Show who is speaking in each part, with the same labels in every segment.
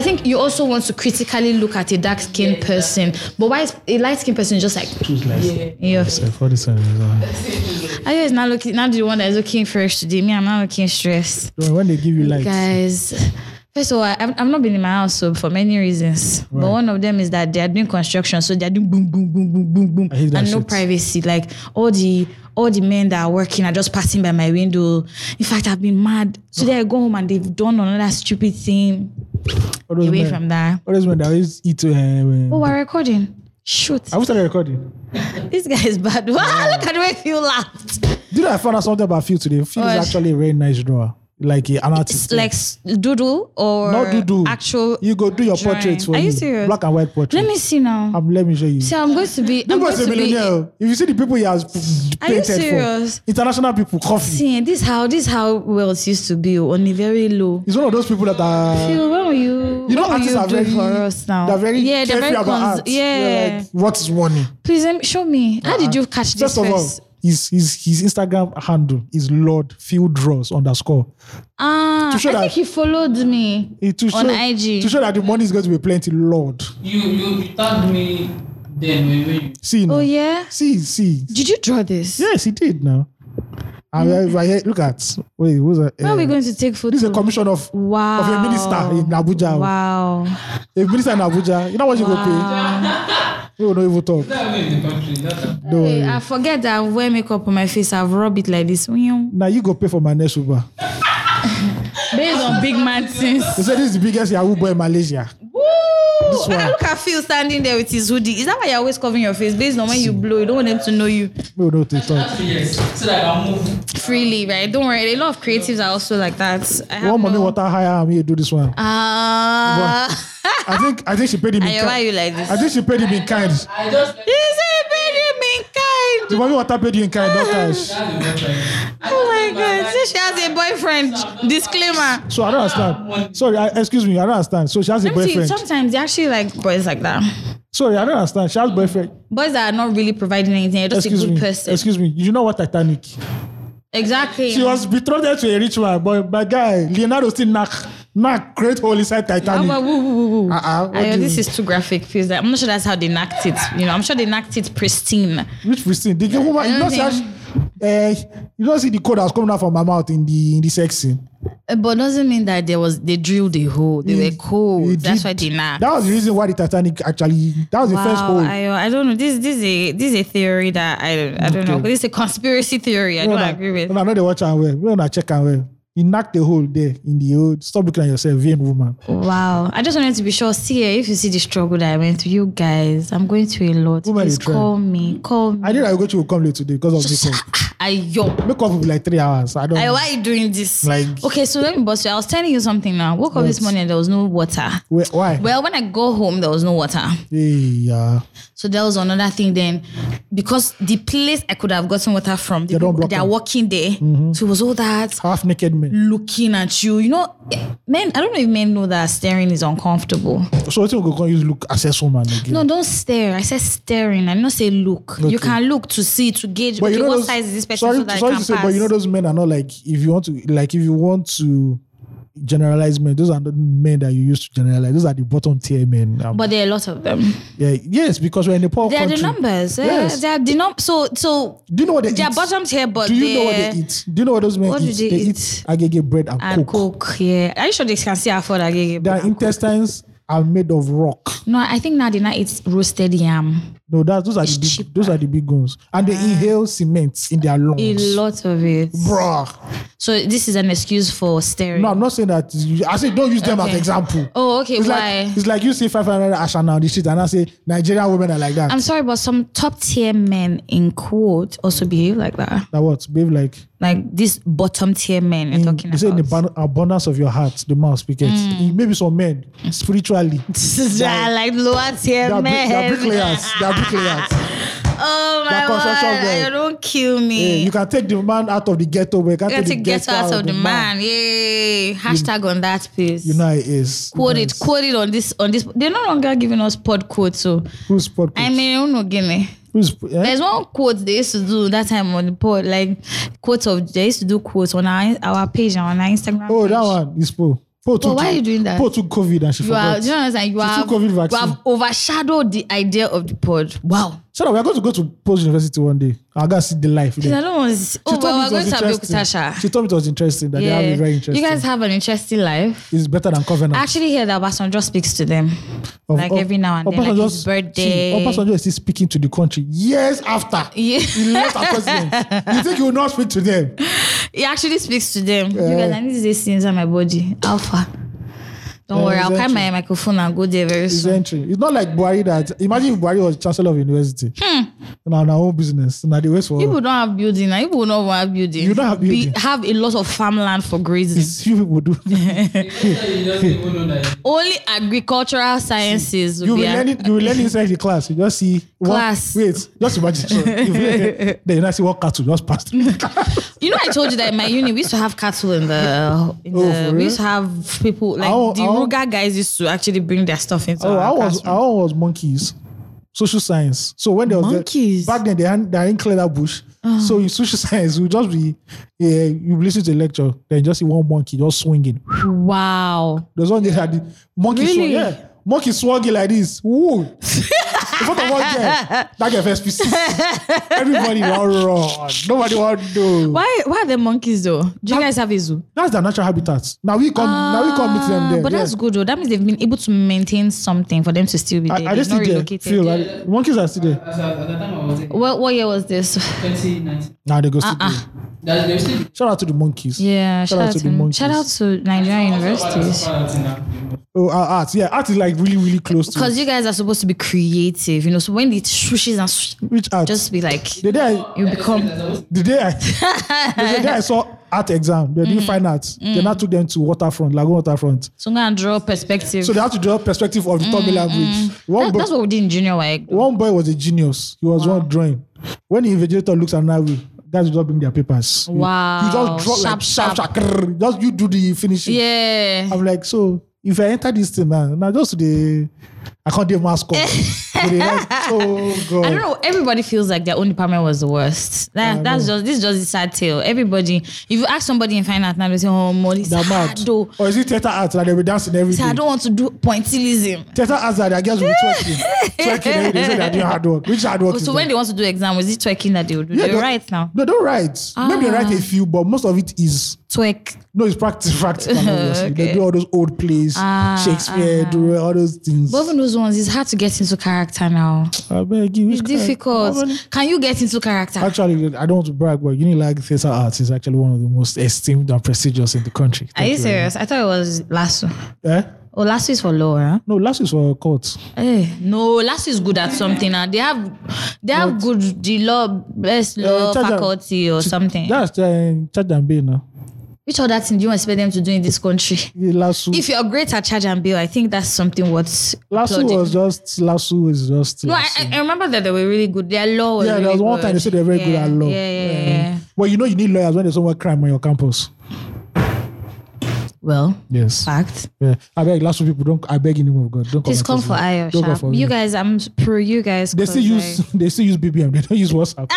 Speaker 1: think you also want to critically look at a dark skinned
Speaker 2: Yeah,
Speaker 1: person. But why is a light skinned person just like
Speaker 3: Choose less.
Speaker 1: yes?
Speaker 3: So for this one, is, uh,
Speaker 1: I is not looking now the one that is looking fresh today. Me, I'm not looking stressed.
Speaker 3: when they give you light,
Speaker 1: Guys. First of all, I've, I've not been in my house so for many reasons. But
Speaker 3: Right.
Speaker 1: one of them is that they are doing construction, so they are doing boom, boom, boom, boom, boom, boom,
Speaker 3: I hate that
Speaker 1: and no
Speaker 3: shit.
Speaker 1: privacy. Like all the all the men that are working are just passing by my window. In fact, I've been mad. Today I go home and they've done another stupid thing.
Speaker 3: all those
Speaker 1: Away
Speaker 3: men,
Speaker 1: from that.
Speaker 3: all those men that always eat. Uh,
Speaker 1: Oh, we're recording. Shoot.
Speaker 3: I started recording.
Speaker 1: This guy is bad. Wow, look at the way you laughed.
Speaker 3: Did I found out something about Phil today? Phil
Speaker 1: What?
Speaker 3: is actually a very nice drawer, like a- an artist.
Speaker 1: It's like s- doodle or
Speaker 3: not doodle.
Speaker 1: actual.
Speaker 3: You go do your
Speaker 1: drawing.
Speaker 3: portrait for
Speaker 1: Are you
Speaker 3: me.
Speaker 1: serious?
Speaker 3: Black and white portrait.
Speaker 1: Let me see now.
Speaker 3: Um, let me show you.
Speaker 1: See, I'm going to be. I'm
Speaker 3: Don't go
Speaker 1: going
Speaker 3: to
Speaker 1: to be.
Speaker 3: millionaire. If you see the people he has p-
Speaker 1: Are you
Speaker 3: painted
Speaker 1: serious?
Speaker 3: for, international people, coffee.
Speaker 1: See, this how this how wealth used to be oh, on a very low.
Speaker 3: He's one of those people that are.
Speaker 1: Phil, when will you?
Speaker 3: you know,
Speaker 1: when will
Speaker 3: artists
Speaker 1: you
Speaker 3: are
Speaker 1: do
Speaker 3: very.
Speaker 1: for us now.
Speaker 3: They're very
Speaker 1: yeah, they're
Speaker 3: careful
Speaker 1: very
Speaker 3: about
Speaker 1: cons-
Speaker 3: art. They're
Speaker 1: Yeah.
Speaker 3: Like, what is money?
Speaker 1: Please um, show me. How did you catch this
Speaker 3: First of all,
Speaker 1: first?
Speaker 3: his, his, his Instagram handle is Lord Phil Draws underscore.
Speaker 1: Ah, I
Speaker 3: to show that-
Speaker 1: think he followed me
Speaker 3: It- To show,
Speaker 1: on IG.
Speaker 3: To show that the money is going to be plenty, Lord.
Speaker 2: You you tagged me then when when you
Speaker 3: See now.
Speaker 1: oh yeah.
Speaker 3: See, see.
Speaker 1: Did you draw this?
Speaker 3: Yes, he did now. And I, I, I, look at. Wait, who's a,
Speaker 1: Where are
Speaker 3: uh,
Speaker 1: we going to take photos?
Speaker 3: This is a commission of
Speaker 1: wow.
Speaker 3: of a minister in Abuja. oh.
Speaker 1: Wow.
Speaker 3: A minister in Abuja. You know what you go pay? You don't even talk.
Speaker 2: that way in the country that's a
Speaker 3: Don't worry.
Speaker 1: Hey, I forget that I wear makeup on my face. I've rubbed it like this. Meow.
Speaker 3: Now you go pay for my next Uber.
Speaker 1: Based on big man things.
Speaker 3: They said this is the biggest Yahoo boy in Malaysia.
Speaker 1: Woo! Ah, look at Phil standing there with his hoodie. Is that why you're always covering your face? Based on when you blow, you don't want them to know you
Speaker 3: We don't know what they talk.
Speaker 2: three years so that I can move
Speaker 1: freely, right? Don't worry. A lot of creatives are also like that. I have
Speaker 3: One
Speaker 1: no-
Speaker 3: mommy water hire me to do this one.
Speaker 1: Ah.
Speaker 3: I think I think she paid him in
Speaker 1: Ayo, why
Speaker 3: kind.
Speaker 1: you like this?
Speaker 3: I think she paid him in kind.
Speaker 2: I just like
Speaker 1: He's a very mean kind.
Speaker 3: The mommy water paid you in kind, not cash.
Speaker 2: that's a good try
Speaker 1: Oh my god. Say she has a boyfriend. Disclaimer.
Speaker 3: So I don't understand. Sorry, I, excuse me, I don't understand. So she has a
Speaker 1: Sometimes-
Speaker 3: boyfriend.
Speaker 1: Sometimes they actually like boys like that.
Speaker 3: Sorry, I don't understand. She has boyfriend.
Speaker 1: Boys that are not really providing anything. You're Mm, just
Speaker 3: Excuse
Speaker 1: a good
Speaker 3: me.
Speaker 1: person.
Speaker 3: Excuse me. You know what Titanic?
Speaker 1: exactly.
Speaker 3: She was betrothed to a rich man, but my guy, Leonardo still knock, knock great hole inside
Speaker 1: Ah,
Speaker 3: Titanic.
Speaker 1: but woo, woo, woo, woo.
Speaker 3: Uh-uh, what
Speaker 1: Ayo,
Speaker 3: do you
Speaker 1: this
Speaker 3: mean?
Speaker 1: is too graphic. Feels like I'm not sure that's how they knacked it. You know, I'm sure they knacked it pristine.
Speaker 3: Which pristine. The yeah, woman,
Speaker 1: I
Speaker 3: you
Speaker 1: don't
Speaker 3: don't see, how she- eh, you don't see the code that's coming out from my mouth in the in the sex scene.
Speaker 1: Uh, But doesn't mean that there was they drilled the hole. They
Speaker 3: He-
Speaker 1: were cold.
Speaker 3: he
Speaker 1: That's
Speaker 3: did-
Speaker 1: why they knacked.
Speaker 3: That was the reason why the Titanic actually. That was the first
Speaker 1: Wow,
Speaker 3: hole.
Speaker 1: Ayo, I don't know. This this is a this is a theory that I I don't know. This is a conspiracy theory. I
Speaker 3: No,
Speaker 1: don't
Speaker 3: no,
Speaker 1: agree with.
Speaker 3: No, no, they watch and well. We don't check and well. You knocked the hole there in the old. Stop looking at yourself, vain woman.
Speaker 1: Wow. I just wanted to be sure. See eh, if you see the struggle that I went through, you guys, I'm going through a lot.
Speaker 3: Woman,
Speaker 1: Please
Speaker 3: you try.
Speaker 1: call me. Call me.
Speaker 3: I knew I would go to come late today because of this. Makeup
Speaker 1: Ayo.
Speaker 3: Make up will be like three hours. I don't.
Speaker 1: Ayo,
Speaker 3: know.
Speaker 1: why are you doing this?
Speaker 3: Mm. Like-
Speaker 1: okay, so let me bust you. I was telling you something now. Woke up this
Speaker 3: What?
Speaker 1: morning, there was no water.
Speaker 3: Where- why?
Speaker 1: Well, when I go home, there was no water.
Speaker 3: Hey, uh,
Speaker 1: So there was another thing then, because the place I could have gotten water from, the
Speaker 3: They don't
Speaker 1: people,
Speaker 3: block Mm-hmm.
Speaker 1: they are
Speaker 3: am.
Speaker 1: walking there. So it was all that
Speaker 3: half naked men.
Speaker 1: looking at you. You know, eh, men, I don't know if men know that staring is uncomfortable.
Speaker 3: So what you go come use look assess woman again?
Speaker 1: Mm. No, don't stare. I said staring. I did not say look. You
Speaker 3: Okay.
Speaker 1: can look to see, to gauge, okay, what size is this person
Speaker 3: sorry,
Speaker 1: so that
Speaker 3: sorry
Speaker 1: I can
Speaker 3: to say,
Speaker 1: pass.
Speaker 3: but you know those men are not like if you want to like if you want to generalize men, those are not men that you used to generalize. Those are the bottom tier men. Um,
Speaker 1: but there are a lot of them.
Speaker 3: yeah, yes, because we're in a poor
Speaker 1: They are
Speaker 3: country.
Speaker 1: the numbers. eh?
Speaker 3: Yes.
Speaker 1: They are the num- So, so
Speaker 3: Do you know what they
Speaker 1: they are
Speaker 3: eat?
Speaker 1: bottoms here, but
Speaker 3: Do you know what
Speaker 1: they're-
Speaker 3: they eat? Do you know what those men
Speaker 1: What do
Speaker 3: eat?
Speaker 1: they eat?
Speaker 3: agege bread and,
Speaker 1: and
Speaker 3: coke.
Speaker 1: coke. Yeah, are you sure they can see how far again?
Speaker 3: Their intestines are made of rock.
Speaker 1: No, I think Nadina eats roasted yam.
Speaker 3: No, that those are the big,
Speaker 1: cheaper. Ah.
Speaker 3: those are the big guns, and they inhale cement in their
Speaker 1: A
Speaker 3: lungs.
Speaker 1: lot of it.
Speaker 3: Bruh.
Speaker 1: So this is an excuse for staring.
Speaker 3: No, I'm not saying that. you- I say don't use them as
Speaker 1: Okay.
Speaker 3: example.
Speaker 1: Oh, okay.
Speaker 3: It's
Speaker 1: why?
Speaker 3: like, it's like you see 500 Ashana on the street and I say Nigerian women are like that.
Speaker 1: I'm sorry, but some top tier men in quote also behave like that.
Speaker 3: that what? Babe, like,
Speaker 1: Like these bottom tier men you're
Speaker 3: in,
Speaker 1: talking
Speaker 3: you say in the
Speaker 1: about. Mm.
Speaker 3: abun- abundance of your heart, the mouth speaks. Maybe some men, spiritually,
Speaker 1: They are like lower
Speaker 3: they
Speaker 1: tier
Speaker 3: are, brick- they are
Speaker 1: men.
Speaker 3: bricklayers. They are bricklayers.
Speaker 1: oh
Speaker 3: They
Speaker 1: my
Speaker 3: are construction
Speaker 1: god!
Speaker 3: men.
Speaker 1: You don't kill
Speaker 3: Eh,
Speaker 1: me.
Speaker 3: you can take the man out of the ghetto, but you can't
Speaker 1: you got
Speaker 3: take
Speaker 1: to
Speaker 3: the
Speaker 1: get
Speaker 3: ghetto
Speaker 1: out of the man. Yay! Hashtag on that piece.
Speaker 3: You know it is.
Speaker 1: quote it, quote it on this on this. They're no longer giving us pod quotes. So
Speaker 3: Who's sport?
Speaker 1: I mean, I don't know, Guinea.
Speaker 3: who's eh?
Speaker 1: There's one quote they used to do that time on the pod, like quotes of they used to do quotes on our our page and on our Instagram.
Speaker 3: Oh,
Speaker 1: page.
Speaker 3: that one is poor. Po
Speaker 1: But why are you doing that?
Speaker 3: Po took COVID and she
Speaker 1: You
Speaker 3: forgot.
Speaker 1: are, do you understand? You
Speaker 3: She
Speaker 1: have,
Speaker 3: took COVID
Speaker 1: you
Speaker 3: vaccine.
Speaker 1: have overshadowed the idea of the pod. Wow.
Speaker 3: Shut up. We are going to go to Post University one day. I gotta see the life.
Speaker 1: Please, I
Speaker 3: there.
Speaker 1: don't want to. See.
Speaker 3: She
Speaker 1: Oh,
Speaker 3: told me
Speaker 1: well,
Speaker 3: it
Speaker 1: we're
Speaker 3: was
Speaker 1: going to
Speaker 3: interesting.
Speaker 1: Abeokutasha.
Speaker 3: She told me it was interesting. That they have it very interesting.
Speaker 1: You guys have an interesting life.
Speaker 3: it's better than Covenant.
Speaker 1: I actually hear that Obasanjo speaks to them.
Speaker 3: Of-
Speaker 1: like
Speaker 3: of-
Speaker 1: every now and then, like
Speaker 3: Obasanjo-
Speaker 1: his birthday.
Speaker 3: See, Obasanjo is still speaking to the country years after
Speaker 1: Yeah.
Speaker 3: he left our president. You think he will not speak to them?
Speaker 1: He actually speaks to them.
Speaker 3: Yeah.
Speaker 1: you guys, I need these things on my body. Alpha. Don't
Speaker 3: Yeah,
Speaker 1: worry, I'll carry
Speaker 3: exactly.
Speaker 1: my microphone and go there very
Speaker 3: It's
Speaker 1: soon.
Speaker 3: entry. It's not like Buhari that. Imagine if Buhari was chancellor of university.
Speaker 1: Hmm.
Speaker 3: Now, our own business. Now they wait for.
Speaker 1: People don't have building. Now. People don't have building.
Speaker 3: You don't have building.
Speaker 1: We have a lot of farmland for grazing.
Speaker 3: It's few people do.
Speaker 2: you just even know that
Speaker 1: Only agricultural sciences.
Speaker 3: You
Speaker 1: will
Speaker 3: will
Speaker 1: be
Speaker 3: learn it. You will learn inside the class. You just see one-
Speaker 1: Class.
Speaker 3: wait, just imagine. So, if, then you now see what cattle just passed.
Speaker 1: You know, I told you that in my uni we used to have cattle in the. In
Speaker 3: Oh,
Speaker 1: the
Speaker 3: for
Speaker 1: we
Speaker 3: real?
Speaker 1: used to have people like
Speaker 3: How-
Speaker 1: the
Speaker 3: how-
Speaker 1: Ruga guys used to actually bring their stuff into
Speaker 3: Oh, I
Speaker 1: our
Speaker 3: was
Speaker 1: classroom.
Speaker 3: I was monkeys, social science. So when there was the-
Speaker 1: Monkeys? Ah.
Speaker 3: back then, they hadn't, they hadn't clear that bush. So in social science, we just be yeah, you listen to the lecture, then you just see one monkey just swinging.
Speaker 1: Wow.
Speaker 3: There's one they had the monkey swung-
Speaker 1: Really?
Speaker 3: yeah, monkey swinging like this. Woo! in front of one girl, that girl first piece. Everybody want run. Nobody want do.
Speaker 1: Why? Why are there monkeys though? Do you guys have a zoo?
Speaker 3: That's their natural habitat. Now we come, now we come meet them
Speaker 1: Ah,
Speaker 3: there.
Speaker 1: But
Speaker 3: yeah.
Speaker 1: that's good though. That means they've been able to maintain something for them to still be there.
Speaker 3: I, I just
Speaker 1: They've
Speaker 3: see
Speaker 1: not
Speaker 3: there.
Speaker 1: relocated.
Speaker 3: Feel, I, monkeys are still there.
Speaker 2: as at at that time I was in
Speaker 1: What what year was this?
Speaker 2: 2019.
Speaker 3: Now they go still
Speaker 1: Uh-uh.
Speaker 3: there.
Speaker 2: That's they still
Speaker 3: Shout out to the monkeys.
Speaker 1: Yeah, shout, out, to
Speaker 3: monkeys.
Speaker 1: shout out to Nigerian universities.
Speaker 3: Oh, our art. Yeah, art is like really, really close to
Speaker 1: Because you guys are supposed to be creative, you know. So when it shushes and sh-
Speaker 3: which art.
Speaker 1: just be like,
Speaker 3: the day, I,
Speaker 1: you become.
Speaker 3: the day I, the day I saw art exam, they
Speaker 1: Mm.
Speaker 3: did fine art. Then I took them to waterfront, Lagoon waterfront.
Speaker 1: So I'm gonna draw perspective.
Speaker 3: So they have to draw perspective of the mm, Milan Bridge. One
Speaker 1: That-
Speaker 3: boy,
Speaker 1: that's what we did in junior work.
Speaker 3: one boy was a genius. He was one drawing. When the invigilator looks at Nawi, guys will just bring their papers. You- You
Speaker 1: Wow.
Speaker 3: just draw
Speaker 1: Sharp,
Speaker 3: like
Speaker 1: sharp.
Speaker 3: sharp, sharp, krrr. just you do the finishing.
Speaker 1: Yeah.
Speaker 3: I'm like, so if I enter this thing now, now just the I can't do mask on. So they like, oh god.
Speaker 1: I don't know. Everybody feels like their own department was the worst. That, that's just this is just a sad tale. Everybody, if you ask somebody in finance now, they say, "Oh, Molly, it's
Speaker 3: They're
Speaker 1: hard
Speaker 3: mad.
Speaker 1: though.
Speaker 3: Or is it theater art that they were dancing every
Speaker 1: Say,
Speaker 3: day?
Speaker 1: I don't want to do pointillism."
Speaker 3: Theater art that their girls will be twerking. twerking every day. They say they're doing hard work. Which hard work is
Speaker 1: Oh, So
Speaker 3: that?
Speaker 1: when they want to do exam, was it twerking that they would do?
Speaker 3: Yeah,
Speaker 1: they
Speaker 3: don't-
Speaker 1: write now. Ah.
Speaker 3: No, don't write. Maybe they write a few, but most of it is
Speaker 1: Twerk.
Speaker 3: no, it's practice, practical. Obviously,
Speaker 1: Okay.
Speaker 3: they do all those old plays,
Speaker 1: Ah,
Speaker 3: Shakespeare, do all those things.
Speaker 1: But even those ones, it's hard to get into character now.
Speaker 3: I beg you, which
Speaker 1: It's
Speaker 3: kind- How
Speaker 1: difficult.
Speaker 3: many-
Speaker 1: Can you get into character?
Speaker 3: Actually, I don't want to brag, but Unilag Theatre Arts is actually one of the most esteemed and prestigious in the country.
Speaker 1: Are
Speaker 3: Thank
Speaker 1: you
Speaker 3: very
Speaker 1: serious? I thought it was lasso.
Speaker 3: much. Eh?
Speaker 1: Oh, lasso is for lower. Huh?
Speaker 3: No, last is for court.
Speaker 1: Eh, no, Lasso is good at something. Now they have, they have good the law, best law
Speaker 3: Uh, charge and-
Speaker 1: faculty or something.
Speaker 3: That's the uh, charge and bail now.
Speaker 1: Which other thing do you expect them to do in this country?
Speaker 3: The Lasso,
Speaker 1: If you're great at charge and bill, I think that's something worth.
Speaker 3: Lasso
Speaker 1: applauding.
Speaker 3: was just Lasso is just.
Speaker 1: No, I,
Speaker 3: Lasso.
Speaker 1: I- I remember that they were really good. Their law was
Speaker 3: yeah,
Speaker 1: really
Speaker 3: there was one
Speaker 1: good. Eh.
Speaker 3: time they said they're very good
Speaker 1: Yeah,
Speaker 3: at law.
Speaker 1: Yeah, yeah,
Speaker 3: Um,
Speaker 1: yeah.
Speaker 3: Well, you know you need lawyers when there's someone crime on your campus.
Speaker 1: Well,
Speaker 3: Yes.
Speaker 1: fact.
Speaker 3: Yeah. I beg Lasso people don't. I beg in the name of God, don't
Speaker 1: Please
Speaker 3: come.
Speaker 1: come for
Speaker 3: and cause me.
Speaker 1: IO
Speaker 3: Don't come
Speaker 1: Sharp.
Speaker 3: for
Speaker 1: You
Speaker 3: me.
Speaker 1: guys, I'm pro you guys.
Speaker 3: They
Speaker 1: 'cause
Speaker 3: still use. They still use BBM. They
Speaker 1: Ah!
Speaker 3: don't use WhatsApp.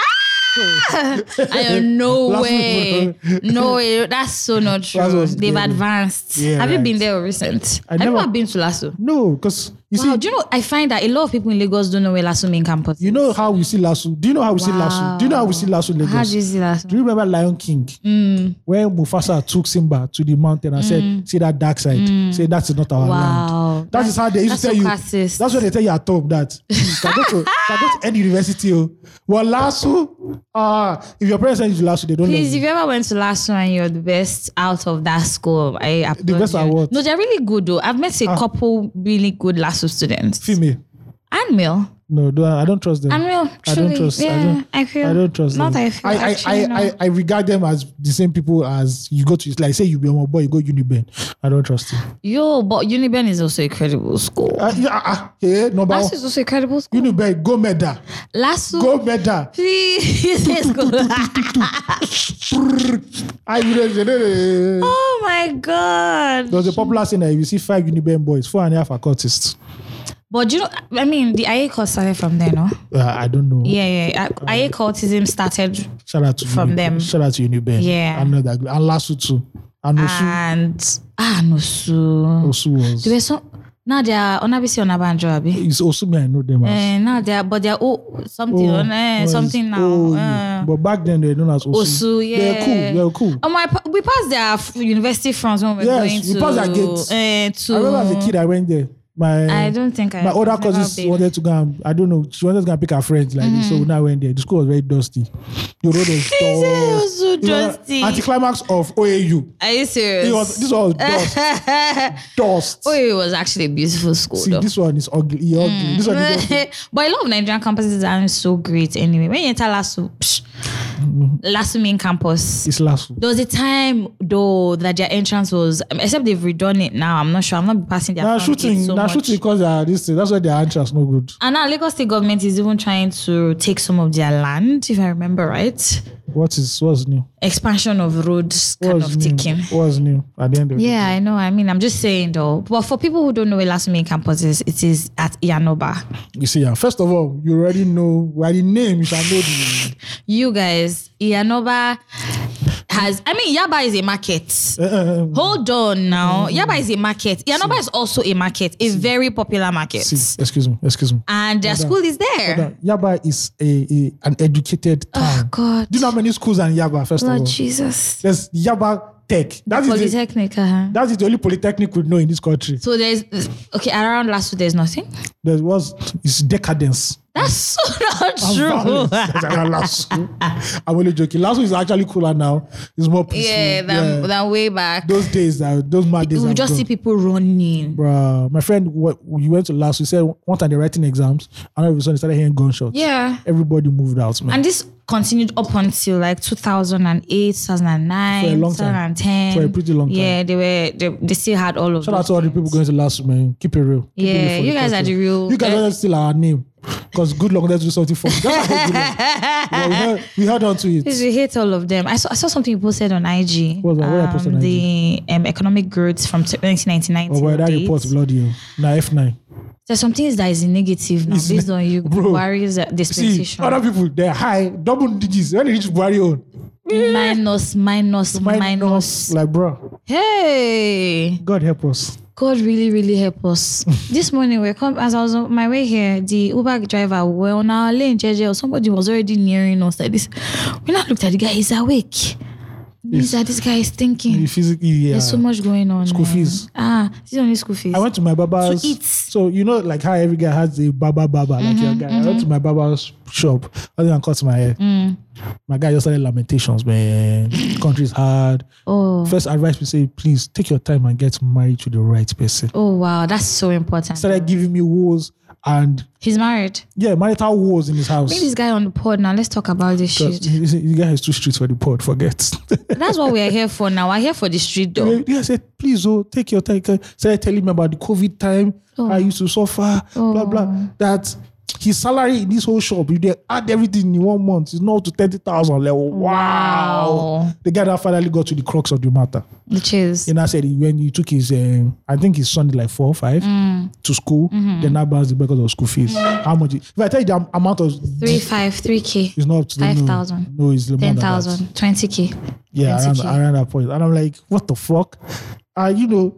Speaker 1: I, I don't- no
Speaker 3: Last
Speaker 1: way, no way. That's so not true.
Speaker 3: Lasso was
Speaker 1: They've
Speaker 3: scary.
Speaker 1: advanced.
Speaker 3: Yeah,
Speaker 1: Have you
Speaker 3: right.
Speaker 1: been there recent?
Speaker 3: I
Speaker 1: I've
Speaker 3: never-
Speaker 1: never been to Lasso.
Speaker 3: No, because you
Speaker 1: Wow,
Speaker 3: see,
Speaker 1: do you know? I find that a lot of people in Lagos don't know where Lasso main campus.
Speaker 3: you know how we see Lasso. Do you know how we see Lasso? Do you know how we see Lasso in
Speaker 1: is.
Speaker 3: Lagos? Mm,
Speaker 1: How do you see Lasso?
Speaker 3: Do you remember Lion King? When Mufasa took Simba to the mountain and said, "See that dark side. Say that's not our
Speaker 1: Mm. Wow.
Speaker 3: land." That is how they used
Speaker 1: That's
Speaker 3: to tell
Speaker 1: so
Speaker 3: you.
Speaker 1: classist.
Speaker 3: That's what they tell you at home. That "You can go to, can go to any university. Oh, well, Lasso. Ah, if your parents send you to Lasso, they don't.
Speaker 1: Please, if
Speaker 3: love
Speaker 1: you ever went to Lasso and you're the best out of that school, I applaud
Speaker 3: best
Speaker 1: you.
Speaker 3: are what?
Speaker 1: No, they're really good though. I've met a couple really good Lasso students.
Speaker 3: you. female.
Speaker 1: And male.
Speaker 3: No, don't- I don't trust them.
Speaker 1: And male.
Speaker 3: I
Speaker 1: Truly.
Speaker 3: don't trust.
Speaker 1: Yeah,
Speaker 3: I don't,
Speaker 1: feel.
Speaker 3: I don't trust
Speaker 1: Not
Speaker 3: them.
Speaker 1: I feel.
Speaker 3: I, I,
Speaker 1: actually,
Speaker 3: I,
Speaker 1: no.
Speaker 3: I, I regard them as the same people as you go to. Like say you be a boy, you go Uniben. I don't trust you.
Speaker 1: Yo, but Uniben is also a credible school.
Speaker 3: Ah, yeah, ah, ah, yeah, number one.
Speaker 1: Lasso is also a credible school.
Speaker 3: Uniben, go meda,
Speaker 1: Lasso.
Speaker 3: go meda.
Speaker 1: Please, let's go.
Speaker 3: I there
Speaker 1: Oh my god!
Speaker 3: was a popular saying that if you see five Uniben boys, four and a half are cultists.
Speaker 1: But you know, I mean, the IA cult started from there, no?
Speaker 3: Uh, I don't know.
Speaker 1: Yeah, yeah. I- IA cultism started.
Speaker 3: Shout out to
Speaker 1: From
Speaker 3: Uni-
Speaker 1: them.
Speaker 3: Shout out to Uniben.
Speaker 1: Yeah.
Speaker 3: I know that. And Lasso too. And Osu,
Speaker 1: and ah no so
Speaker 3: Osu was.
Speaker 1: there were some now they are Onabisi Onabanjo abi.
Speaker 3: It's Osu me I know them as.
Speaker 1: Eh, now they are but they are oh something
Speaker 3: Oh,
Speaker 1: on eh,
Speaker 3: was
Speaker 1: something now.
Speaker 3: OU.
Speaker 1: eh.
Speaker 3: But back then they're known as Osu.
Speaker 1: Osu, yeah.
Speaker 3: They're cool. They're cool.
Speaker 1: Oh my! pa- We passed their f- university fronts when we were
Speaker 3: Yes,
Speaker 1: going
Speaker 3: we
Speaker 1: to.
Speaker 3: passed their gates.
Speaker 1: eh, to
Speaker 3: I remember as a kid I went there. My
Speaker 1: I don't think I.
Speaker 3: my older
Speaker 1: I've never
Speaker 3: cousins
Speaker 1: been. Mm-hmm.
Speaker 3: wanted to go and I don't know, she wanted to go and pick her friends like this. So now I went there. The school was very dusty. The road was
Speaker 1: it was
Speaker 3: dust.
Speaker 1: so
Speaker 3: It was a-
Speaker 1: dusty.
Speaker 3: Anticlimax of OAU.
Speaker 1: Are you serious?
Speaker 3: It was this one was dust. dust.
Speaker 1: oh, it was actually a beautiful school
Speaker 3: See,
Speaker 1: though.
Speaker 3: this one is ugly. It ugly.
Speaker 1: Mm.
Speaker 3: This one is ugly.
Speaker 1: but a lot of Nigerian campuses aren't so great anyway. When you enter Lasso, psh, Lasso main campus.
Speaker 3: It's last.
Speaker 1: There was a time though that their entrance was, um, except they've redone it now. I'm not sure. I'm not passing their
Speaker 3: Now
Speaker 1: front gate
Speaker 3: shooting,
Speaker 1: so
Speaker 3: now
Speaker 1: much.
Speaker 3: shooting because they are this thing. That's why their entrance no good.
Speaker 1: And now Lagos State government is even trying to take some of their land, if I remember right.
Speaker 3: What is what's new?
Speaker 1: Expansion of roads kind
Speaker 3: What's
Speaker 1: of
Speaker 3: new?
Speaker 1: taking.
Speaker 3: What's new at the end of the
Speaker 1: Yeah, I know. I mean, I'm just saying though. But for people who don't know where Lasumin campus is, it is at Yanoba.
Speaker 3: You see, yeah. First of all, you already know by the name. You shall know the.
Speaker 1: You guys, Yanoba has. I mean, Yaba is a market.
Speaker 3: Uh,
Speaker 1: Hold on now.
Speaker 3: Mm-hmm.
Speaker 1: Yaba is a market. Yanoba is also a market, a very popular market.
Speaker 3: see, excuse me, excuse me.
Speaker 1: And their school is there.
Speaker 3: Now, Yaba is a, a an educated town.
Speaker 1: Oh God,
Speaker 3: Do you know how many schools in Yaba? First of
Speaker 1: Lord
Speaker 3: all,
Speaker 1: Jesus,
Speaker 3: there's Yaba Tech. That is the,
Speaker 1: Polytechnic. Uh-huh.
Speaker 3: that is the only polytechnic we know in this country.
Speaker 1: So there's okay around last week. There's nothing.
Speaker 3: There was it's decadence.
Speaker 1: That's so not
Speaker 3: and
Speaker 1: true.
Speaker 3: violence than our last school. I'm only joking. Last school is actually cooler now. It's more peaceful.
Speaker 1: Yeah, than, than way back.
Speaker 3: those days, are, those mad days.
Speaker 1: We
Speaker 3: are
Speaker 1: just
Speaker 3: gone.
Speaker 1: see people running.
Speaker 3: Bruh, my friend, what we went to last, we said one time they're writing exams, and all of a sudden they started hearing gunshots.
Speaker 1: Yeah.
Speaker 3: Everybody moved out, man.
Speaker 1: And this continued up until like 2008, 2009,
Speaker 3: For a long time.
Speaker 1: 2010.
Speaker 3: For a pretty long time.
Speaker 1: Yeah, they were, they, they still had all of
Speaker 3: Shout out
Speaker 1: those.
Speaker 3: to all the people going to last, man. Keep it real. Keep it
Speaker 1: Yeah,
Speaker 3: real for
Speaker 1: you guys
Speaker 3: culture.
Speaker 1: are the real-
Speaker 3: You guys are still our name. Because good luck, let's do something for That's not good luck. But we, held, we held on to it.
Speaker 1: Please, we hate all of them. I saw, I saw something you posted on IG.
Speaker 3: What was that? What I posted on
Speaker 1: the um, economic growth from t- 1999
Speaker 3: But
Speaker 1: till
Speaker 3: Oh, well, that
Speaker 1: date.
Speaker 3: report, bloody oh. hell. Now F9.
Speaker 1: There's some things that is negative now
Speaker 3: It's
Speaker 1: based
Speaker 3: ne-
Speaker 1: on you.
Speaker 3: Bro,
Speaker 1: Buhari's uh,
Speaker 3: See,
Speaker 1: dispensation.
Speaker 3: other people, they're high, double digits. When they reach Buhari own,
Speaker 1: minus, minus,
Speaker 3: Mine
Speaker 1: minus.
Speaker 3: knows, Like, bro,
Speaker 1: Hey,
Speaker 3: God help us.
Speaker 1: God really, really help us. this morning, we come as I was on my way here. The Uber driver, well, on our lane, JJ, or somebody was already nearing us like this. We now looked at the guy. He's awake. Means that this guy is thinking.
Speaker 3: You physically, yeah.
Speaker 1: Mm. There's so much going on.
Speaker 3: uh, School
Speaker 1: man.
Speaker 3: fees.
Speaker 1: Ah, this is only school fees.
Speaker 3: I went to my barber's.
Speaker 1: To eat. Mm-hmm,
Speaker 3: So you know, like how every guy has a barber barber, like your guy. I went to my barber's shop. I didn't cut my hair.
Speaker 1: Mm.
Speaker 3: My guy just started lamentations, man. Country's hard.
Speaker 1: oh,
Speaker 3: First advice we say, please take your time and get married to the right person.
Speaker 1: oh wow, that's so important.
Speaker 3: Started giving me woes and
Speaker 1: He's married.
Speaker 3: yeah, marital woes in his house.
Speaker 1: Bring this guy on the pod now. Let's talk about this shit.
Speaker 3: The guy is too strict for the pod. Forget.
Speaker 1: That's what we're here for now. We're here for the street though.
Speaker 3: Yeah, I said, please, oh, take your time. Started telling me about the COVID time.
Speaker 1: Oh.
Speaker 3: I used to suffer, blah, blah. That his salary in this whole shop, if they add everything in one month, it's not to 30,000 level. Wow.
Speaker 1: Wow.
Speaker 3: The guy that finally got to the crux of the matter.
Speaker 1: Which is
Speaker 3: And I said, he- when he took his, um, I think his son, did like four or five,
Speaker 1: Mm.
Speaker 3: to school,
Speaker 1: Mm-hmm.
Speaker 3: then I bounced the because of school fees. How much? If I tell you the am- amount of.
Speaker 1: three five three k,
Speaker 3: It's not up to the- no.
Speaker 1: 5,000.
Speaker 3: No, it's more than
Speaker 1: ten
Speaker 3: that.
Speaker 1: thousand, twenty k.
Speaker 3: Yeah, around,
Speaker 1: 20K.
Speaker 3: around that point. And I'm like, what the fuck? And you know,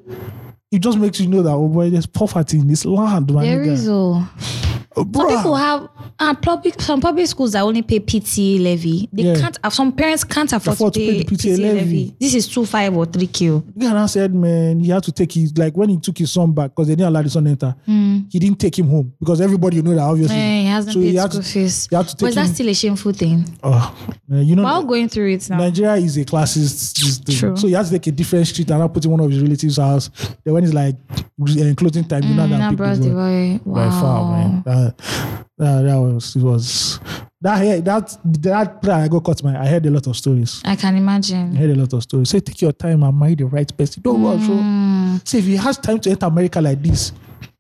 Speaker 3: it just makes you know that, oh boy, there's poverty in this land, my
Speaker 1: There is
Speaker 3: nigga.
Speaker 1: oh.
Speaker 3: Oh,
Speaker 1: Some
Speaker 3: bruh.
Speaker 1: people have uh, public. Some public schools that only pay PTA levy. They
Speaker 3: Yeah.
Speaker 1: can't. Have, some parents can't afford,
Speaker 3: Afford
Speaker 1: to pay, the PTA, levy. This is two five or three k. oh.
Speaker 3: The guy now said, man, he had to take his, like when he took his son back, because they didn't allow the son enter, he didn't take him home because everybody you know that, obviously.
Speaker 1: Eh, Hmm. he hasn't
Speaker 3: So he
Speaker 1: paid
Speaker 3: had
Speaker 1: school
Speaker 3: to-
Speaker 1: fees.
Speaker 3: he had to
Speaker 1: Was
Speaker 3: take
Speaker 1: that
Speaker 3: him-
Speaker 1: still a shameful thing?
Speaker 3: Oh, man, you know,
Speaker 1: We're all going through it now.
Speaker 3: Nigeria is a classist system.
Speaker 1: True.
Speaker 3: So he has to take a different street and now put in one of his relatives' house. Then when it's like uh, closing time, you know
Speaker 1: Mm,
Speaker 3: that
Speaker 1: Nah,
Speaker 3: people
Speaker 1: bros,
Speaker 3: go-
Speaker 1: they were-
Speaker 3: by far,
Speaker 1: Wow.
Speaker 3: man. That, that, that was it was that hair that that plan I got cut my I heard a lot of stories.
Speaker 1: I can
Speaker 3: I
Speaker 1: imagine.
Speaker 3: heard a lot of stories. Say take your time and marry the right person. Don't rush. oh.
Speaker 1: Mm.
Speaker 3: Say if he has time to enter America like this,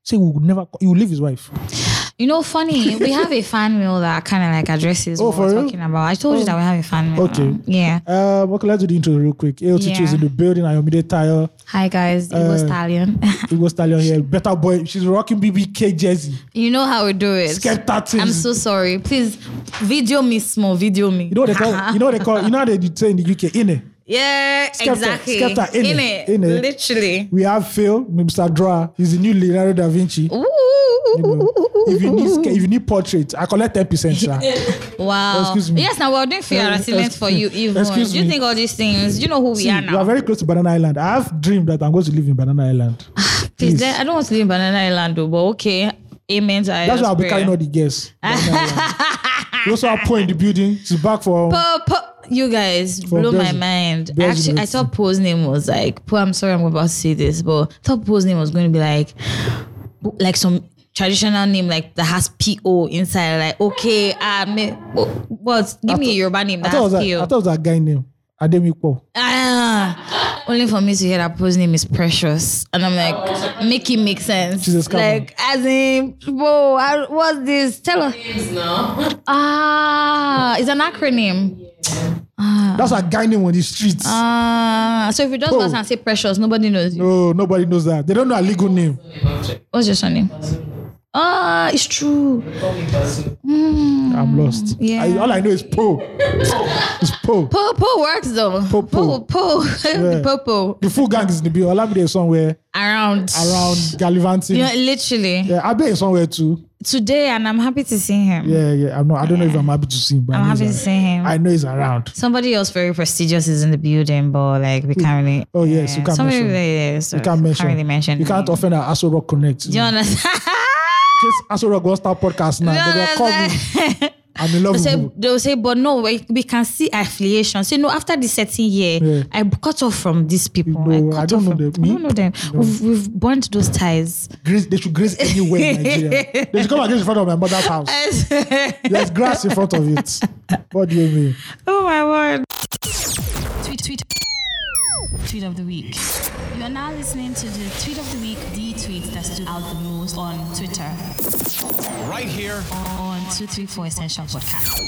Speaker 3: say we would never you will leave his wife.
Speaker 1: You know, funny, we have a fan mail that kind of like addresses
Speaker 3: Oh,
Speaker 1: what
Speaker 3: for
Speaker 1: we're
Speaker 3: real? Oh.
Speaker 1: talking about. I told you that we have a fan mail.
Speaker 3: Okay.
Speaker 1: Yeah.
Speaker 3: Um, okay, let's do the intro real quick. AOT
Speaker 1: Yeah.
Speaker 3: is in the building. Ayomide Tayo,
Speaker 1: Hi, guys. It was
Speaker 3: Uh,
Speaker 1: Stallion.
Speaker 3: Igbo Stallion here. Better boy. She's rocking BBK jersey.
Speaker 1: you know how we do it.
Speaker 3: Skepta things.
Speaker 1: I'm so sorry. Please, video me small. Video me.
Speaker 3: You know what they call. you know what they call. You know how they do say in the UK. In
Speaker 1: Yeah,
Speaker 3: Skepta,
Speaker 1: exactly.
Speaker 3: Skepta,
Speaker 1: in it,
Speaker 3: innit, innit.
Speaker 1: literally.
Speaker 3: We have Phil, Mr. Drawer. He's the new Leonardo da Vinci.
Speaker 1: Ooh,
Speaker 3: You know, if you need sca- if you need portrait, I collect ten percent. Sha.
Speaker 1: wow.
Speaker 3: Excuse me.
Speaker 1: Yes, now we're doing fear
Speaker 3: Uh,
Speaker 1: resilience for you. Even.
Speaker 3: excuse
Speaker 1: do you
Speaker 3: me.
Speaker 1: think all these things? Do you know who we
Speaker 3: See,
Speaker 1: are
Speaker 3: we are
Speaker 1: now?
Speaker 3: very close to Banana Island. I have dreamed that I'm going to live in Banana Island.
Speaker 1: Ah, Please, then- I don't want to live in Banana Island, though, but okay. Amen. To
Speaker 3: That's why I'll be
Speaker 1: prayer.
Speaker 3: carrying all the guests. Banana Island. we also have Poe in the building. She's back for
Speaker 1: Po, po, you guys
Speaker 3: For
Speaker 1: blow my
Speaker 3: Brazil-
Speaker 1: mind.
Speaker 3: Brazil
Speaker 1: Actually, I
Speaker 3: Brazil.
Speaker 1: thought Poe's name was like Po. I'm sorry, I'm about to say this, but I thought Poe's name was going to be like like some traditional name like that has P O inside. Like okay, ah, me, what? Give me your Yoruba name
Speaker 3: I
Speaker 1: that
Speaker 3: thought, it
Speaker 1: has
Speaker 3: was a,
Speaker 1: P
Speaker 3: I
Speaker 1: O.
Speaker 3: thought it was a guy named Ademipo.
Speaker 1: Ah, only for me to hear that Poe's name is Precious, and I'm like, make it make sense.
Speaker 3: She's a scammer.
Speaker 1: Like as in, whoa, I- what's this? Tell us.
Speaker 2: Names now.
Speaker 1: Ah, it's an acronym.
Speaker 3: That's a guy name on the streets.
Speaker 1: Ah, so if you just go out and say precious, nobody knows you.
Speaker 3: no, nobody knows that. They don't know a legal name.
Speaker 1: What's your surname? Ah, it's true.
Speaker 2: Call me Basu.
Speaker 3: I'm lost.
Speaker 1: Hmm. yeah.
Speaker 3: I, all I know is Poe. it's Poe.
Speaker 1: Po po works though.
Speaker 3: Po-
Speaker 1: po
Speaker 3: po.
Speaker 1: po
Speaker 3: Yeah.
Speaker 1: po po
Speaker 3: The full gang is in the building. Olamide is somewhere
Speaker 1: around
Speaker 3: around gallivanting.
Speaker 1: You know,
Speaker 3: Yeah.
Speaker 1: literally
Speaker 3: Abe is somewhere too.
Speaker 1: today, and I'm happy to see him.
Speaker 3: Yeah, yeah. I'm not. I don't know if I'm happy to see him. But I
Speaker 1: I'm
Speaker 3: know
Speaker 1: happy to
Speaker 3: he's
Speaker 1: see him.
Speaker 3: ar- I know he's around.
Speaker 1: Somebody else very prestigious is in the building, but like we can't really.
Speaker 3: Oh, yes, you can't
Speaker 1: Somebody
Speaker 3: mention.
Speaker 1: really- yeah, so
Speaker 3: You can't mention.
Speaker 1: really mention.
Speaker 3: You can't
Speaker 1: names.
Speaker 3: offend our Aso Rock Connect.
Speaker 1: Do you understand?
Speaker 3: In case Aso Rock won't start podcast now.
Speaker 1: Do
Speaker 3: They
Speaker 1: you
Speaker 3: will call me.
Speaker 1: understand?
Speaker 3: I'm in
Speaker 1: They'll
Speaker 3: love with
Speaker 1: say,
Speaker 3: you.
Speaker 1: they'll say, but no, we, we can see affiliation. Say, no, after the certain year,
Speaker 3: Yeah.
Speaker 1: I cut off from these people.
Speaker 3: No,
Speaker 1: I, cut
Speaker 3: I don't
Speaker 1: off
Speaker 3: know
Speaker 1: from,
Speaker 3: them.
Speaker 1: I don't
Speaker 3: Me?
Speaker 1: know them. We've, we've burnt those ties.
Speaker 3: Grace, they should grace anywhere in Nigeria. they should come and grace in front of my mother's house. There's grass in front of it. What do you mean?
Speaker 1: oh my word.
Speaker 4: tweet tweet tweet of the week. You are now listening to the tweet of the week, the tweet that stood out the most on Twitter
Speaker 5: right here
Speaker 4: on 234 Essential Podcast.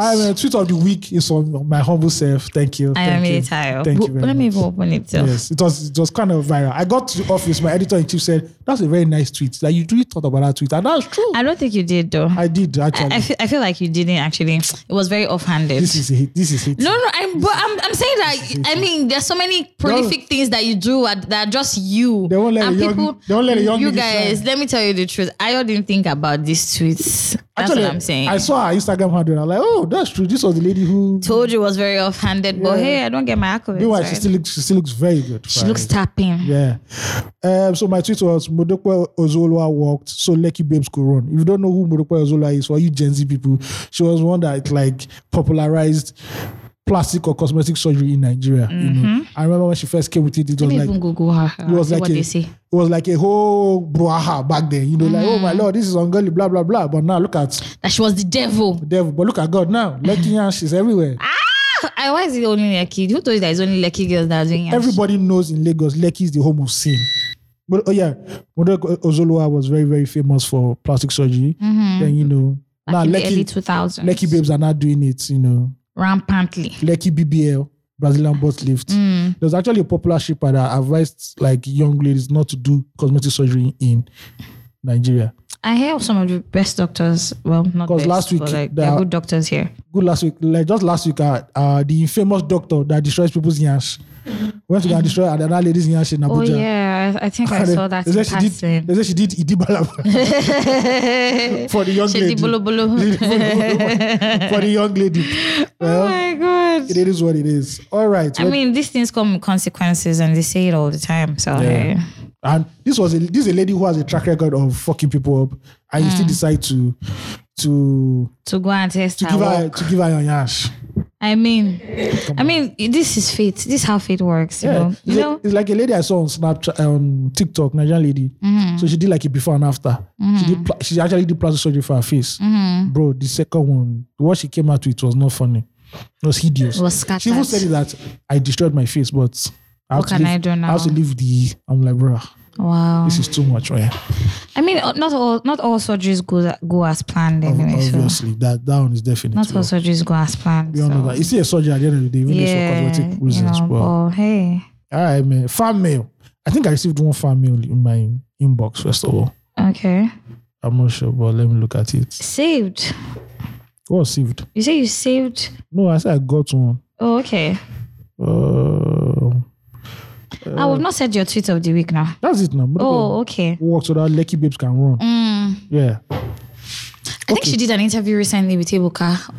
Speaker 3: I'm a tweet of the week is on my humble self. Thank you.
Speaker 1: I
Speaker 3: Thank
Speaker 1: am
Speaker 3: you.
Speaker 1: really tired.
Speaker 3: Thank
Speaker 1: But
Speaker 3: you very
Speaker 1: Let me
Speaker 3: much.
Speaker 1: even open it. Too.
Speaker 3: Yes, it was it was kind of viral. I got to the office. My editor in chief said, "That's a very nice tweet. That you really thought about that tweet, and that's true. I,
Speaker 1: I don't think you did though. I,
Speaker 3: did actually.
Speaker 1: I, feel, I feel like you didn't actually. It was very offhanded.
Speaker 3: this is it. This is it.
Speaker 1: no, no, I'm, but I'm, I'm saying that, I mean, there's so many prolific things that you do are- that are just you.
Speaker 3: They won't let
Speaker 1: and
Speaker 3: a young- they won't let a young
Speaker 1: You
Speaker 3: nigga
Speaker 1: guys,
Speaker 3: shine.
Speaker 1: let me tell you the truth. I didn't think about these tweets. That's
Speaker 3: actually,
Speaker 1: what I'm saying.
Speaker 3: I saw her Instagram handle. and I was like, oh, that's true. This was the lady who.
Speaker 1: told you was very offhanded, but
Speaker 3: Yeah.
Speaker 1: hey, I don't get my accolades.
Speaker 3: Meanwhile, she
Speaker 1: right?
Speaker 3: still looks. She still looks very good.
Speaker 1: She looks tapping.
Speaker 3: Yeah. Um, so my tweet was Modokwe Ozolwa walked, so Lucky Babes could run. If you don't know who Modokwe Ozolwa is, for you Gen Z people, she was one that like popularized plastic or cosmetic surgery in Nigeria. You know, I remember when she first came with it, it
Speaker 1: Let
Speaker 3: was
Speaker 1: me
Speaker 3: like
Speaker 1: Mm-hmm. even Google her.
Speaker 3: it was
Speaker 1: see
Speaker 3: like
Speaker 1: what
Speaker 3: a,
Speaker 1: they say.
Speaker 3: it was like a whole brouhaha back then. You know, like
Speaker 1: Mm-hmm.
Speaker 3: oh my lord, this is ungodly, blah blah blah. But now look at
Speaker 1: That she was the devil.
Speaker 3: the devil, but look at God now. Lucky and she's everywhere.
Speaker 1: I why is it only Lekki? Who told you that it's only Lekki girls that are doing it?
Speaker 3: Everybody knows in Lagos, Lekki is the home of sin. But oh yeah, Modok Ozolua was very very famous for plastic surgery.
Speaker 1: Mm-hmm.
Speaker 3: Then you know,
Speaker 1: Back Mm. in
Speaker 3: now
Speaker 1: the early
Speaker 3: Lekki
Speaker 1: 2000s.
Speaker 3: Lekki babes are not doing it. You know,
Speaker 1: Rampantly. Hmm.
Speaker 3: Lekki BBL Brazilian butt lift.
Speaker 1: Mm.
Speaker 3: There's actually a popular shipper that advised like young ladies not to do cosmetic surgery in Nigeria.
Speaker 1: I hear some of the best doctors. Well, not
Speaker 3: 'Cause
Speaker 1: best,
Speaker 3: last week
Speaker 1: but like,
Speaker 3: the-
Speaker 1: they're good doctors here.
Speaker 3: Good last week, like just last week, uh, uh the infamous doctor that destroys people's yansh went to go and destroy another lady's yansh in
Speaker 1: Mm-hmm. Oh
Speaker 3: Abuja.
Speaker 1: yeah, I, I think I
Speaker 3: And
Speaker 1: saw that
Speaker 3: they
Speaker 1: in
Speaker 3: said she
Speaker 1: passing.
Speaker 3: did. They said she did idibalaba for the young
Speaker 1: She
Speaker 3: lady.
Speaker 1: did bolo bolo.
Speaker 3: for the young lady.
Speaker 1: Oh
Speaker 3: Well,
Speaker 1: my god.
Speaker 3: it is what it is. All right.
Speaker 1: I
Speaker 3: well,
Speaker 1: mean, these things come with consequences, and they say it all the time. So hey.
Speaker 3: and this was a this is a lady who has a track record of fucking people up, and you still
Speaker 1: Mm.
Speaker 3: decide to to
Speaker 1: to go and test
Speaker 3: to
Speaker 1: her
Speaker 3: give
Speaker 1: work.
Speaker 3: her to give her your yash.
Speaker 1: I mean, I mean, this is fate. This is how fate works. You
Speaker 3: Yeah.
Speaker 1: know,
Speaker 3: It's,
Speaker 1: you
Speaker 3: a-
Speaker 1: know.
Speaker 3: it's like a lady I saw on Snapchat on TikTok, Nigerian lady.
Speaker 1: Mm-hmm.
Speaker 3: So she did like a before and after. She did pla- she actually did plastic surgery for her face.
Speaker 1: Mm-hmm.
Speaker 3: Bro, the second one, what she came out with was not funny. It was hideous.
Speaker 1: It was
Speaker 3: she even said
Speaker 1: scattered.
Speaker 3: that I destroyed my face, but I have
Speaker 1: What
Speaker 3: to
Speaker 1: can
Speaker 3: leave,
Speaker 1: I do now?
Speaker 3: have to leave the I'm like, bro,
Speaker 1: Wow.
Speaker 3: this is too much, right?
Speaker 1: I mean, uh, not all not all surgeries go go as planned anyway. So
Speaker 3: Obviously, that that one is definite.
Speaker 1: not all
Speaker 3: bro.
Speaker 1: surgeries go as planned.
Speaker 3: You don't know
Speaker 1: So.
Speaker 3: that. You see a surgery at the end of the day, even
Speaker 1: Yeah,
Speaker 3: yeah, for
Speaker 1: you
Speaker 3: cosmetic reasons.
Speaker 1: know,
Speaker 3: but-
Speaker 1: but hey,
Speaker 3: all right, man. Fan mail. I think I received one fan mail in my inbox, first of all.
Speaker 1: okay,
Speaker 3: I'm not sure, but let me look at it.
Speaker 1: saved.
Speaker 3: What saved?
Speaker 1: You say you saved.
Speaker 3: No, I said I got one.
Speaker 1: Oh, okay.
Speaker 3: Uh,
Speaker 1: I would not said your tweet of the week now.
Speaker 3: that's it now.
Speaker 1: Oh, okay.
Speaker 3: Walk so that lucky babes can run. Yeah.
Speaker 1: I think she did an interview recently with Ibuka.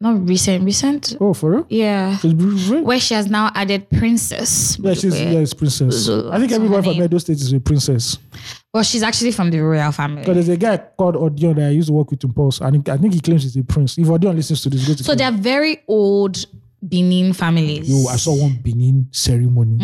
Speaker 1: Not recent, recent.
Speaker 3: Oh, for real?
Speaker 1: Yeah.
Speaker 3: She's beautiful.
Speaker 1: Where she has now added princess.
Speaker 3: Yeah, she's yeah, it's princess.
Speaker 1: Zulu,
Speaker 3: I think
Speaker 1: that's
Speaker 3: everybody
Speaker 1: her
Speaker 3: from
Speaker 1: name.
Speaker 3: Edo State is a princess.
Speaker 1: Well, she's actually from the royal
Speaker 3: Because
Speaker 1: family.
Speaker 3: there's a guy called Odion that I used to work with in Pulse, and I think he claims he's a prince. If Odion listens to this, go to
Speaker 1: So they're very old Benin families.
Speaker 3: Yo, I saw one Benin ceremony,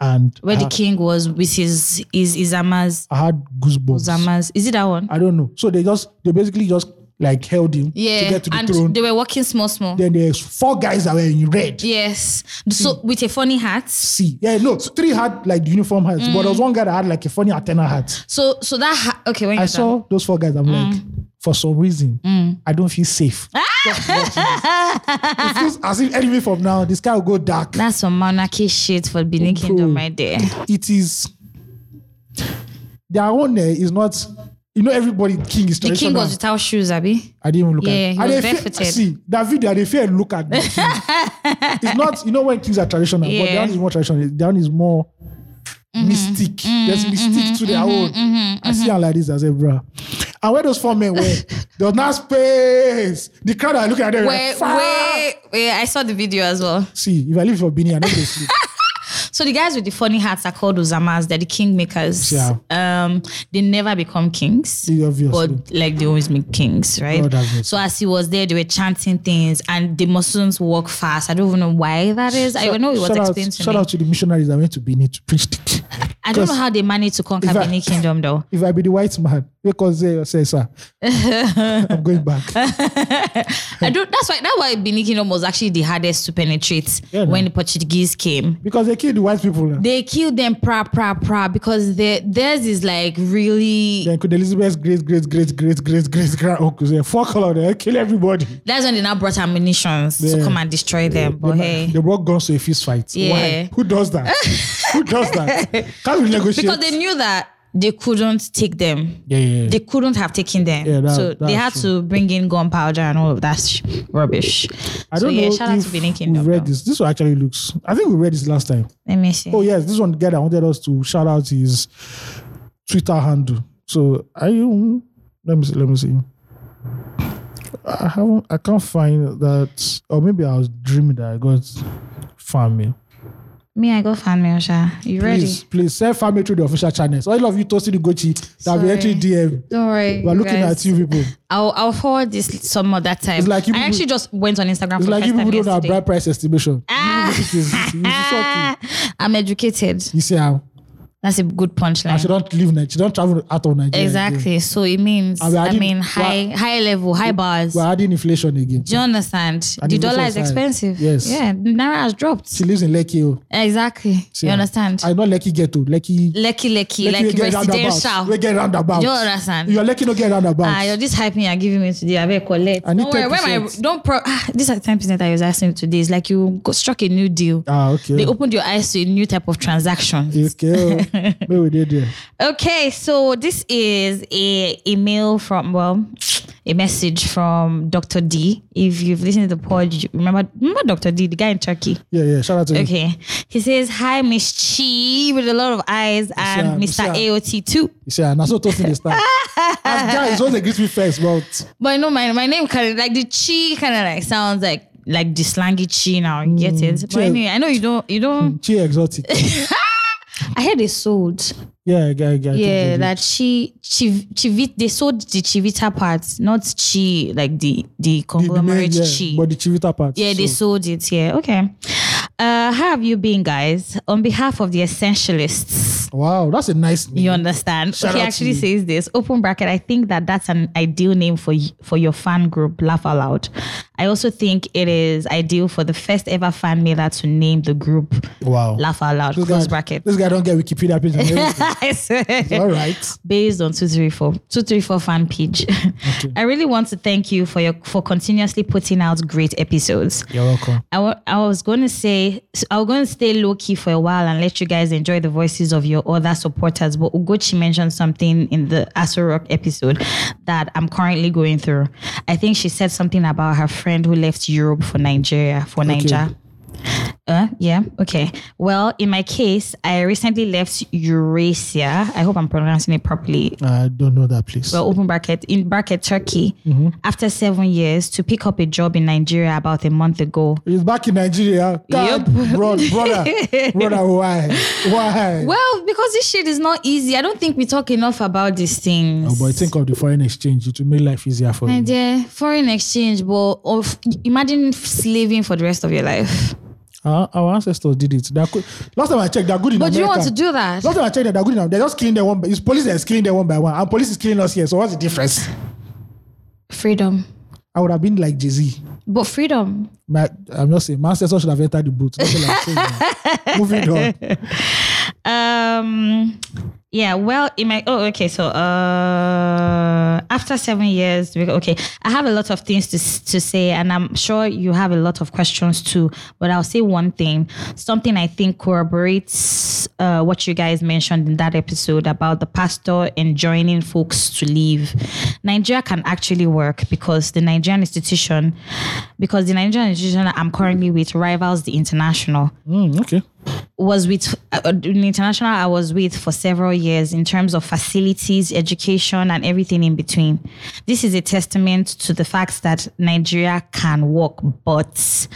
Speaker 3: and
Speaker 1: Mm. where
Speaker 3: I,
Speaker 1: the king was with his is Izama's
Speaker 3: I had goosebumps.
Speaker 1: Zama's. Is it that one?
Speaker 3: I don't know. So they just they basically just like held him to
Speaker 1: Yeah.
Speaker 3: get to the
Speaker 1: and
Speaker 3: throne.
Speaker 1: they were walking small, small.
Speaker 3: then there's four guys that were in red.
Speaker 1: yes. So with a funny hat.
Speaker 3: See, yeah, no, three had like uniform hats, but
Speaker 1: Mm.
Speaker 3: there was one guy that had like a funny antenna hat.
Speaker 1: So so that ha- okay. When
Speaker 3: I
Speaker 1: you're done.
Speaker 3: saw those four guys. I'm like, for some reason, I don't feel safe. Just watching this. it feels as if anyway from now, the sky will go dark.
Speaker 1: That's some monarchy shit for Benin
Speaker 3: Bro.
Speaker 1: Kingdom right there.
Speaker 3: it is their own eh, is not you know everybody king is
Speaker 1: The king
Speaker 3: traditional.
Speaker 1: was without shoes, Abby.
Speaker 3: I didn't even look
Speaker 1: Yeah,
Speaker 3: at
Speaker 1: he
Speaker 3: it. And
Speaker 1: was
Speaker 3: they fear-
Speaker 1: barefooted.
Speaker 3: see that video they fear look at the king. it's not you know when kings are traditional but
Speaker 1: Yeah. Mm-hmm.
Speaker 3: their own is more traditional their own is more mystic there's mystic to their own I see her like this as a bruh and where those four men were there was not space the crowd are looking at them
Speaker 1: Wait,
Speaker 3: like, "Fuck."
Speaker 1: wait, wait. I saw the video as well.
Speaker 3: see if I live for Bini I know they sleep
Speaker 1: So the guys with the funny hats are called Uzamas. They're the kingmakers.
Speaker 3: Yeah.
Speaker 1: Um, they never become kings.
Speaker 3: Yeah, obviously.
Speaker 1: But like they always make kings, right?
Speaker 3: God have mercy.
Speaker 1: so as he was there, they were chanting things and the Muslims walk fast. I don't even know why that is. I know it was
Speaker 3: shout, out,
Speaker 1: explained to
Speaker 3: shout
Speaker 1: me.
Speaker 3: out to the missionaries that went to Bini to preach the king
Speaker 1: I don't know how they managed to conquer
Speaker 3: If I-
Speaker 1: Benin Kingdom though.
Speaker 3: if I be the white man, because they say, sir, I'm going back.
Speaker 1: I don't that's why that's why Benin Kingdom was actually the hardest to penetrate
Speaker 3: Yeah, no.
Speaker 1: when the Portuguese came.
Speaker 3: Because they kill the white people. now.
Speaker 1: They killed them pra pra pra because their theirs is like really
Speaker 3: Then could Elizabeth's great, great, great, great, great, great, great uncle say, fuck all of them, kill everybody.
Speaker 1: That's when they now brought ammunitions
Speaker 3: Yeah.
Speaker 1: to come and destroy them. But
Speaker 3: they,
Speaker 1: hey,
Speaker 3: they brought guns to a fist fight.
Speaker 1: Yeah.
Speaker 3: Why? Who does that? Who does that? Can't we negotiate?
Speaker 1: because they knew that they couldn't take them.
Speaker 3: yeah, yeah, yeah.
Speaker 1: They couldn't have taken them.
Speaker 3: Yeah, that-
Speaker 1: so they
Speaker 3: that's
Speaker 1: had to bring in gunpowder and all of that sh- rubbish.
Speaker 3: I
Speaker 1: so
Speaker 3: don't
Speaker 1: yeah,
Speaker 3: know
Speaker 1: shout out to
Speaker 3: if
Speaker 1: Benin
Speaker 3: we
Speaker 1: Kingdom.
Speaker 3: read
Speaker 1: though.
Speaker 3: this. This one actually looks. I think we read this last time.
Speaker 1: Let me see.
Speaker 3: Oh yes, this one the guy that wanted us to shout out his Twitter handle. So are you? Let me see. Let me see. I haven't. I can't find that. Or maybe I was dreaming that I got fan mail.
Speaker 1: Me, I go fan mail, Sha. You ready?
Speaker 3: Please, please send fan mail through the official channels. All of you toasting the Gucci that we
Speaker 1: Sorry.
Speaker 3: entering DM.
Speaker 1: Don't worry.
Speaker 3: We are looking
Speaker 1: guys.
Speaker 3: at you people.
Speaker 1: I'll, I'll forward this some other time.
Speaker 3: It's like you
Speaker 1: I
Speaker 3: people-
Speaker 1: actually just went on Instagram
Speaker 3: It's
Speaker 1: for
Speaker 3: like
Speaker 1: the
Speaker 3: you
Speaker 1: first time
Speaker 3: people don't know our
Speaker 1: yesterday.
Speaker 3: brand price estimation.
Speaker 1: Ah.
Speaker 3: You, people think it's- it's- it's shocking.
Speaker 1: I'm educated.
Speaker 3: you see how
Speaker 1: That's a good
Speaker 3: and she
Speaker 1: punchline.
Speaker 3: don't leave Nigeria. She don't travel out of Nigeria. again.
Speaker 1: Exactly. So it means,
Speaker 3: I mean, I
Speaker 1: I
Speaker 3: didn't-
Speaker 1: mean, high high level, high bars.
Speaker 3: We're adding inflation again.
Speaker 1: Do you understand?
Speaker 3: And
Speaker 1: the
Speaker 3: the
Speaker 1: dollar
Speaker 3: inflation
Speaker 1: is
Speaker 3: is high.
Speaker 1: expensive.
Speaker 3: Yes.
Speaker 1: Yeah, naira has dropped.
Speaker 3: She lives in Lekki. oh.
Speaker 1: exactly.
Speaker 3: See
Speaker 1: you
Speaker 3: her.
Speaker 1: understand?
Speaker 3: I know Lekki ghetto. Lekki.
Speaker 1: lucky, lucky,
Speaker 3: Lekki we
Speaker 1: like
Speaker 3: get roundabout. We
Speaker 1: residential.
Speaker 3: get roundabout.
Speaker 1: You understand?
Speaker 3: Your Lekki no get roundabout.
Speaker 1: Ah, you're this hyping you're giving me today. I better collect.
Speaker 3: I need
Speaker 1: Don't worry. Where my
Speaker 3: 10%.
Speaker 1: don't pro? Ah, these are ten percent I was asking today. It's like you go, struck a new deal.
Speaker 3: ah, okay.
Speaker 1: They opened your eyes to a new type of transaction.
Speaker 3: okay. oh. Where we did there.
Speaker 1: Okay, so this is a email from well, a message from Dr. D. If you've listened to the pod, you remember remember Dr. D, the guy in Turkey.
Speaker 3: Yeah, yeah. Shout out to him.
Speaker 1: Okay. He says, Hi, Miss Chi, with a lot of eyes, and
Speaker 3: Miss
Speaker 1: Mr.
Speaker 3: Ann.
Speaker 1: AOT too.
Speaker 3: You see, and I saw toasting the star. As guy is always greet me first, but
Speaker 1: But I know my, my name kind of like the Chi kind of like sounds like like the slangy Chi now. You get it? But
Speaker 3: Mm, Chi.
Speaker 1: anyway, I know you don't, you don't.
Speaker 3: she exotic.
Speaker 1: I heard they sold.
Speaker 3: Yeah, guy, guy.
Speaker 1: Yeah, that Chi, Chi, Chivit, they sold the Chivita part, not Chi, like the, the conglomerate Chi.
Speaker 3: But the Chivita part.
Speaker 1: Yeah, they
Speaker 3: so-
Speaker 1: sold it. Yeah, okay. Uh, how have you been, guys? On behalf of the essentialists,
Speaker 3: Wow, that's a nice name.
Speaker 1: you understand.
Speaker 3: Shout
Speaker 1: he
Speaker 3: out to
Speaker 1: actually
Speaker 3: you.
Speaker 1: says this. Open bracket. I think that that's an ideal name for y- for your fan group. Laugh aloud. I also think it is ideal for the first ever fan mailer to name the group.
Speaker 3: Wow.
Speaker 1: Laugh aloud. Close
Speaker 3: guy,
Speaker 1: bracket.
Speaker 3: This guy don't get Wikipedia page. and everything.
Speaker 1: I swear
Speaker 3: All right.
Speaker 1: based on 234 234 fan page. I really want to thank you for your for continuously putting out great episodes.
Speaker 3: You're welcome.
Speaker 1: I wa- I was going to say, I was going to stay low key for a while and let you guys enjoy the voices of your other supporters. But Ugochi mentioned something in the Aso Rock episode that I'm currently going through. I think she said something about her friend who left Europe for Nigeria, for Nigeria. Uh, yeah. Okay. Well, in my case, I recently left Eurasia. I hope I'm pronouncing it properly.
Speaker 3: I don't know that place.
Speaker 1: Well, open bracket in bracket Turkey after seven years to pick up a job in Nigeria about a month ago.
Speaker 3: He's back in Nigeria. God, bro, brother, brother, why? Why?
Speaker 1: Well, because this shit is not easy. I don't think we talk enough about these things.
Speaker 3: Oh, but think of the foreign exchange. It will make life easier for
Speaker 1: My
Speaker 3: you.
Speaker 1: dear, foreign exchange, but of, imagine slaving for the rest of your life.
Speaker 3: Our, our ancestors did it. They are good. Last time I checked, they're good in America.
Speaker 6: But do you want to do that?
Speaker 3: Last time I checked, they're good in America. They're just killing them one by. It's police that's killing them one by one, and police is killing us here. So what's the difference?
Speaker 6: Freedom.
Speaker 3: I would have been like Jay Z.
Speaker 6: But freedom.
Speaker 3: My, I'm not saying my ancestors should have entered the boot. That's all I'm saying, man. Moving on.
Speaker 1: Um, yeah. Well, in my oh, okay. So, uh, after seven years, we- okay, I have a lot of things to s- to say, and I'm sure you have a lot of questions too. But I'll say one thing, something I think corroborates uh, what you guys mentioned in that episode about the pastor enjoining folks to leave. Nigeria can actually work because the Nigerian institution, because the Nigerian institution I'm currently with rivals the international
Speaker 3: Mm, okay.
Speaker 1: was with uh, an international I was with for several years in terms of facilities, education, and everything in between. This is a testament to the fact that Nigeria can work, but.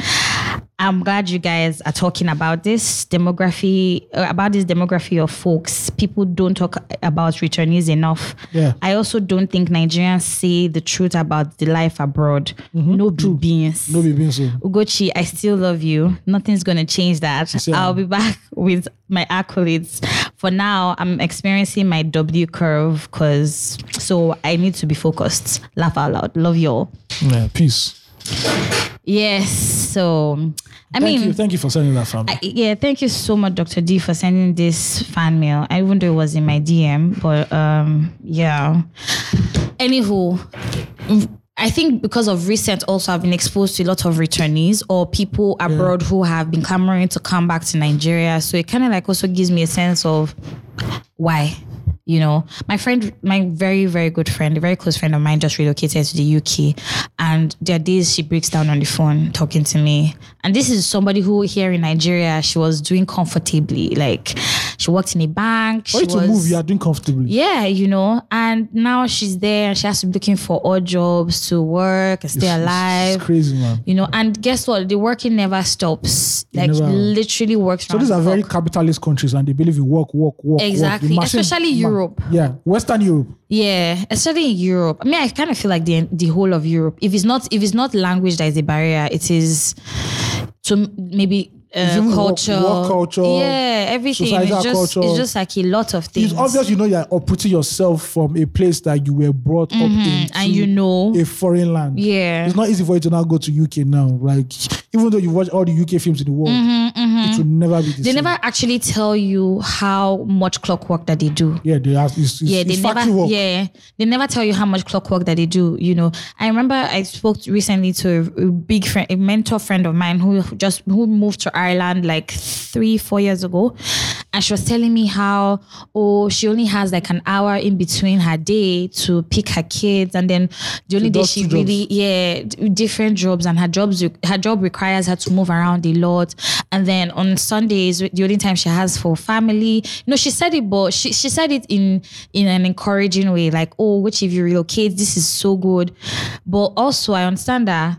Speaker 1: I'm glad you guys are talking about this demography, uh, about this demography of folks. People don't talk about returnees enough.
Speaker 3: Yeah.
Speaker 1: I also don't think Nigerians say the truth about the life abroad. No beans.
Speaker 3: Mm-hmm. No be being so.
Speaker 1: Ugochi, I still love you. Nothing's gonna change that.
Speaker 3: Sure.
Speaker 1: I'll be back with my accolades. For now, I'm experiencing my W curve because so I need to be focused. Laugh out loud. Love y'all.
Speaker 3: Yeah, peace.
Speaker 1: Yes. So I
Speaker 3: Thank
Speaker 1: mean
Speaker 3: you. Thank you for sending that family.
Speaker 1: yeah, thank you so much, Dr. D, for sending this fan mail. I even though it was in my DM, but um, yeah. Anywho, I think because of recent, also I've been exposed to a lot of returnees or people abroad who have been clamoring to come back to Nigeria. So it kind of like also gives me a sense of why you know my friend my very very good friend a very close friend of mine just relocated to the uk and there are days she breaks down on the phone talking to me and this is somebody who here in nigeria she was doing comfortably like she worked in a bank
Speaker 3: For
Speaker 1: she
Speaker 3: you to
Speaker 1: was
Speaker 3: move, you are doing comfortably.
Speaker 1: yeah, you know, and now she's there and she has to be looking for odd jobs to work and stay
Speaker 3: It's-
Speaker 1: alive.
Speaker 3: It's crazy, man.
Speaker 1: you know, and guess what? The working never stops. Like
Speaker 3: never-
Speaker 1: literally works.
Speaker 3: So these are very capitalist countries, and they believe in work, work, work.
Speaker 1: Exactly, especially Europe.
Speaker 3: Yeah, Western Europe.
Speaker 1: yeah, especially in Europe. I mean, I kind of feel like the the whole of Europe. If it's not if it's not language that is a barrier, it is to maybe. Uh,
Speaker 3: even work-
Speaker 1: culture,
Speaker 3: work culture,
Speaker 1: yeah, everything.
Speaker 3: societal
Speaker 1: It's just,
Speaker 3: culture.
Speaker 1: it's just like a lot of things.
Speaker 3: It's obvious you know you're uprooting yourself from a place that you were brought up in
Speaker 1: Mm-hmm, and you know.
Speaker 3: a foreign land.
Speaker 1: Yeah.
Speaker 3: It's not easy for you to now go to UK now. Like even though you watch all the UK films in the world, it will never be the
Speaker 1: Mm-hmm, they
Speaker 3: same.
Speaker 1: never actually tell you how much clockwork that they do.
Speaker 3: yeah, they have it's, it's,
Speaker 1: yeah, they
Speaker 3: it's
Speaker 1: never.
Speaker 3: factory work.
Speaker 1: Yeah, they never tell you how much clockwork that they do. You know, I remember I spoke recently to a, a big friend, a mentor friend of mine who just who moved to Ireland like three, four years ago, and she was telling me how oh she only has like an hour in between her day to pick her kids, and then the only day
Speaker 3: does
Speaker 1: she
Speaker 3: two jobs.
Speaker 1: really yeah d- different jobs, and her jobs her job requires her to move around a lot, and then on Sundays the only time she has for family. No, she said it, but she she said it in in an encouraging way, like, oh, which if you relocate, this is so good. But also, I understand that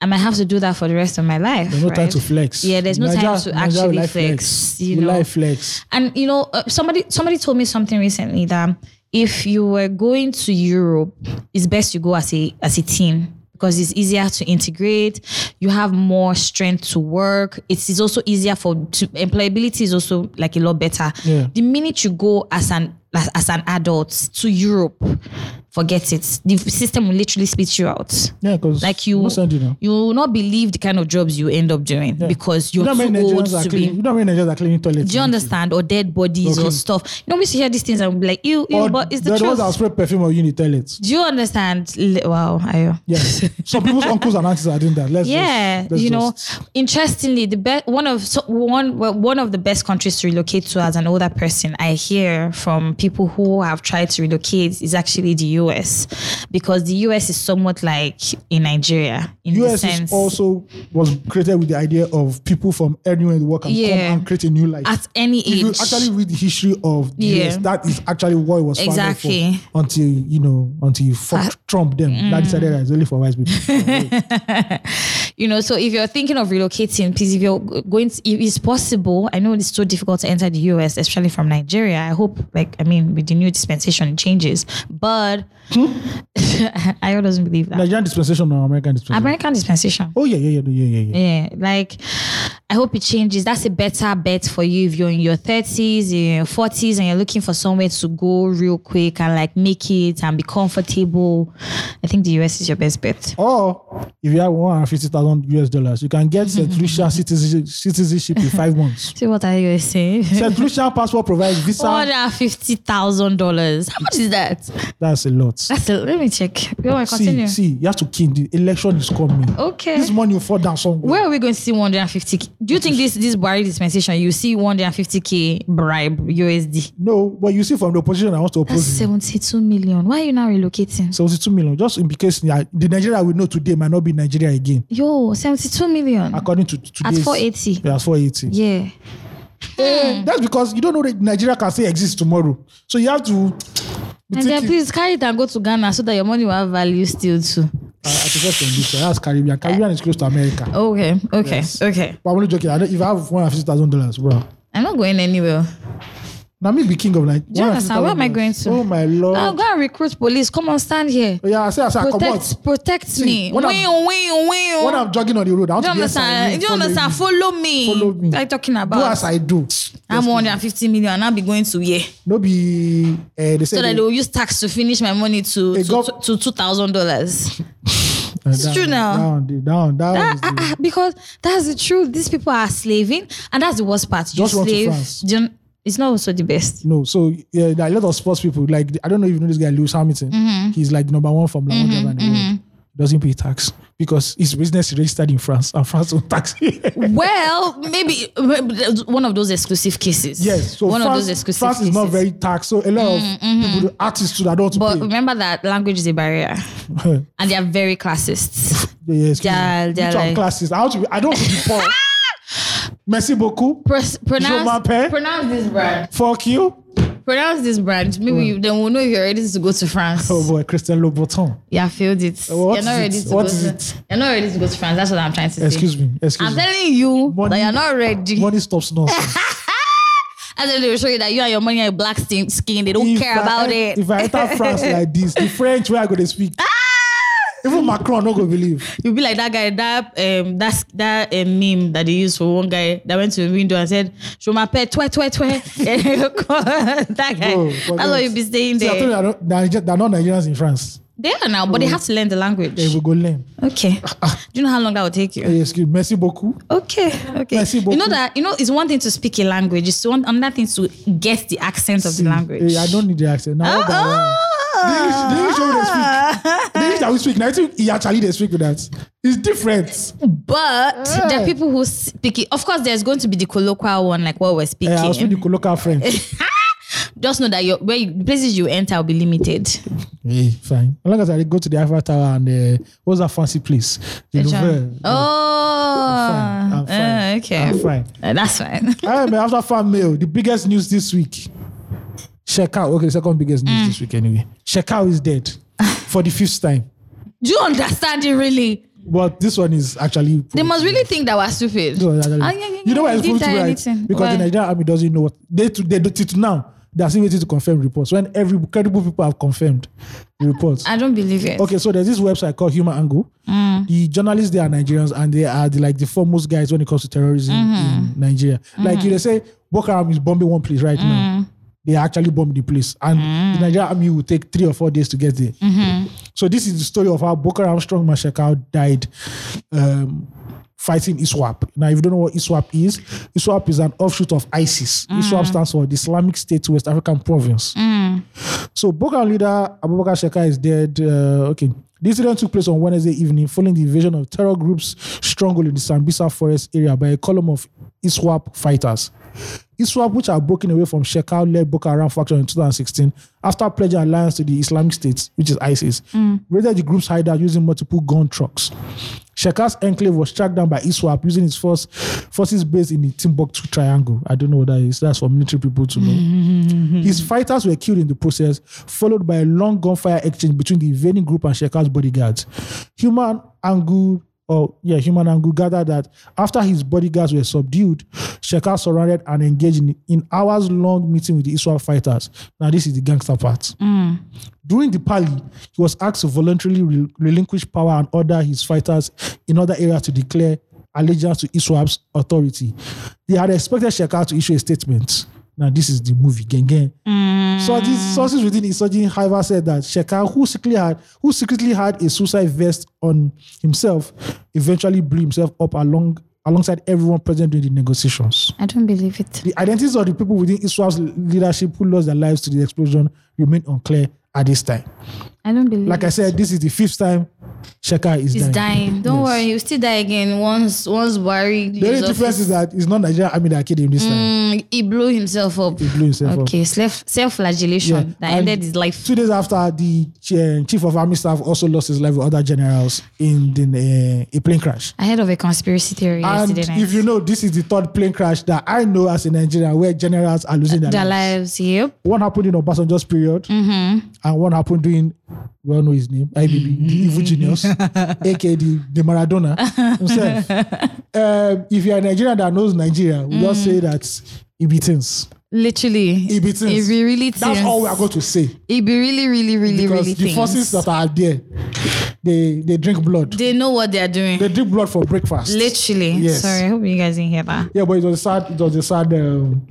Speaker 1: I might have to do that for the rest of my life.
Speaker 3: There's no time
Speaker 1: right?
Speaker 3: to flex.
Speaker 1: Yeah, there's no time
Speaker 3: Nigeria-
Speaker 1: to
Speaker 3: Nigeria
Speaker 1: actually
Speaker 3: will like
Speaker 1: flex, you
Speaker 3: Will
Speaker 1: know.
Speaker 3: like flex.
Speaker 1: And you know, uh, somebody somebody told me something recently that if you were going to Europe, it's best you go as a as a team because it's easier to integrate. You have more strength to work. It is also easier for to, employability is also like a lot better.
Speaker 3: Yeah.
Speaker 1: The minute you go as an as, as an adult to Europe, forget it. The system will literally spit you out.
Speaker 3: Yeah, because
Speaker 1: Like you,
Speaker 3: no send you now.
Speaker 1: you will not believe the kind of jobs you end up doing because
Speaker 3: You
Speaker 1: you're
Speaker 3: know how many
Speaker 1: too old
Speaker 3: Nigerians are
Speaker 1: to be
Speaker 3: cleaning. You know how many Nigerians are cleaning toilets.
Speaker 1: do you understand? Or dead bodies
Speaker 3: Okay.
Speaker 1: or stuff. You know, we used to hear these things and be like, ew, ew,
Speaker 3: Or
Speaker 1: but it's the
Speaker 3: they're ones that
Speaker 1: truth.
Speaker 3: spray perfume on you in the toilets.
Speaker 1: Do you understand? Li- Wow, I
Speaker 3: Yeah. Some people's uncles and aunties are doing that. Let's
Speaker 1: yeah,
Speaker 3: just, let's
Speaker 1: you know.
Speaker 3: just-
Speaker 1: Interestingly, the best one of so one well, one of the best countries to relocate to as an older person, I hear from people who have tried to relocate is actually the US because the US is somewhat like in Nigeria in the
Speaker 3: US
Speaker 1: sense
Speaker 3: is also was created with the idea of people from anywhere in the world can come
Speaker 1: Yeah.
Speaker 3: and create a new life.
Speaker 1: at any
Speaker 3: if you
Speaker 1: age.
Speaker 3: actually read the history of the
Speaker 1: Yeah.
Speaker 3: US, that is actually what it was founded
Speaker 1: Exactly. Uh, mm.
Speaker 3: for. Until you know, until you fuck Trump, then that decided that it's only for white people.
Speaker 1: you know, so if you're thinking of relocating, please, if you're g- going, to, if it's possible, I know it's so difficult to enter the US, especially from Nigeria. I hope, like, I mean, with the new dispensation, it changes. But I doesn't believe that.
Speaker 3: Nigerian dispensation or American dispensation?
Speaker 1: American dispensation.
Speaker 3: oh yeah, yeah, yeah, yeah, yeah, yeah.
Speaker 1: Yeah, like I hope it changes. That's a better bet for you if you're in your 30s, in your 40s, and you're looking for somewhere to go real quick and like make it and be comfortable. I think the US is your best bet.
Speaker 3: Or if you have one hundred fifty thousand US dollars, you can get Saint Lucia citizenship, citizenship in five months.
Speaker 1: See what are you saying?
Speaker 3: Saint Lucia passport provides
Speaker 1: One
Speaker 3: visa.
Speaker 1: hundred fifty thousand dollars. How much is that?
Speaker 3: That's a lot.
Speaker 1: That's a, let me check. You want to
Speaker 3: See,
Speaker 1: Oh, continue? Oh,
Speaker 3: see, you have to kill. The election is coming.
Speaker 1: Okay.
Speaker 3: This money will fall down somewhere.
Speaker 1: Where are we going to see 150k? Do you think this this Buhari dispensation you see 150k bribe USD?
Speaker 3: No, but you see from the opposition, I want to
Speaker 1: That's
Speaker 3: oppose you.
Speaker 1: 72 million. Why are you now relocating?
Speaker 3: 72 million, just in case yeah, the Nigeria we know today might not be Nigeria again,
Speaker 1: Yo, 72 million
Speaker 3: according to t-
Speaker 1: at
Speaker 3: today's.
Speaker 1: 480.
Speaker 3: Yeah, at 480.
Speaker 1: Yeah.
Speaker 3: Eh,
Speaker 1: Hmm.
Speaker 3: that's because you don't know that Nigeria can still exist tomorrow. So you have to. uh, be
Speaker 1: And then
Speaker 3: thinking-
Speaker 1: please carry it and go to Ghana so that your money will have value still too.
Speaker 3: I, I prefer to English, so that's Caribbean. Caribbean is close to America.
Speaker 1: Okay, okay, okay.
Speaker 3: But I'm only joking. I don't, if I have $150,000, bro.
Speaker 1: I'm not going anywhere.
Speaker 3: Now me be king of Nigeria.
Speaker 1: you understand? Where am I going to?
Speaker 3: Oh my
Speaker 1: Now
Speaker 3: lord.
Speaker 1: go and recruit police. Come on, stand here.
Speaker 3: Oh, yeah, I say, I say, I come out.
Speaker 1: Protect, protect me.
Speaker 3: when
Speaker 1: Win,
Speaker 3: I'm-
Speaker 1: win, win.
Speaker 3: When I'm jogging on the road, I want
Speaker 1: Do you
Speaker 3: to be SIU,
Speaker 1: understand? Do you
Speaker 3: follow
Speaker 1: understand?
Speaker 3: you.
Speaker 1: Follow me.
Speaker 3: Follow me.
Speaker 1: What are you talking
Speaker 3: Do as
Speaker 1: about?
Speaker 3: I do.
Speaker 1: I'm 150 million and I'll be going to yeah.
Speaker 3: No be. Uh, they say
Speaker 1: So that
Speaker 3: they-
Speaker 1: they will use tax to finish my money to
Speaker 3: A
Speaker 1: to,
Speaker 3: gov-
Speaker 1: to two thousand dollars.
Speaker 3: It's
Speaker 1: true now.
Speaker 3: Uh, Down, down, down. down is the-
Speaker 1: ah, Because that's the truth. These people are slaving, and that's the worst part. You
Speaker 3: Just run to
Speaker 1: slave.
Speaker 3: France.
Speaker 1: do you- It's not also the best.
Speaker 3: No, so yeah, there are a lot of sports people. Like I don't know if you know this guy Lewis Hamilton.
Speaker 1: Mm-hmm.
Speaker 3: He's like number one Formula One driver in the world. Doesn't pay tax because his business is registered in France and France will tax.
Speaker 1: Well, maybe one of those exclusive cases.
Speaker 3: yes, so
Speaker 1: one
Speaker 3: France,
Speaker 1: of those exclusive
Speaker 3: France is
Speaker 1: cases. Mm-hmm,
Speaker 3: not very taxed. So a lot of people, artists too, that don't
Speaker 1: But
Speaker 3: pay.
Speaker 1: remember that language is a barrier,
Speaker 3: yeah,
Speaker 1: and they are very classist.
Speaker 3: yeah, excuse
Speaker 1: They're-
Speaker 3: me.
Speaker 1: they're
Speaker 3: Which one
Speaker 1: like-
Speaker 3: classes? I, want to be, I don't want to be poor. Merci beaucoup.
Speaker 1: Pros-
Speaker 3: my
Speaker 1: pronounce,
Speaker 3: pair.
Speaker 1: pronounce this brand.
Speaker 3: Fuck you.
Speaker 1: Pronounce this brand. Maybe you, then we'll know if you're ready to go to France.
Speaker 3: Hmm. Oh boy, Christian Louboutin.
Speaker 1: You have failed it.
Speaker 3: Uh, what
Speaker 1: you're not
Speaker 3: is it?
Speaker 1: ready to
Speaker 3: What
Speaker 1: go
Speaker 3: is
Speaker 1: to,
Speaker 3: it?
Speaker 1: You're not ready to go to France. That's what I'm trying to say.
Speaker 3: Excuse me. Excuse
Speaker 1: I'm
Speaker 3: me.
Speaker 1: telling you
Speaker 3: Money-
Speaker 1: that you're not ready.
Speaker 3: Money stops nonsense.
Speaker 1: And then they will show you that you and your money are black skin. skin. They don't
Speaker 3: If
Speaker 1: care
Speaker 3: I
Speaker 1: about it.
Speaker 3: en-
Speaker 1: Ah!
Speaker 3: If I enter France like this, the French where I go to speak. Even Macron not gonna believe.
Speaker 1: You'll be like that guy, that um, that that uh, meme that they used for one guy that went to a window and said, "Show my pet, twe twe twe." that guy.
Speaker 3: Bro,
Speaker 1: That's
Speaker 3: forget.
Speaker 1: why you'll be staying
Speaker 3: See, I told you,
Speaker 1: there.
Speaker 3: I don't- Niger- they're not Nigerians in France.
Speaker 1: They are now, but they have to learn the language.
Speaker 3: They will go learn.
Speaker 1: Okay.
Speaker 3: Ah,
Speaker 1: Do you know how long that will take you?
Speaker 3: Hey, excuse me. Merci beaucoup.
Speaker 1: Okay. Okay.
Speaker 3: Merci
Speaker 1: you know
Speaker 3: beaucoup.
Speaker 1: that you know it's one thing to speak a language. It's one another thing to get the accent of the language. Ah!
Speaker 3: Hey, eh, I don't need the accent. Now, what the- the English, the English way they speak. The English that we speak, now I think he actually they speak with that. It's different.
Speaker 1: But there are people who speak it. Of course, there's going to be the colloquial one, like what we're
Speaker 3: Hey, I
Speaker 1: speaking.
Speaker 3: Eh, speak the colloquial French.
Speaker 1: Just know that your where you, the places you enter will be limited.
Speaker 3: hey, Eh, fine. As long as I go to the Eiffel Tower and uh, what's that fancy place? The
Speaker 1: Which one?
Speaker 3: Louvre. Fine.
Speaker 1: Oh,
Speaker 3: I'm fine.
Speaker 1: Uh, okay,
Speaker 3: I'm fine.
Speaker 1: Uh, that's fine.
Speaker 3: Hey man, after fan mail, the biggest news this week. Shekau, okay, second biggest
Speaker 1: Mm.
Speaker 3: news this week anyway. Shekau is dead for the fifth time.
Speaker 1: Do you understand it really?
Speaker 3: But this one is actually.
Speaker 1: They must really think that we're stupid.
Speaker 3: This one is actually-
Speaker 1: Ah, yeah, yeah,
Speaker 3: you
Speaker 1: yeah,
Speaker 3: know why
Speaker 1: we
Speaker 3: it's
Speaker 1: didn't
Speaker 3: proved to
Speaker 1: die
Speaker 3: be right?
Speaker 1: anything.
Speaker 3: Because
Speaker 1: Why?
Speaker 3: the Nigerian army doesn't know what they to they do till now. They're still waiting to confirm reports. When every credible people have confirmed the reports.
Speaker 1: I don't believe it.
Speaker 3: Okay, so there's this website called Human Angle. The journalists there are Nigerians and they are the, like the foremost guys when it comes to terrorism in Nigeria. Like you they say Boko Haram is bombing one place right now. They are actually bombing the place. And the Nigerian army will take three or four days to get there. So this is the story of how Boko Haram strong Mashakal died um, fighting ISWAP. Now, if you don't know what ISWAP is, ISWAP is an offshoot of ISIS. ISWAP stands for the Islamic State West African Province. So Boko Haram leader Abubakar Sheka is dead. Uh, okay. The incident took place on Wednesday evening following the invasion of terror groups stronghold in the Sambisa forest area by a column of ISWAP fighters. ISWAP, which had broken away from Shekhar led Boko Haram faction in 2016 after pledging alliance to the Islamic State, which is ISIS, raided the group's hideout using multiple gun trucks. Shekhar's enclave was tracked down by ISWAP using its force, forces based in the Timbuktu Triangle. I don't know what that is. That's for military people to know. His fighters were killed in the process, followed by a long gunfire exchange between the invading group and Shekhar's bodyguards. Human angle or yeah, human angle gathered that after his bodyguards were subdued, Shekhar surrounded and engaged in, in hours-long meeting with the Israel fighters. Now, this is the gangster part. During the pally, he was asked to voluntarily re- relinquish power and order his fighters in other areas to declare allegiance to ISWAP's authority. They had expected Shekhar to issue a statement. Now, this is the movie, Gen Gen. So these sources within insurgent Hiver said that Shekhar, who secretly had who secretly had a suicide vest on himself, eventually blew himself up along alongside everyone present during the negotiations.
Speaker 6: I don't believe it.
Speaker 3: The identities of the people within Israel's leadership who lost their lives to the explosion remain unclear at this time.
Speaker 6: I don't believe
Speaker 3: Like I said, this is the fifth time Shekhar is
Speaker 1: He's
Speaker 3: dying.
Speaker 1: dying. Don't worry, he'll still die again once once Buhari
Speaker 3: The
Speaker 1: leaves
Speaker 3: only difference is that it's not Nigerian army that killed him this time.
Speaker 1: Mm, he blew himself up.
Speaker 3: He blew himself up.
Speaker 1: okay, self self flagellation
Speaker 3: Yeah.
Speaker 1: that
Speaker 3: And
Speaker 1: ended his life.
Speaker 3: Two days after, the ch- chief of army staff also lost his life with other generals in, in a, a plane crash.
Speaker 1: I heard of a conspiracy theory
Speaker 3: And
Speaker 1: yesterday night.
Speaker 3: if you know, this is the third plane crash that I know as a Nigerian where generals are losing their,
Speaker 1: their lives,
Speaker 3: lives.
Speaker 1: yep.
Speaker 3: One happened in Obasanjo's period,
Speaker 1: Mm-hmm.
Speaker 3: and one happened during, we all know his name, IBB,
Speaker 1: Mm-hmm.
Speaker 3: the evil genius, aka the, the Maradona himself. um, if you're a Nigerian that knows Nigeria, we just
Speaker 1: Mm.
Speaker 3: say that he be things.
Speaker 1: Literally,
Speaker 3: He be things.
Speaker 1: it be really
Speaker 3: That's
Speaker 1: things.
Speaker 3: all we are going to say.
Speaker 1: It be really, really, really,
Speaker 3: Because
Speaker 1: really
Speaker 3: the
Speaker 1: things.
Speaker 3: forces that are there, they, they drink blood.
Speaker 1: they know what they are doing.
Speaker 3: They drink blood for breakfast.
Speaker 1: Literally.
Speaker 3: Yes.
Speaker 1: Sorry, I hope you guys didn't hear that.
Speaker 3: Yeah, but it was a sad, it was a sad um,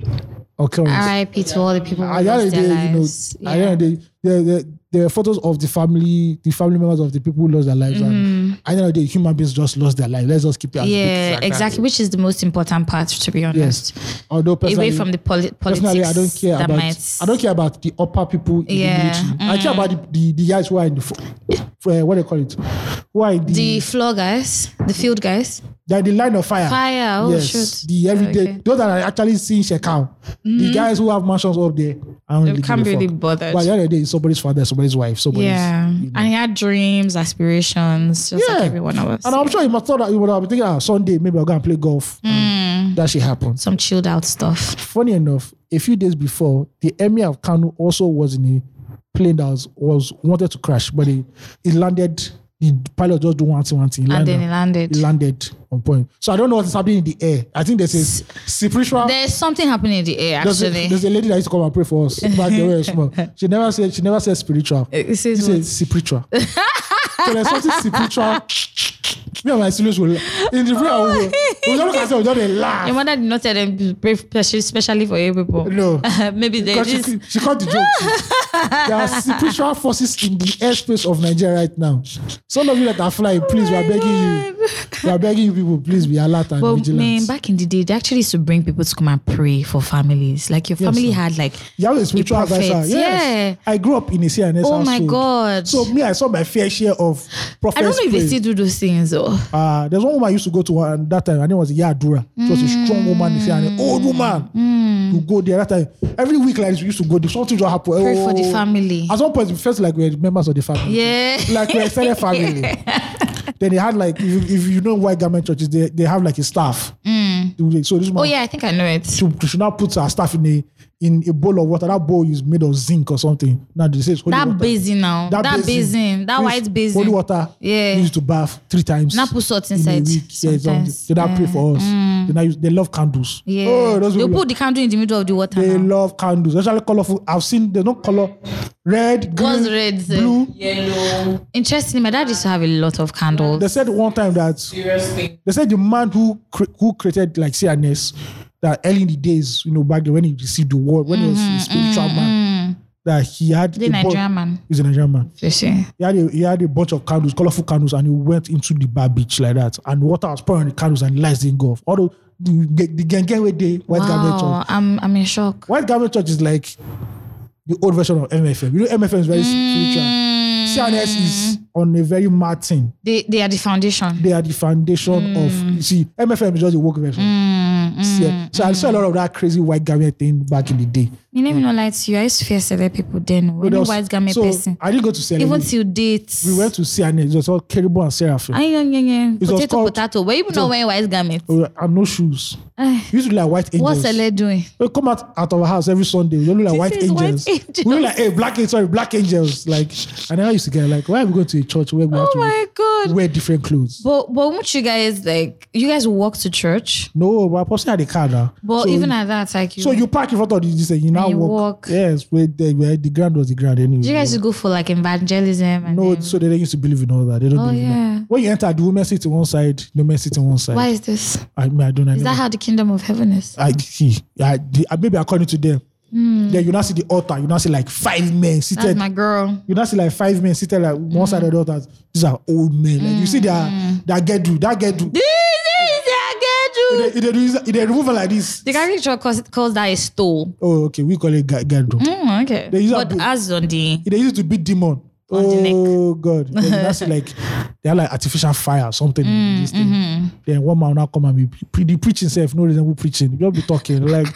Speaker 3: occurrence.
Speaker 1: R.I.P. to all the people
Speaker 3: At
Speaker 1: who
Speaker 3: the end
Speaker 1: lost
Speaker 3: of the
Speaker 1: their
Speaker 3: day,
Speaker 1: lives.
Speaker 3: you know, at the
Speaker 1: yeah.
Speaker 3: end of the day, there, there, there are photos of the family, the family members of the people who lost their lives. And at the end of the day, human beings just lost their life. Let's just keep it. as it
Speaker 1: Mm-hmm. Yeah,
Speaker 3: is like that.
Speaker 1: exactly. Which is the most important part, to be
Speaker 3: Yes.
Speaker 1: honest.
Speaker 3: Although personally,
Speaker 1: Away from the poli- politics.
Speaker 3: personally, I don't care
Speaker 1: that
Speaker 3: about.
Speaker 1: might-
Speaker 3: I don't care about the upper people in
Speaker 1: Yeah, mm.
Speaker 3: the military. I care about the, the, the guys who are in the fo- uh, what do they call it? Who are in the,
Speaker 1: The floor guys, the field guys.
Speaker 3: they're in the line of fire.
Speaker 1: Fire, oh,
Speaker 3: yes,
Speaker 1: shoot.
Speaker 3: the everyday
Speaker 1: Okay. Mm-hmm.
Speaker 3: those that are actually seeing Shekau, the guys who have mansions up there. I don't really
Speaker 1: can't
Speaker 3: give a
Speaker 1: really
Speaker 3: fuck.
Speaker 1: bothered.
Speaker 3: But at the end of the day, it's somebody's father, somebody's wife, somebody's
Speaker 1: Yeah. And he had dreams, aspirations, just like every one of us.
Speaker 3: And I'm sure he must thought that he would have been thinking, ah, Sunday, maybe I'll go and play golf.
Speaker 1: Hmm.
Speaker 3: That shit happened.
Speaker 1: Some chilled out stuff.
Speaker 3: Funny enough, a few days before, the emir of Kanu also was in a plane that was, was wanted to crash, but he, he landed. The pilot just do one thing, one thing. He
Speaker 1: And
Speaker 3: landed,
Speaker 1: then he landed.
Speaker 3: he landed on point. So I don't know what's happening in the air. I think there's a spiritual.
Speaker 1: There's something happening in the air,
Speaker 3: There's a,
Speaker 1: actually.
Speaker 3: there's a lady that used to come and pray for us back there when we were small. She never said she never said spiritual.
Speaker 1: It
Speaker 3: She
Speaker 1: says
Speaker 3: said spiritual. so there's something spiritual. Me and my students will in the prayer I will go, we don't look at them, we just laugh.
Speaker 1: Your mother did not tell them to pray specially, specially for you people.
Speaker 3: No.
Speaker 1: Maybe they
Speaker 3: Because
Speaker 1: just
Speaker 3: she, she caught the joke. there are spiritual forces in the airspace of Nigeria right now. Some of you that are flying, please, we are begging you. We are begging you people, please be alert and
Speaker 1: Oh But
Speaker 3: vigilant.
Speaker 1: man, back in the day, they actually used to bring people to come and pray for families. Like your family had like
Speaker 3: You have a spiritual
Speaker 1: prophet.
Speaker 3: advisor. Yes. I grew up in a CNS
Speaker 1: Oh my
Speaker 3: household.
Speaker 1: God.
Speaker 3: So me, I saw my fair share of prophets.
Speaker 1: I don't know if they
Speaker 3: praying.
Speaker 1: still do those things. Or
Speaker 3: Uh, there's one woman I used to go to at that time. Her name was Yadura. She was a
Speaker 1: Mm.
Speaker 3: strong woman. If you're an old woman, you go there that time. Every week, like this, we used to go. there. Something just happened. Oh.
Speaker 1: Pray for the family.
Speaker 3: At some point, we felt like we were members of the family.
Speaker 1: Yeah.
Speaker 3: Like we're extended family. then they had like, if you, if you know white garment churches, they, they have like a staff. So this woman,
Speaker 1: Oh yeah, I think I know it.
Speaker 3: she, she should not put her staff in a in a bowl of water. That bowl is made of zinc or something. Now they say it's holy
Speaker 1: That
Speaker 3: water.
Speaker 1: basin now. That, basin. That
Speaker 3: Use
Speaker 1: white basin.
Speaker 3: Holy water.
Speaker 1: Yeah.
Speaker 3: We used to bath three times.
Speaker 1: Now put salt
Speaker 3: in a
Speaker 1: inside
Speaker 3: week. Yeah, something.
Speaker 1: sometimes. Mm.
Speaker 3: They now pray for us. They, now use, they love candles.
Speaker 1: Yeah.
Speaker 3: Oh, those
Speaker 1: they
Speaker 3: people.
Speaker 1: put the candle in the middle of the water.
Speaker 3: they
Speaker 1: now.
Speaker 3: love candles, especially colorful. I've seen there's no color, red, green,
Speaker 1: What's red? eh. sir?
Speaker 3: blue.
Speaker 2: Yellow,
Speaker 1: Interestingly, my dad used to have a lot of candles.
Speaker 3: They said one time that
Speaker 2: serious thing.
Speaker 3: They said the man who cre- who created like CNS that early in the days, you know, back then when he received the word, when he was
Speaker 1: Mm-hmm,
Speaker 3: a
Speaker 6: Mm,
Speaker 3: spiritual man, that he had
Speaker 1: The
Speaker 3: bu-
Speaker 1: Nigerian man.
Speaker 3: He's a Nigerian man.
Speaker 1: Fishy.
Speaker 3: He had a, he had a bunch of candles, colorful candles, and he went into the bar beach like that, and water was pouring on the candles, and lights didn't go off. Although the the, the Gengewe Day White Garment
Speaker 1: Wow,
Speaker 3: Church,
Speaker 1: I'm I'm in shock.
Speaker 3: White Garment Church is like the old version of MFM. You know, MFM is very spiritual. CNS is on a very mad thing
Speaker 1: They they are the foundation.
Speaker 3: they are the foundation of you see MFM is just a work version. Yeah. So I saw a lot of that crazy white garment thing back in the day.
Speaker 6: You know, me not lie to you. I used to fear celeb people then.
Speaker 3: But
Speaker 6: Any
Speaker 3: there was-
Speaker 6: white garment
Speaker 3: so
Speaker 6: person.
Speaker 3: I didn't go to sell
Speaker 6: Even till dates.
Speaker 3: We went to CNN. It was all Keribo and Seraphim.
Speaker 6: Ay, yeah, yeah, yeah.
Speaker 3: was
Speaker 6: Potato,
Speaker 3: called-
Speaker 6: potato. Were you not wearing white garments?
Speaker 3: We were- And no shoes.
Speaker 6: Eh.
Speaker 3: We used to look like white angels.
Speaker 6: What's Ele doing?
Speaker 3: We come out, out of our house every Sunday. We look like white
Speaker 6: is
Speaker 3: angels.
Speaker 6: white
Speaker 3: We look
Speaker 6: angels.
Speaker 3: like hey, black angels, sorry, black angels. Like, and I used to get like, why are we going to a church where we have
Speaker 6: Oh
Speaker 3: to
Speaker 6: my God.
Speaker 3: wear different clothes?
Speaker 6: But but won't you guys like you guys walk to church?
Speaker 3: No, but I personally had a car now.
Speaker 6: But
Speaker 3: So-
Speaker 6: even at that, like you,
Speaker 3: So you park in front of the this and you now
Speaker 6: you
Speaker 3: walk.
Speaker 6: walk.
Speaker 3: Yes, where the, where the ground was the ground anyway.
Speaker 6: do you guys go for like evangelism? And
Speaker 3: no,
Speaker 6: then-
Speaker 3: so they don't used to believe in all that. They don't
Speaker 6: Oh,
Speaker 3: believe in
Speaker 6: yeah.
Speaker 3: that. When you enter, the women sit to one side, the men sit to one side.
Speaker 6: Why is this?
Speaker 3: I mean, I don't know.
Speaker 6: Is that how the kingdom of heaven is?
Speaker 3: I see. I, the, uh, maybe according to them. Then you now see the altar. You now see like five men
Speaker 6: Hmm. That's
Speaker 3: seated.
Speaker 6: my Hmm. girl.
Speaker 3: you now see like five men seated like one side of the altar. These are old men. Like you see their their gedru, that gedru.
Speaker 6: Hmm. This is a
Speaker 3: If
Speaker 6: gedru.
Speaker 3: they, if they, do this- if they remove it like this.
Speaker 6: The caricature calls, calls that a stole.
Speaker 3: Oh, okay. We call it ge- gedru.
Speaker 6: Mm, okay.
Speaker 3: They use a
Speaker 6: But
Speaker 3: book.
Speaker 6: as on the
Speaker 3: They used to beat demon.
Speaker 6: On the neck.
Speaker 3: Oh God! Then you now see like they are like artificial fire, something.
Speaker 6: Hmm,
Speaker 3: in this thing. Then one man will now come and be pre- the preaching self, no reasonable preaching. You don't be talking like.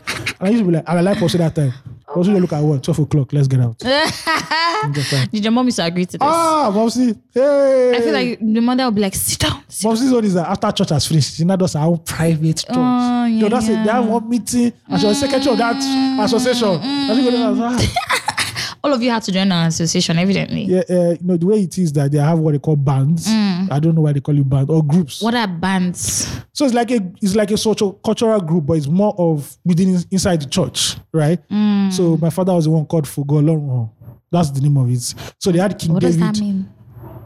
Speaker 3: And I used to be like, and I like also that time. Also, they look at what twelve o'clock. Let's get out. Get out.
Speaker 6: did your mom used to agree to this?
Speaker 3: Ah, Bobsy. Hey.
Speaker 6: I feel like the mother will be like, sit down. Sit
Speaker 3: Bobsy's one is that after church has finished, she now does her own private church.
Speaker 6: Oh,
Speaker 3: You
Speaker 6: yeah, Mm.
Speaker 3: know, that's it. They have one meeting, and she was secretary of that association. And she go there and say, "Ah,
Speaker 6: down." All of you had to join an association, evidently.
Speaker 3: yeah, uh, you know, the way it is that they have what they call bands. I don't know why they call it bands or groups.
Speaker 6: Mm. What are bands?
Speaker 3: So it's like a it's like a social cultural group, but it's more of within inside the church, right?
Speaker 6: Mm.
Speaker 3: So my father was the one called Fogo Olorun. That's the name of it. So they had King
Speaker 6: What does
Speaker 3: David
Speaker 6: that mean?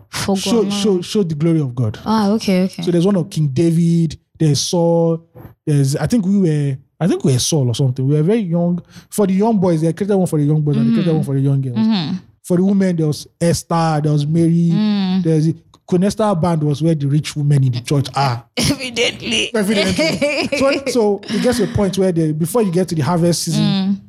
Speaker 6: For
Speaker 3: show,
Speaker 6: God.
Speaker 3: show show the glory of God.
Speaker 6: Ah, okay, okay.
Speaker 3: So there's one of King David, there's Saul, there's I think we were I think we were Saul or something. We were very young. For the young boys, they created one for the young boys and they created one for the young girls. For the women, there was Esther, there was Mary, there's Queen Esther band was where the rich women in the church are.
Speaker 6: Evidently.
Speaker 3: Evidently. so, so it gets to a point where they, before you get to the harvest season,
Speaker 6: Mm.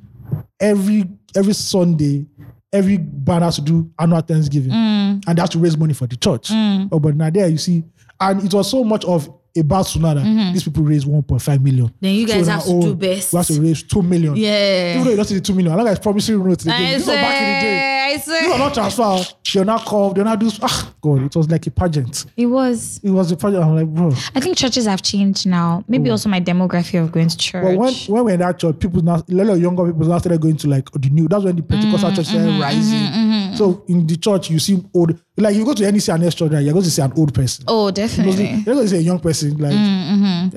Speaker 3: every every Sunday, every band has to do annual Thanksgiving,
Speaker 6: Mm.
Speaker 3: and they have to raise money for the church. Oh, but now there you see, and it was so much of a bad tsunami. These people raised 1.5 million.
Speaker 6: Mm-hmm. Then you
Speaker 3: So
Speaker 6: guys
Speaker 3: now,
Speaker 6: have to
Speaker 3: oh,
Speaker 6: do best.
Speaker 3: We have to raise 2 million.
Speaker 6: Yeah.
Speaker 3: Even though you don't see the 2 million, I like I promising you no today.
Speaker 6: I
Speaker 3: These are back in the day.
Speaker 6: swear, I
Speaker 3: These are
Speaker 6: swear.
Speaker 3: not transfer. They're not called. They're not do. Ah, God, it was like a pageant.
Speaker 6: It was.
Speaker 3: It was a pageant. I'm like, bro.
Speaker 6: I think churches have changed now. Maybe also my demography of going to church.
Speaker 3: But when, when we're in that church, people now, a lot of younger people now started going to like the new. That's when the Pentecostal
Speaker 6: Mm-hmm,
Speaker 3: church started rising. So in the church, you see old. Like you go to any CNS church, right, you're going to see an old person.
Speaker 6: oh,
Speaker 3: You're
Speaker 6: definitely.
Speaker 3: going to see a young person. Like,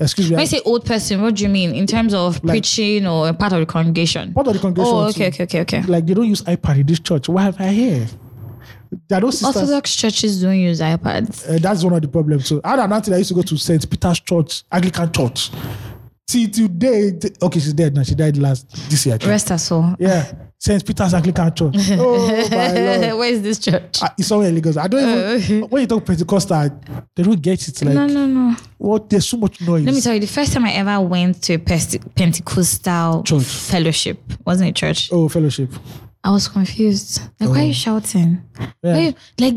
Speaker 3: excuse me.
Speaker 6: Mm, mm-hmm. When you say old person, what do you mean in terms of preaching or part of the congregation?
Speaker 3: part of the congregation.
Speaker 6: Oh, okay,
Speaker 3: too.
Speaker 6: okay, okay, okay.
Speaker 3: Like they don't use iPad in this church. Why am I here? There are those
Speaker 6: Oh,
Speaker 3: sisters.
Speaker 6: Orthodox churches don't use iPads.
Speaker 3: Uh, that's one of the problems. So I had an auntie that used to go to St. Peter's Church, Anglican Church. Till today, t- okay, she's dead now. She died last this year. I think.
Speaker 6: Rest us all.
Speaker 3: Yeah, St. Peter's Anglican Church. Oh my lord.
Speaker 6: Where is this church?
Speaker 3: Ah, It's somewhere in Lagos. I
Speaker 1: Oh,
Speaker 3: don't even. when you talk Pentecostal, they don't get it. Like,
Speaker 6: no, no, no.
Speaker 3: what? There's so much noise.
Speaker 6: Let me tell you, the first time I ever went to a Pente- Pentecostal
Speaker 3: Church.
Speaker 6: fellowship wasn't a church.
Speaker 3: Oh, fellowship.
Speaker 6: I was confused. Like, why are you shouting?
Speaker 3: Oh. Yeah.
Speaker 6: Why you- like,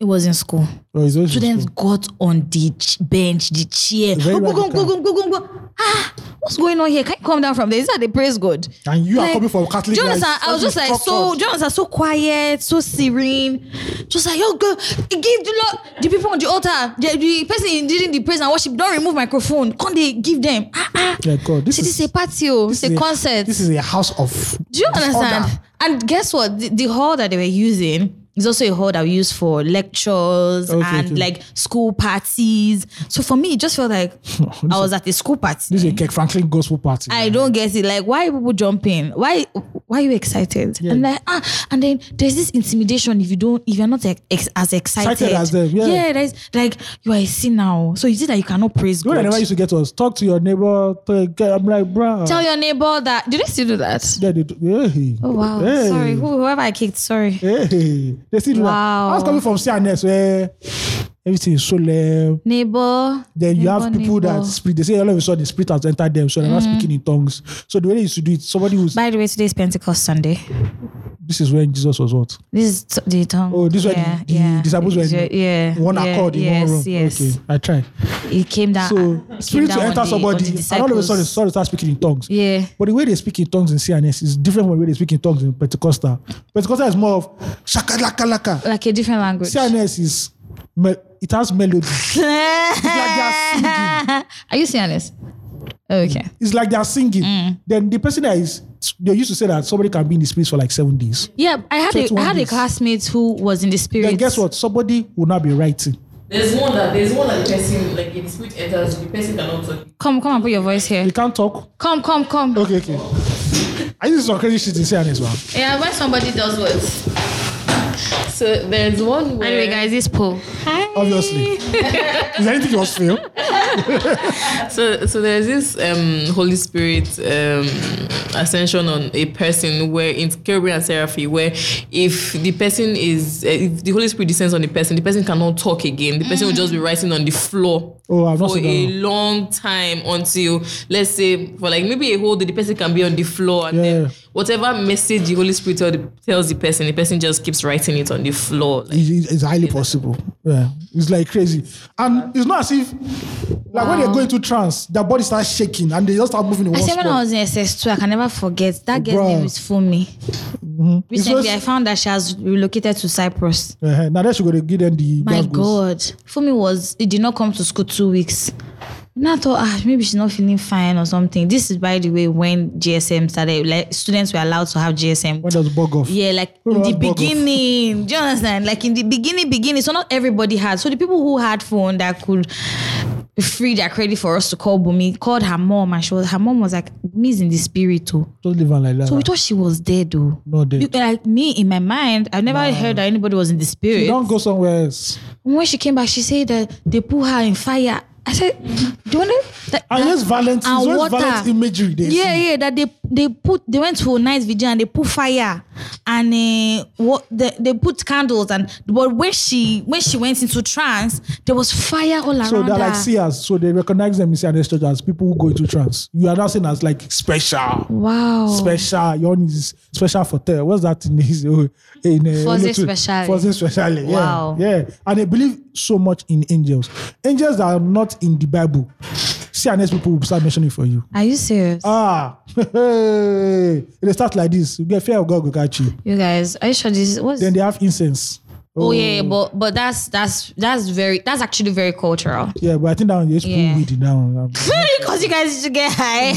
Speaker 6: it was in school.
Speaker 3: Oh, it's always
Speaker 1: Students got on the ch- bench, the chair.
Speaker 3: Very
Speaker 1: Go, go, go,
Speaker 3: radical.
Speaker 1: go, go, go, go. Ah, what's going on here? Can you come down from there? Is that the praise God?
Speaker 3: And you are coming from Catholic.
Speaker 1: Do you
Speaker 3: guys.
Speaker 1: understand? I was just like, so Jonas are so quiet, so serene. Just like, yo, girl, give the Lord, the people on the altar, the, the person leading the praise and worship, don't remove microphone. Can't they give them? Ah, ah.
Speaker 3: Yeah, God, this
Speaker 1: See,
Speaker 3: is,
Speaker 1: this is a party, oh. It's
Speaker 3: this
Speaker 1: a
Speaker 3: is
Speaker 1: concert.
Speaker 3: This is a house of.
Speaker 1: Do you understand?
Speaker 3: disorder.
Speaker 1: And guess what? The, the hall that they were using is also a hall that we use for lectures
Speaker 3: Okay,
Speaker 1: and
Speaker 3: okay.
Speaker 1: like school parties. So for me, it just felt like I was at a school party.
Speaker 3: This is a Kirk Franklin gospel party.
Speaker 1: I don't get it. Like, why are people jumping? Why why are you excited? And like, ah, and then there's this intimidation if you don't, if you're not ex- ex- as excited.
Speaker 3: Excited as them, yeah.
Speaker 1: there's like you are a sinner. So you see that you cannot praise
Speaker 3: You know,
Speaker 1: God.
Speaker 3: what I never used to get to us. Talk to your neighbor. talk- I'm like, bruh.
Speaker 6: Tell your neighbor that. Did they still do that?
Speaker 3: Yeah, they do- hey.
Speaker 6: Oh, wow.
Speaker 3: Hey.
Speaker 6: Sorry. Who- Whoever I kicked, sorry.
Speaker 3: Hey, they still do that. I was
Speaker 6: Wow.
Speaker 3: coming from CNS where everything is solemn.
Speaker 6: Neighbor.
Speaker 3: Then you have
Speaker 6: neighbor,
Speaker 3: people that
Speaker 6: neighbor. Mm.
Speaker 3: speak. They say all of a sudden the spirit has entered them, so they're not speaking in tongues. So the way they used to do it, somebody was.
Speaker 6: By the way, today is Pentecost Sunday.
Speaker 3: This is when Jesus was what?
Speaker 6: This is t- the tongue.
Speaker 3: Oh, this is when the, the disciples were in
Speaker 6: yeah, yeah,
Speaker 3: one
Speaker 6: yeah,
Speaker 3: accord in
Speaker 6: yes,
Speaker 3: one room.
Speaker 6: Yes.
Speaker 3: Okay, I try.
Speaker 1: It came down.
Speaker 3: So
Speaker 1: it came
Speaker 3: spirit
Speaker 1: down
Speaker 3: to enter
Speaker 1: on the,
Speaker 3: somebody,
Speaker 1: on the
Speaker 3: and all of a
Speaker 1: disciples.
Speaker 3: sudden, suddenly start speaking in tongues.
Speaker 1: Yeah.
Speaker 3: But the way they speak in tongues in CNS is different from the way they speak in tongues in Pentecostal. Pentecostal is more of shaka laka laka.
Speaker 1: like a different language.
Speaker 3: CNS is me- it has melody. it's like they're singing.
Speaker 1: Are you serious?
Speaker 3: Oh,
Speaker 1: Okay.
Speaker 3: It's like they're singing.
Speaker 1: Mm.
Speaker 3: Then the person that is they used to say that somebody can be in the spirit for like seven days.
Speaker 1: Yeah, I had a, I
Speaker 3: 21
Speaker 1: had a
Speaker 3: days.
Speaker 1: classmate who was in the spirit.
Speaker 3: Then guess what? Somebody will not be writing.
Speaker 7: There's one that there's one that the person like in the spirit enters, the person cannot talk.
Speaker 1: Come, come and put your voice here.
Speaker 3: They can't talk.
Speaker 1: Come, come, come.
Speaker 3: Okay, okay. I used some crazy shit in CNS, man.
Speaker 7: Yeah, when somebody does what? So there's one where
Speaker 1: Anyway, guys, this poll.
Speaker 3: Obviously. is there anything else fail?
Speaker 7: so so there's this um Holy Spirit um ascension on a person where in Kerubim and Seraphi where if the person is uh, if the Holy Spirit descends on the person, the person cannot talk again. The person will just be writing on the floor
Speaker 3: Oh, I've not
Speaker 7: for
Speaker 3: seen that
Speaker 7: a
Speaker 3: one.
Speaker 7: long time until let's say for like maybe a whole day the person can be on the floor and
Speaker 3: Yeah.
Speaker 7: then whatever message the Holy Spirit tell the, tells the person, the person just keeps writing it on the floor. Like,
Speaker 3: It- it- It's highly possible. Yeah. It's like crazy. And it's not as if like when they go into trance, their body starts shaking and they just start moving in
Speaker 1: I
Speaker 3: one
Speaker 1: said when I
Speaker 3: spot.
Speaker 1: was in SS2, I can never forget. That girl's
Speaker 3: Bruh.
Speaker 1: name is Fumi.
Speaker 3: It's
Speaker 1: Recently, I
Speaker 3: just-
Speaker 1: found that she has relocated to Cyprus.
Speaker 3: Uh-huh. Now that you're gonna give them the
Speaker 1: My
Speaker 3: gas goes.
Speaker 1: God. Fumi was, it did not come to school two weeks. And I thought, ah, maybe she's not feeling fine or something. This is, by the way, when GSM started. Like, students were allowed to have GSM.
Speaker 3: When does bug off?
Speaker 1: Yeah, like
Speaker 3: Who
Speaker 1: in the
Speaker 3: had bug off?
Speaker 1: beginning. Do you understand? Like in the beginning, beginning. So not everybody had. So the people who had phone that could free their credit for us to call Bumi called her mom, and she was her mom was like, "Bumi's in the spirit too."
Speaker 3: Don't live on like that.
Speaker 1: So we thought she was dead though.
Speaker 3: Not dead.
Speaker 1: You- Like me in my mind, I've never heard that anybody was in the
Speaker 3: You
Speaker 1: spirit.
Speaker 3: don't go somewhere else.
Speaker 1: And when she came back, she said that they put her in fire. I said, "Do you know?" That,
Speaker 3: And yes, violent,
Speaker 1: and
Speaker 3: it's always
Speaker 1: water.
Speaker 3: violent imagery. They
Speaker 1: yeah,
Speaker 3: see.
Speaker 1: yeah, that they they put they went to a nice vigil and they put fire and uh, what the, they put candles and but when she when she went into trance there was fire all around
Speaker 3: So they're
Speaker 1: her.
Speaker 3: like seers. So they recognize them in CNS church as people who go into trance. You are now seen as like special.
Speaker 1: wow.
Speaker 3: special your own is special for tell what's that in his in uh,
Speaker 1: Forze
Speaker 3: only two-
Speaker 1: speciale.
Speaker 3: Forze speciale yeah
Speaker 1: Wow.
Speaker 3: yeah and they believe so much in angels angels that are not in the bible CNS people will start mentioning for you
Speaker 1: Are you serious?
Speaker 3: ah hey they start like this you get fear of God go catch you
Speaker 1: you guys, are you sure this is what's
Speaker 3: then they have incense
Speaker 1: Oh yeah, but but that's that's that's very that's actually very cultural.
Speaker 3: yeah but I think that one is
Speaker 1: Yeah.
Speaker 3: yeah. weed now I'm-
Speaker 1: Because you guys should get high.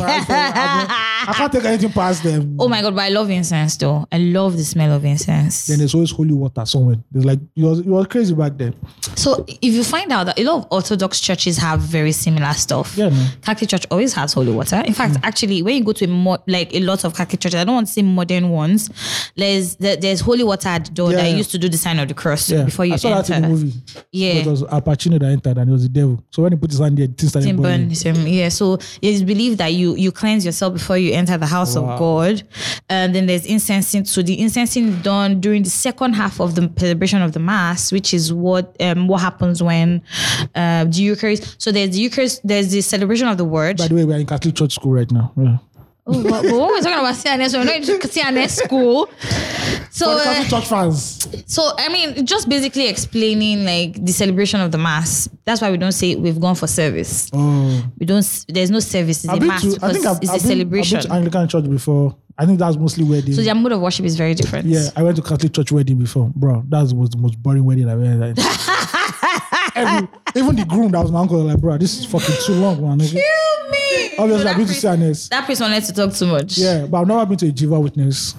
Speaker 3: I can't take anything past them
Speaker 1: oh my god, but I love incense though. I love the smell of incense.
Speaker 3: then there's always holy water somewhere there's like it was, it was crazy back then
Speaker 1: So if you find out that a lot of Orthodox churches have very similar stuff,
Speaker 3: Yeah, Mm. no.
Speaker 1: Catholic Church always has holy water. In fact, actually, when you go to a more like a lot of Catholic churches, I don't want to say modern ones. There's there, there's holy water at the door
Speaker 3: Yeah,
Speaker 1: that
Speaker 3: yeah.
Speaker 1: used to do the sign of the cross
Speaker 3: yeah
Speaker 1: before you
Speaker 3: I saw
Speaker 1: enter.
Speaker 3: that in the movie
Speaker 1: Yeah.
Speaker 3: But it was Al Pacino that entered and it was the devil. So when he put his hand there, things started
Speaker 1: Tim
Speaker 3: burning.
Speaker 1: Burns, um, yeah. So it's believed that you you cleanse yourself before you enter the house of God, and then there's incensing. So the incensing is done during the second half of the celebration of the mass, which is what um, what happens when uh, the Eucharist. So there's the Eucharist, there's the celebration of the Word.
Speaker 3: By the way, we're in Catholic church school right now. Yeah.
Speaker 1: Oh, but, but when we're talking about CNS, we're not into CNS school. So
Speaker 3: For the
Speaker 1: uh,
Speaker 3: Catholic church fans,
Speaker 1: so I mean, just basically explaining like the celebration of the mass. That's why we don't say we've gone for service. We don't. s- There's no service. It's a
Speaker 3: Oh. I've been
Speaker 1: mass
Speaker 3: to. I
Speaker 1: because
Speaker 3: think I've,
Speaker 1: it's
Speaker 3: I've
Speaker 1: a
Speaker 3: been,
Speaker 1: celebration.
Speaker 3: I've been to Anglican church before. I think that's mostly where they.
Speaker 1: so their mode of worship is very different.
Speaker 3: yeah, I went to Catholic church wedding before, bro. That was the most boring wedding I've ever. Had. Every, even the groom that was my uncle, like, bro, this is fucking too long, man. Kill me. Obviously, I've been to CNS.
Speaker 1: That person wanted to talk too much.
Speaker 3: Yeah, but I've never been to a Jehovah Witness.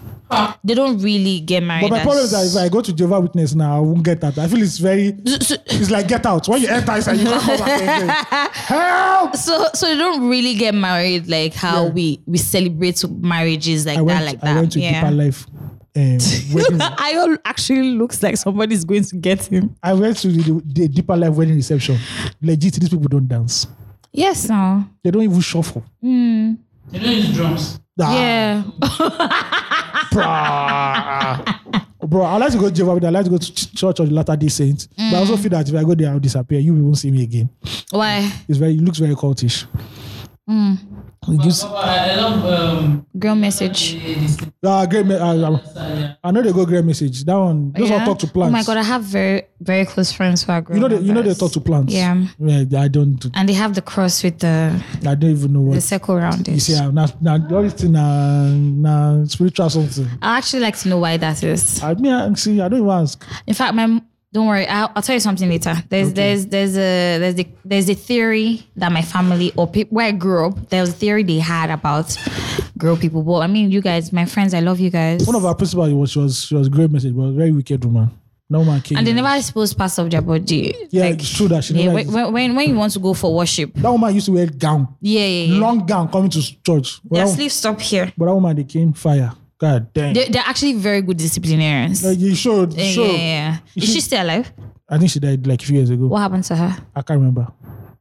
Speaker 1: They don't really get married.
Speaker 3: But my
Speaker 1: as-
Speaker 3: problem is that if I go to Jehovah Witness now, I won't get that. I feel it's very, it's like get out. When you enter, it's like you can't come back again. Help!
Speaker 1: so so they don't really get married like how
Speaker 3: Yeah.
Speaker 1: we we celebrate marriages like
Speaker 3: I
Speaker 1: that
Speaker 3: went,
Speaker 1: like that.
Speaker 3: I went to
Speaker 1: yeah.
Speaker 3: Deeper Life. Um, wedding.
Speaker 1: Ayo actually looks like somebody's going to get him.
Speaker 3: I went to the, the Deeper Life wedding reception. Legit, these people don't dance.
Speaker 1: Yes, no.
Speaker 3: They don't even shuffle.
Speaker 2: They don't use drums.
Speaker 3: Ah,
Speaker 1: Yeah.
Speaker 3: Bro, I like to go to Jehovah Witness. I like to go to ch- Church of the Latter Day Saints. But I also feel that if I go there, I'll disappear. You won't see me again.
Speaker 1: Why?
Speaker 3: It's very, it looks very cultish. It gives,
Speaker 2: But I love um,
Speaker 6: Girl message.
Speaker 2: the- this thing,
Speaker 3: ah, great. Me- I, I,
Speaker 2: yeah.
Speaker 3: I know they go great message. That one, those
Speaker 6: Yeah.
Speaker 3: one talk to plants.
Speaker 6: Oh my god, I have very very close friends who are girl
Speaker 3: you know, they, you know they
Speaker 6: members.
Speaker 3: talk to plants.
Speaker 6: Yeah.
Speaker 3: yeah I don't. do-
Speaker 6: And they have the cross with the
Speaker 3: I don't even know
Speaker 6: the
Speaker 3: what.
Speaker 6: circle around
Speaker 3: You
Speaker 6: it.
Speaker 3: see, I'm not. Now, the only thing, na na spiritual something.
Speaker 6: I actually like to know why that is.
Speaker 3: I mean, I, see, I don't even ask.
Speaker 6: In fact, my m- don't worry. I'll, I'll tell you something later. There's there's there's a there's the there's a theory that my family or people where I grew up. There was a theory they had about girl people. But I mean, you guys, my friends, I love you guys.
Speaker 3: One of our principal was she was she was great message, but very wicked woman. No man came.
Speaker 6: and they never exposed parts of their body.
Speaker 3: Yeah,
Speaker 6: Like,
Speaker 3: it's true that she
Speaker 6: yeah,
Speaker 3: never.
Speaker 6: when, when- when when you want to go for worship,
Speaker 3: that woman used to wear gown,
Speaker 6: yeah, yeah, yeah.
Speaker 3: long gown, coming to church. But
Speaker 6: their
Speaker 3: that-
Speaker 6: sleeves stop here.
Speaker 3: but that woman, they came fire. God damn.
Speaker 6: They, they're actually very good disciplinarians.
Speaker 3: Like, you showed,
Speaker 6: yeah,
Speaker 3: showed.
Speaker 6: yeah, yeah. Is she still alive?
Speaker 3: I think she died like a few years ago.
Speaker 6: What happened to her?
Speaker 3: I can't remember.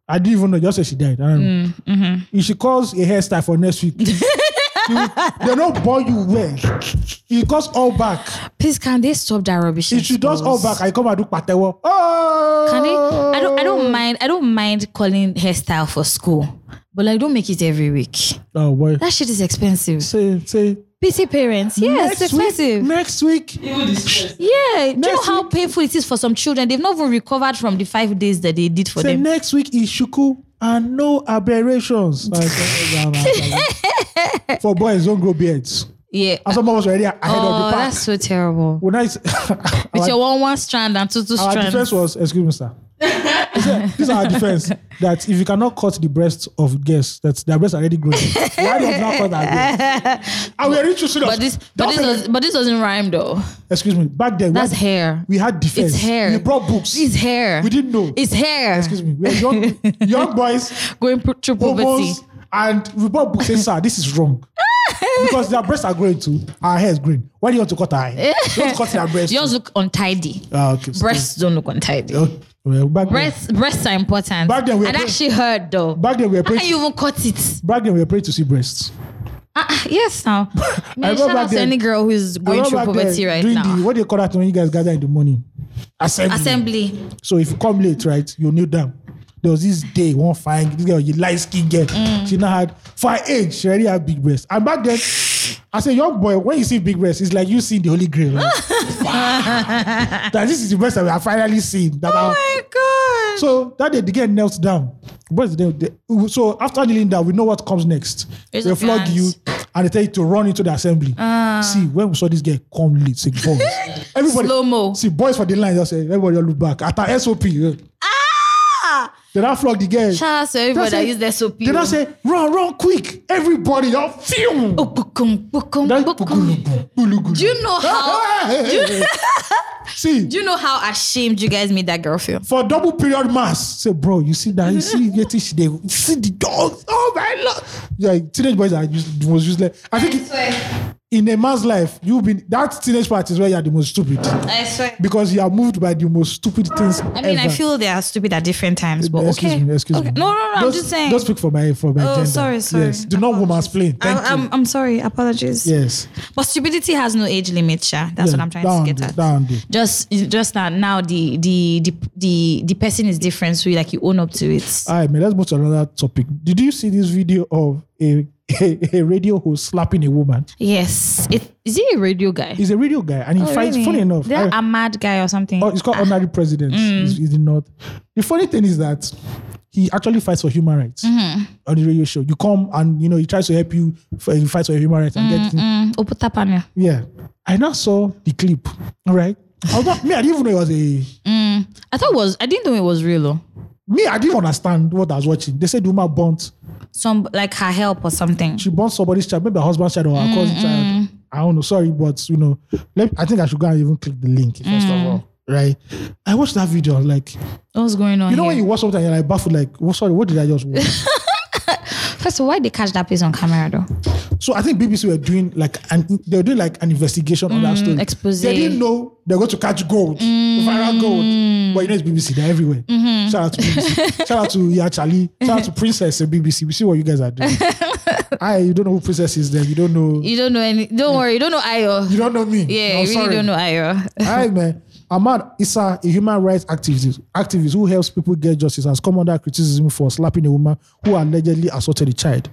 Speaker 3: I didn't even know. Just say she died. I don't know.
Speaker 6: Mm, mm-hmm.
Speaker 3: If she calls a hairstyle for next week, you, they don't bore you well. It goes all back.
Speaker 6: Please, can they stop that rubbish?
Speaker 3: If she does oh, all
Speaker 6: exposed?
Speaker 3: back, I come and do patewo. Oh,
Speaker 6: Can they? I don't. I don't mind. I don't mind calling hairstyle for school, but like, don't make it every week.
Speaker 3: Oh boy.
Speaker 6: That shit is expensive.
Speaker 3: Say say.
Speaker 6: Pity parents. Yeah, it's expensive.
Speaker 3: Week, next week.
Speaker 2: Even this stress.
Speaker 6: yeah, do you know
Speaker 3: next
Speaker 6: how painful it is for some children? They've not even recovered from the five days that they did for
Speaker 3: Say
Speaker 6: them.
Speaker 3: next week is shuku and no aberrations. Like, eh, eh, eh, eh, eh. for boys, don't grow beards.
Speaker 6: Yeah.
Speaker 3: And some of us were already ahead
Speaker 6: Oh,
Speaker 3: of the pack.
Speaker 6: that's so terrible.
Speaker 3: When I,
Speaker 6: With your one one strand and two two
Speaker 3: our
Speaker 6: strands.
Speaker 3: defense was excuse me sir He said, this is our defense that if you cannot cut the breast of girls that their breast are already growing why do you not cut that breast and we are really too serious
Speaker 6: But this, but
Speaker 3: That
Speaker 6: this,
Speaker 3: was-
Speaker 6: was, but this doesn't rhyme though.
Speaker 3: excuse me back then we
Speaker 6: That's
Speaker 3: had-
Speaker 6: hair.
Speaker 3: we had defense
Speaker 6: It's hair.
Speaker 3: we brought books
Speaker 6: It's hair.
Speaker 3: we didn't know
Speaker 6: It's hair.
Speaker 3: excuse me we are young young boys
Speaker 6: Going pro- through poverty.
Speaker 3: homos and we brought books say sir this is wrong because their breasts are growing too our hair is growing why do you want to cut our hair don't cut their breast
Speaker 6: Yours look untidy.
Speaker 3: ah, okay
Speaker 6: Breasts don't look untidy.
Speaker 3: okay. Well, back then-
Speaker 6: Breasts, breasts are important.
Speaker 3: Back then we were
Speaker 6: and
Speaker 3: pre-
Speaker 6: actually hurt though.
Speaker 3: back then we were
Speaker 6: How can
Speaker 3: praying
Speaker 6: you even cut it?
Speaker 3: back then we were praying to see breasts
Speaker 6: Ah, ah, yes, now. Man,
Speaker 3: remember
Speaker 6: shout out to
Speaker 3: then-
Speaker 6: any girl who's
Speaker 3: I
Speaker 6: going through
Speaker 3: remember back
Speaker 6: poverty
Speaker 3: there
Speaker 6: right
Speaker 3: during
Speaker 6: now.
Speaker 3: The, what do you call that when you guys gather in the morning? Assembly.
Speaker 6: Assembly.
Speaker 3: So if you come late, right, you kneel down. There was this day, one fine this girl, you light skin girl.
Speaker 6: Mm.
Speaker 3: She now had for her age, she already had big breasts. And back then, as a young boy, when you see big breasts, it's like you see the holy grail. Like, wow. that this is the breast that we have finally seen. That are-
Speaker 6: Oh
Speaker 3: so that day, the girl knelt down. But they, they, so after kneeling down, we know what comes next.
Speaker 6: Raise
Speaker 3: they
Speaker 6: up your
Speaker 3: flog you
Speaker 6: hands. Ah.
Speaker 3: and they tell you to run into the assembly. See, when we saw this girl come late, say boys. Everybody
Speaker 6: Slow-mo.
Speaker 3: See, boys for the line just say, everybody all look back. At our SOP. Yeah. Ah! Then I flog the girl.
Speaker 6: Shout out to everybody
Speaker 3: They
Speaker 6: that
Speaker 3: say-
Speaker 6: use their soap.
Speaker 3: Then I say, run, run quick. Everybody, y'all film.
Speaker 6: Oh, bukum, bukum, bukum. Do you know how
Speaker 3: See,
Speaker 6: do you know how ashamed you guys made that girl feel?
Speaker 3: for double period mass. Say, bro, you see that? You see, you see, they you see the dogs. Oh my lord! Yeah, teenage boys are use, the most useless. I think in a man's life, you've been that teenage part is where you are the most stupid
Speaker 6: I swear.
Speaker 3: because you are moved by the most stupid things.
Speaker 6: I mean,
Speaker 3: ever.
Speaker 6: I feel they are stupid at different times, but
Speaker 3: Excuse
Speaker 6: okay.
Speaker 3: me. Excuse
Speaker 6: okay.
Speaker 3: me.
Speaker 6: No, no, no. I'm
Speaker 3: Don't-
Speaker 6: just saying.
Speaker 3: Don't speak for my for my
Speaker 6: Oh,
Speaker 3: gender.
Speaker 6: sorry, sorry.
Speaker 3: Yes, do not woman explain. Thank
Speaker 6: I,
Speaker 3: you.
Speaker 6: am I'm sorry. Apologies.
Speaker 3: yes,
Speaker 6: But stupidity has no age limit, Sha. That's
Speaker 3: Yeah,
Speaker 6: what I'm trying
Speaker 3: down,
Speaker 6: to get at.
Speaker 3: Down there.
Speaker 6: Just, just that now the the the the the person is different, so you like you own up to it.
Speaker 3: All right, man, let's move to another topic. Did you see this video of a, a, a radio host slapping a woman?
Speaker 6: yes. It, is he a radio guy?
Speaker 3: He's a radio guy and he
Speaker 6: Oh,
Speaker 3: fights,
Speaker 6: really?
Speaker 3: funny enough.
Speaker 6: They're
Speaker 3: I-
Speaker 6: a mad guy or something.
Speaker 3: Oh, it's called honorary president.
Speaker 6: Mm.
Speaker 3: He's, he's the north. The funny thing is that he actually fights for human rights
Speaker 6: Mm-hmm.
Speaker 3: on the radio show. You come and you know he tries to help you for he fights for human rights and get things.
Speaker 6: Mm, Oputapanya.
Speaker 3: Yeah. I now saw the clip. All right. I was not, me, I didn't even know it was a
Speaker 6: I thought it was I didn't know it was real. though.
Speaker 3: me, I didn't understand what I was watching. They said the woman burnt.
Speaker 6: Some like her help or something.
Speaker 3: She burnt somebody's child, maybe her husband's child or
Speaker 6: Mm,
Speaker 3: her cousin's child. I don't know. Sorry, but you know, let, I think I should go and even click the link first
Speaker 6: Mm.
Speaker 3: of all. Right. I watched that video. I was like,
Speaker 6: What's going on?
Speaker 3: you know
Speaker 6: here?
Speaker 3: when you watch something, you're like baffled, like, well, sorry, what did I just watch?
Speaker 6: First of all, why they catch that place on camera though?
Speaker 3: So I think BBC were doing like an they were doing like an investigation on that story.
Speaker 6: expose.
Speaker 3: They didn't know they're going to catch gold, viral gold. But you know it's BBC, they're everywhere. Shout out to BBC. Shout out to Yeah Charlie. Shout out to Princess and BBC. We see what you guys are doing. I you don't know who Princess is then. You don't know
Speaker 6: You don't know any don't worry, you don't know Ayo.
Speaker 3: you don't know me.
Speaker 6: Yeah,
Speaker 3: I'm
Speaker 6: you really
Speaker 3: sorry.
Speaker 6: don't know Ayo.
Speaker 3: All right, man. Ahmad Issa, a human rights activist, activist who helps people get justice, has come under criticism for slapping a woman who allegedly assaulted a child.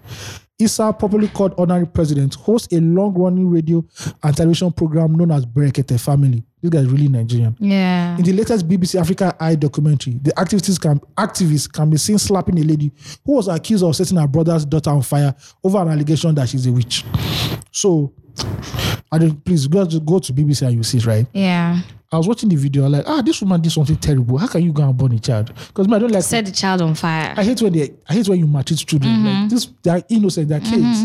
Speaker 3: Issa, popularly called Honorary President, hosts a long running radio and television program known as Berekete Family. This guy is really Nigerian.
Speaker 6: Yeah.
Speaker 3: In the latest BBC Africa Eye documentary, the activists can, activists can be seen slapping a lady who was accused of setting her brother's daughter on fire over an allegation that she's a witch. So, I don't, please go to, go to BBC and you see it, right?
Speaker 6: Yeah.
Speaker 3: I was watching the video, like, ah, this woman did something terrible. How can you go and burn a child? Because I don't like.
Speaker 6: Set the child on fire.
Speaker 3: I hate when they, I hate when you maltreat children. Like this, they're innocent, they're kids.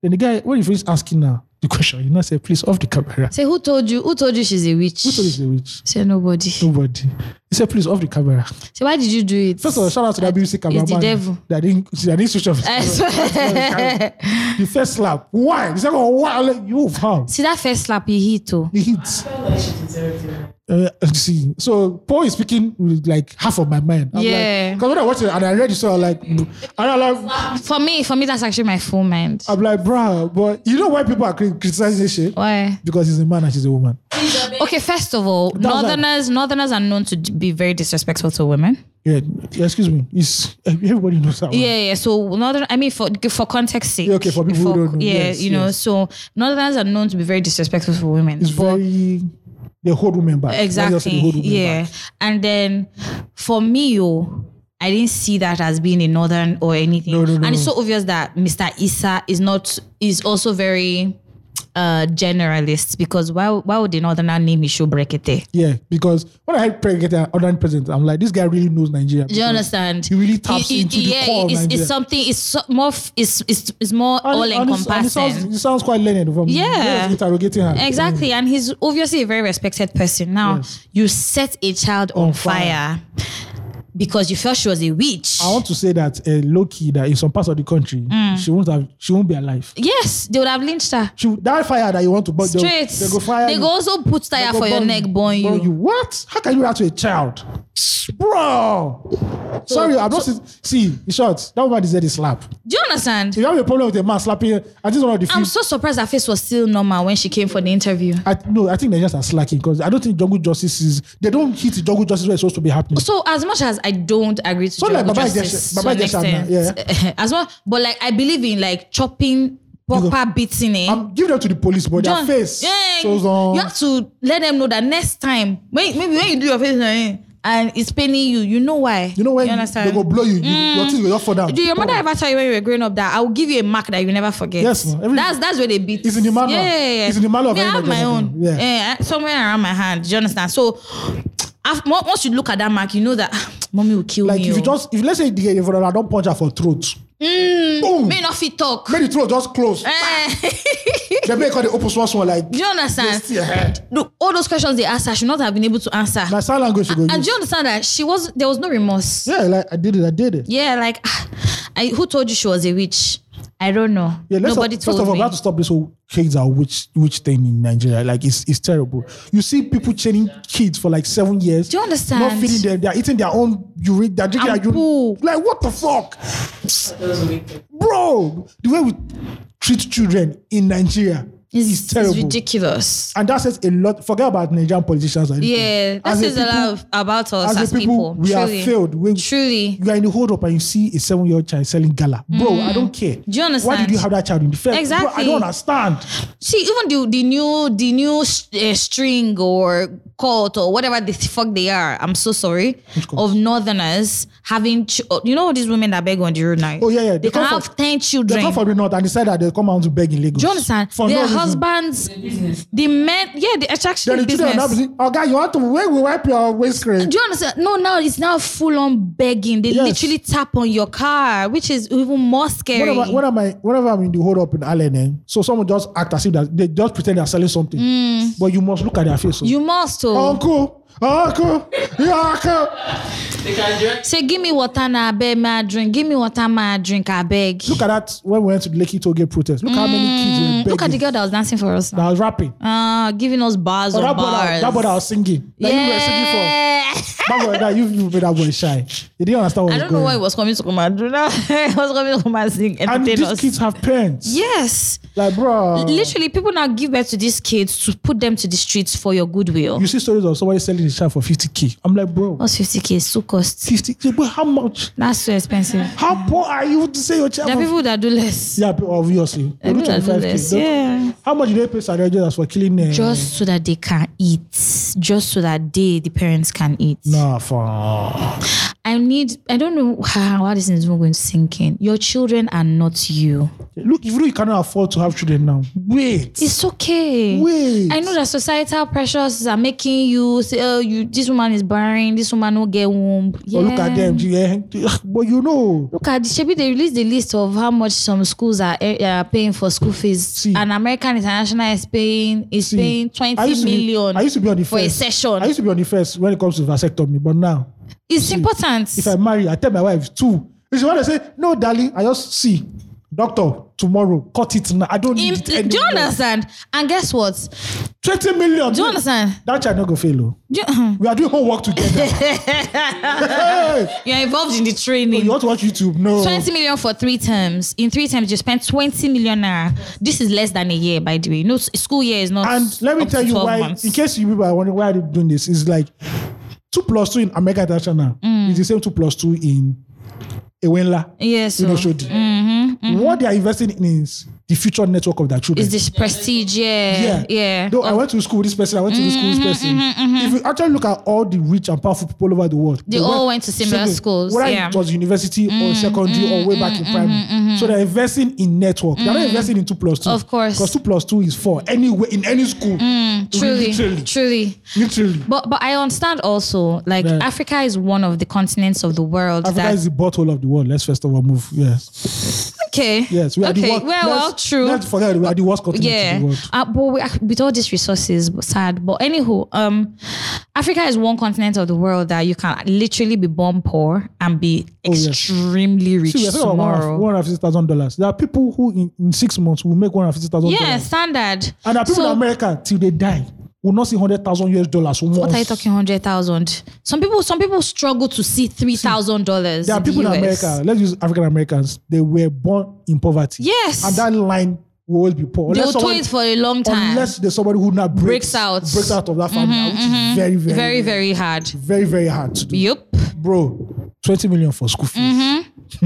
Speaker 3: Then the guy, when he finished asking her the question, you know, said, please off the camera.
Speaker 6: Say who told you? Who told you she's a witch?
Speaker 3: Who told you she's a witch?
Speaker 6: Say nobody.
Speaker 3: Nobody. He said, please off the camera.
Speaker 6: Say why did you do it?
Speaker 3: First of all, shout out to that BBC cameraman.
Speaker 6: devil.
Speaker 3: That didn't, that didn't switch off. his
Speaker 6: I
Speaker 3: camera.
Speaker 6: swear.
Speaker 3: the first slap, why? The second one, why? I'm like, you foul.
Speaker 6: See that first slap he hit oh. too.
Speaker 3: The hits. Uh, see, so Paul is speaking with like half of my mind. I'm
Speaker 6: Yeah.
Speaker 3: Because when I watched it and I read it, so I'm like, and I'm like,
Speaker 6: For me, for me, that's actually my full mind.
Speaker 3: I'm like, bruh, but you know why people are cri- criticizing this shit?
Speaker 6: Why?
Speaker 3: Because he's a man and she's a woman.
Speaker 6: Okay, first of all, northerners, northerners are known to be very disrespectful to women.
Speaker 3: Yeah, yeah, excuse me. It's, everybody knows that. one.
Speaker 6: Yeah, yeah. So northern, I mean, for for context sake.
Speaker 3: Yeah, okay, for people who don't know.
Speaker 6: Yeah,
Speaker 3: Yes,
Speaker 6: you know,
Speaker 3: yes.
Speaker 6: so northerners are known to be very disrespectful to women.
Speaker 3: It's
Speaker 6: But-
Speaker 3: very, they hold women back. Why do you say
Speaker 6: exactly.
Speaker 3: they hold women
Speaker 6: Yeah,
Speaker 3: back?
Speaker 6: and then for me, yo. I didn't see that as being a northern or anything,
Speaker 3: No, no, no,
Speaker 6: and it's
Speaker 3: no.
Speaker 6: so obvious that Mr. Issa is not is also very uh generalist because why why would a northerner name his show Brekete?
Speaker 3: Yeah, because when I had get an ordinary president, I'm like, this guy really knows Nigeria.
Speaker 6: Do you understand?
Speaker 3: He really taps into the core of
Speaker 6: it's,
Speaker 3: Nigeria.
Speaker 6: it's something. It's so, more. f- It's it's, it's more all
Speaker 3: And- and it- and It sounds,
Speaker 6: encompassing.
Speaker 3: it sounds quite learned from
Speaker 6: Yeah.
Speaker 3: yeah. interrogating her.
Speaker 6: Exactly, and he's obviously a very respected person. Now
Speaker 3: Yes.
Speaker 6: you set a child on,
Speaker 3: On fire.
Speaker 6: fire. because you felt she was a witch.
Speaker 3: I want to say that uh, low key that in some parts of the country,
Speaker 6: Mm.
Speaker 3: she won't have, she won't be alive.
Speaker 6: yes, they would have lynched her
Speaker 3: She would- that fire that you want to burn, they'll-
Speaker 6: straight.
Speaker 3: they go fire. you.
Speaker 6: also put
Speaker 3: They
Speaker 6: tire
Speaker 3: go
Speaker 6: for your
Speaker 3: burn
Speaker 6: neck, burn you.
Speaker 3: Burn you. What? How can you do that to a child, bro? Sorry, I'm not. see, in short, that woman deserved a slap.
Speaker 6: Do you understand?
Speaker 3: If you have a problem with a man slapping, I just one of the few.
Speaker 6: I'm so surprised her face was still normal when she came for the interview.
Speaker 3: I, no, I think Nigerians are slacking because I don't think jungle justice is. They don't hit jungle justice where it's supposed to be happening.
Speaker 6: So as much as I don't agree to
Speaker 3: So, like,
Speaker 6: jungle
Speaker 3: Baba
Speaker 6: justice,
Speaker 3: Ijesha- Baba
Speaker 6: to an
Speaker 3: Ijesha
Speaker 6: extent,
Speaker 3: now,
Speaker 6: as well, but like I believe in like chopping, proper beating eh? it.
Speaker 3: I'm giving them to the police, but
Speaker 6: John,
Speaker 3: their face
Speaker 6: yeah,
Speaker 3: shows um, on.
Speaker 6: You have to let them know that next time, when, maybe when you do your face like, eh, and it's paining you, you know why.
Speaker 3: you know when
Speaker 6: you
Speaker 3: you
Speaker 6: understand.
Speaker 3: they go blow you, you your teeth will just fall down.
Speaker 6: do your mother ever tell you when you were growing up that I will give you a mark that you never forget?
Speaker 3: Yes, ma'am. Every-
Speaker 6: that's that's where they beat.
Speaker 3: It's in the manual.
Speaker 6: Yeah, yeah, yeah.
Speaker 3: It's in the manual of
Speaker 6: Me, I
Speaker 3: any
Speaker 6: have my
Speaker 3: Nigerian
Speaker 6: own.
Speaker 3: people. Yeah.
Speaker 6: Yeah. I- somewhere around my hand. Do you understand? So, after, once you look at that mark, you know that "Ah, mommy will kill
Speaker 3: like
Speaker 6: me.
Speaker 3: if you
Speaker 6: oh."
Speaker 3: just if let's say they get for I don't punch her for throat.
Speaker 6: Mm,
Speaker 3: Boom.
Speaker 6: may not fit talk.
Speaker 3: Make the throat just close.
Speaker 6: Eh.
Speaker 3: they make all the open source one like
Speaker 6: do you understand?
Speaker 3: see your head.
Speaker 6: Look, all those questions they asked, I should not have been able to answer.
Speaker 3: My sign language should go.
Speaker 6: And
Speaker 3: use.
Speaker 6: do you understand that she was there was no remorse.
Speaker 3: Yeah, like I did it, I did it.
Speaker 6: Yeah, like ah, I who told you she was a witch? I don't know.
Speaker 3: Yeah, let's
Speaker 6: Nobody
Speaker 3: first
Speaker 6: told
Speaker 3: of all,
Speaker 6: me.
Speaker 3: we have to stop this whole kids are witch witch thing in Nigeria. Like it's it's terrible. You see people training kids for like seven years.
Speaker 6: Do you understand?
Speaker 3: Not feeding them, they're eating their own urine, they're drinking
Speaker 6: And
Speaker 3: their urine.
Speaker 6: poo.
Speaker 3: Like what the fuck? Bro, the way we treat children in Nigeria
Speaker 6: It's,
Speaker 3: is terrible.
Speaker 6: it's ridiculous.
Speaker 3: and that says a lot. Forget about Nigerian politicians. or anything.
Speaker 6: Yeah, that
Speaker 3: As
Speaker 6: says a
Speaker 3: people-
Speaker 6: lot about us
Speaker 3: as
Speaker 6: as,
Speaker 3: a people,
Speaker 6: people.
Speaker 3: we are
Speaker 6: Truly.
Speaker 3: failed. We-
Speaker 6: Truly.
Speaker 3: You are in the hold up and you see a seven year old child selling gala. Bro, I don't care. Do
Speaker 6: Mm. you
Speaker 3: Why did
Speaker 6: understand?
Speaker 3: you have that child in the first? Bro, I
Speaker 6: Exactly.
Speaker 3: don't understand.
Speaker 6: See, even the the new the new uh, string or cult or whatever the fuck they are. I'm so sorry of northerners having. Ch- oh, you know these women that beg on the road now.
Speaker 3: Oh, yeah, yeah.
Speaker 6: They,
Speaker 3: They
Speaker 6: can
Speaker 3: come
Speaker 6: have
Speaker 3: for-
Speaker 6: ten
Speaker 3: They
Speaker 6: children.
Speaker 3: come from the north and they said that they come out to beg in Lagos.
Speaker 6: Do you understand?
Speaker 3: For no
Speaker 6: their
Speaker 3: reason.
Speaker 6: husbands, the men, yeah, the attraction
Speaker 3: Then the children are
Speaker 6: business.
Speaker 3: not. Oh, God, you want to where we wipe your windscreen?
Speaker 6: Do you understand? No, now it's now full on begging. They
Speaker 3: Yes.
Speaker 6: literally tap on your car, which is even more scary.
Speaker 3: Whenever, whenever, I, whenever I'm in the hold up in Allen, eh, so someone just act as if that they just pretend they're selling something, but you must look at their face. oh.
Speaker 6: Mm. you must oh.
Speaker 3: uncle, uncle, yeah, uncle.
Speaker 2: They can direct
Speaker 6: say, give me water now, I beg my drink. Give me water, my drink, I beg.
Speaker 3: Look at that when we went to the Lekki Toge protest. Look how many kids were begging.
Speaker 6: Mm, Hmm. Look at the girl that was dancing for us now.
Speaker 3: that was rapping.
Speaker 6: Uh, giving us bars
Speaker 3: Oh,
Speaker 6: or
Speaker 3: that, boy
Speaker 6: bars.
Speaker 3: that, that boy that was singing. That you were singing for.
Speaker 6: yeah.
Speaker 3: Back like that, you people made that boy shy. They didn't understand what
Speaker 6: I
Speaker 3: was
Speaker 6: don't know
Speaker 3: going
Speaker 6: why it was coming to come out. Do not- it was coming to come and sing.
Speaker 3: And Oh.
Speaker 6: entertain
Speaker 3: these
Speaker 6: us.
Speaker 3: kids have parents.
Speaker 6: Yes.
Speaker 3: Like, bro.
Speaker 6: Literally, people now give birth to these kids to put them to the streets for your goodwill.
Speaker 3: You see stories of somebody selling his child for 50k. I'm like, bro,
Speaker 6: What's 50k? So cost.
Speaker 3: 50k, but how much?
Speaker 6: That's so expensive.
Speaker 3: How poor are you to say your child?
Speaker 6: Mm. There are
Speaker 3: for-
Speaker 6: people that do less.
Speaker 3: yeah, but obviously. They
Speaker 6: There are
Speaker 3: do
Speaker 6: people that do
Speaker 3: 25K.
Speaker 6: less.
Speaker 3: Don't-
Speaker 6: Yeah.
Speaker 3: How much do they pay salary just for killing them?
Speaker 6: Just so that they can eat. Just so that they, the parents, can eat.
Speaker 3: Nah, for
Speaker 6: I need, I don't know how, how this is even going to sink in. Your children are not you.
Speaker 3: Look, if you cannot afford to have children now, wait.
Speaker 6: It's okay.
Speaker 3: Wait.
Speaker 6: I know that societal pressures are making you say, oh, you this woman is barren, this woman will get womb. Yeah.
Speaker 3: But Oh, look at them. Yeah. eh? But you know,
Speaker 6: Look at Shebi, they released the list of how much some schools are, eh, are paying for school fees.
Speaker 3: See.
Speaker 6: An American International is paying is
Speaker 3: See,
Speaker 6: paying
Speaker 3: I
Speaker 6: twenty
Speaker 3: used to be-
Speaker 6: million
Speaker 3: I used to be on the
Speaker 6: for
Speaker 3: first.
Speaker 6: a
Speaker 3: I
Speaker 6: session.
Speaker 3: used to be on the first when it comes to vasectomy, but now,
Speaker 6: It's important.
Speaker 3: if I marry, I tell my wife two. It's when I say, no, darling, I just see doctor tomorrow. Cut it now. I don't
Speaker 6: Im-
Speaker 3: need any
Speaker 6: do you
Speaker 3: more.
Speaker 6: understand? And guess what?
Speaker 3: Twenty million.
Speaker 6: Do you understand?
Speaker 3: That child not go fail. oh.
Speaker 6: Do you,
Speaker 3: We are doing homework together. hey,
Speaker 6: you're involved in the
Speaker 3: you
Speaker 6: training.
Speaker 3: want to watch YouTube? No.
Speaker 6: 20 million for three terms. In three terms, you spend 20 million naira. This is less than a year, by the way. No, s- school year is not.
Speaker 3: And let me
Speaker 6: up to
Speaker 3: tell you
Speaker 6: 12
Speaker 3: why,
Speaker 6: months.
Speaker 3: in case you people are wondering why are they doing this, is like two plus two in America International
Speaker 6: Mm.
Speaker 3: is the same two plus two in Ewenla,
Speaker 6: Yes,
Speaker 3: in
Speaker 6: so-
Speaker 3: Oshodi.
Speaker 6: Mm-hmm,
Speaker 3: What they are investing in is the future network of their children.
Speaker 6: It's this prestige. Yeah. Yeah. Mm-hmm,
Speaker 3: Though I went to school with this person, I went to this school with this person. If you actually look at all the rich and powerful people all over the world,
Speaker 6: They all went to similar schools,
Speaker 3: Whether
Speaker 6: yeah. Mm,
Speaker 3: it was university or secondary or way back in primary. So they're investing in network. They're not investing in two plus two.
Speaker 6: Mm. Of course. Mm.
Speaker 3: Because two plus two is four. Anywhere in any school.
Speaker 6: truly,
Speaker 3: Literally.
Speaker 6: truly.
Speaker 3: Literally.
Speaker 6: But but I understand also, like
Speaker 3: Yeah.
Speaker 6: Africa is one of the continents of the world
Speaker 3: Africa
Speaker 6: that
Speaker 3: is the bottle of the world. Let's first of all move. Yes.
Speaker 6: okay,
Speaker 3: Yes. We are the
Speaker 6: okay,
Speaker 3: worst.
Speaker 6: well, well,
Speaker 3: let's-
Speaker 6: true,
Speaker 3: Let's forget it. we are the worst continent in the
Speaker 6: yeah.
Speaker 3: world.
Speaker 6: Uh, but we, with all these resources, but sad. But anywho, um, Africa is one continent of the world that you can literally be born poor and be
Speaker 3: Oh, yes.
Speaker 6: extremely rich
Speaker 3: See, we're talking about
Speaker 6: tomorrow.
Speaker 3: one hundred fifty thousand dollars. There are people who in, in six months will make one hundred fifty thousand
Speaker 6: yeah,
Speaker 3: dollars.
Speaker 6: standard.
Speaker 3: And there are people
Speaker 6: So-
Speaker 3: in America till they die will not see hundred thousand US dollars once.
Speaker 6: What are you talking? Hundred thousand. Some people, some people struggle to see three thousand dollars.
Speaker 3: There are people
Speaker 6: the
Speaker 3: in
Speaker 6: US.
Speaker 3: America. Let's use African Americans. They were born in poverty.
Speaker 6: Yes.
Speaker 3: And that line will always be poor.
Speaker 6: They'll
Speaker 3: Unless
Speaker 6: do
Speaker 3: someone-
Speaker 6: it for a long time.
Speaker 3: Unless there's somebody who now breaks,
Speaker 6: Breaks out. Mm-hmm,
Speaker 3: breaks out of that family, which is very, very,
Speaker 6: very, very hard.
Speaker 3: very, very hard to do.
Speaker 6: Yup.
Speaker 3: Bro, twenty million for school fees.
Speaker 6: Mm-hmm.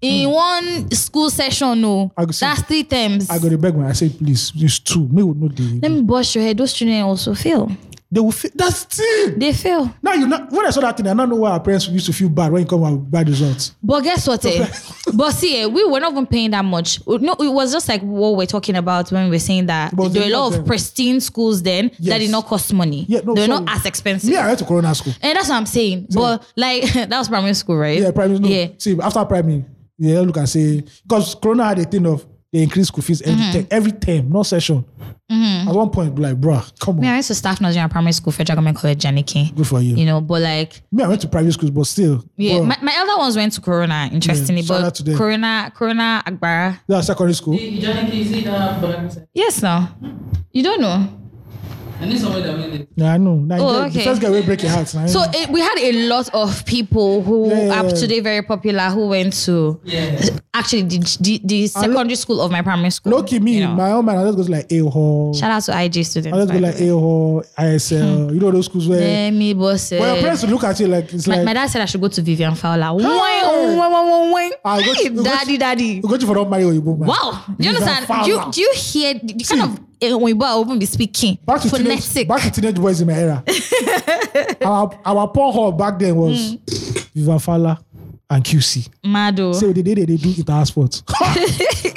Speaker 6: In one school session, no.
Speaker 3: Hmm. I go see-
Speaker 6: That's three terms.
Speaker 3: I got to beg when I say, please, it's two. Me will not
Speaker 6: Let
Speaker 3: the
Speaker 6: me bust your head. Those children also fail.
Speaker 3: they will feel that's still
Speaker 6: They fail.
Speaker 3: now you know when I saw that thing, I don't know why our parents used to feel bad when you come out with bad results.
Speaker 6: But guess what? Eh? but see, eh, we were not even paying that much. No, it was just like what we're talking about when we're saying that
Speaker 3: But
Speaker 6: there
Speaker 3: they
Speaker 6: were a lot
Speaker 3: love
Speaker 6: of
Speaker 3: them.
Speaker 6: pristine schools then that
Speaker 3: Yes.
Speaker 6: did not cost money.
Speaker 3: Yeah, no,
Speaker 6: They're
Speaker 3: sorry.
Speaker 6: not as expensive.
Speaker 3: Me, I went to Corona school.
Speaker 6: And that's what I'm saying. But like that was primary school, right?
Speaker 3: Yeah, primary. No.
Speaker 6: Yeah.
Speaker 3: See, after primary, yeah, look and say because Corona had a thing of they increase school fees every
Speaker 6: Mm-hmm.
Speaker 3: term, every term, no session. At one point, be like, bruh, come on,
Speaker 6: I went to staff Nigerian primary school, Federal Government College, Janiki.
Speaker 3: good for you.
Speaker 6: You know, but like
Speaker 3: Me, I went to private schools, but still,
Speaker 6: Yeah,
Speaker 3: bruh,
Speaker 6: my, my elder ones went to Corona, interestingly,
Speaker 3: Yeah, shout out
Speaker 6: but
Speaker 3: to them.
Speaker 6: Corona, Corona Agbara.
Speaker 3: that's secondary school.
Speaker 2: Johnny, is it that Bolaji said?
Speaker 6: Yes, now you don't know.
Speaker 2: I need somebody that made it.
Speaker 3: Yeah, I know. Now, you
Speaker 6: Oh,
Speaker 3: get-
Speaker 6: okay.
Speaker 3: The first guy will break your heart. Now,
Speaker 6: So it, we had a lot of people who
Speaker 3: Yeah, yeah,
Speaker 6: up
Speaker 3: yeah.
Speaker 6: today very popular who went to
Speaker 2: Yeah.
Speaker 6: actually the the, the secondary school of my primary school.
Speaker 3: lucky me,
Speaker 6: you know.
Speaker 3: my own man, I just go to like a hall.
Speaker 6: Shout out to IG
Speaker 3: I
Speaker 6: students.
Speaker 3: just go
Speaker 6: by
Speaker 3: like
Speaker 6: the way.
Speaker 3: a hall, ISL.
Speaker 6: Hmm.
Speaker 3: You know those schools where.
Speaker 6: Let me boss it.
Speaker 3: Well, your parents will look at you like it's
Speaker 6: my,
Speaker 3: like
Speaker 6: my dad said I should go to Vivian Fowler. oh, Wang, wang, wang, wang, wang.
Speaker 3: Ah, go to-
Speaker 6: Hey,
Speaker 3: go to-
Speaker 6: daddy, daddy.
Speaker 3: you go to for don't marry Oyibo man.
Speaker 6: Wow, do you
Speaker 3: Vivian
Speaker 6: understand? Do you,
Speaker 3: Fowler.
Speaker 6: do you hear the the kind of eh, when we even be speaking?
Speaker 3: Back to teenage,
Speaker 6: phonetic.
Speaker 3: back to teenage boys in my era. our our porn hall back then was
Speaker 6: Hmm.
Speaker 3: Viva Fala and QC.
Speaker 6: Mado.
Speaker 3: So the day that they do inter house sports.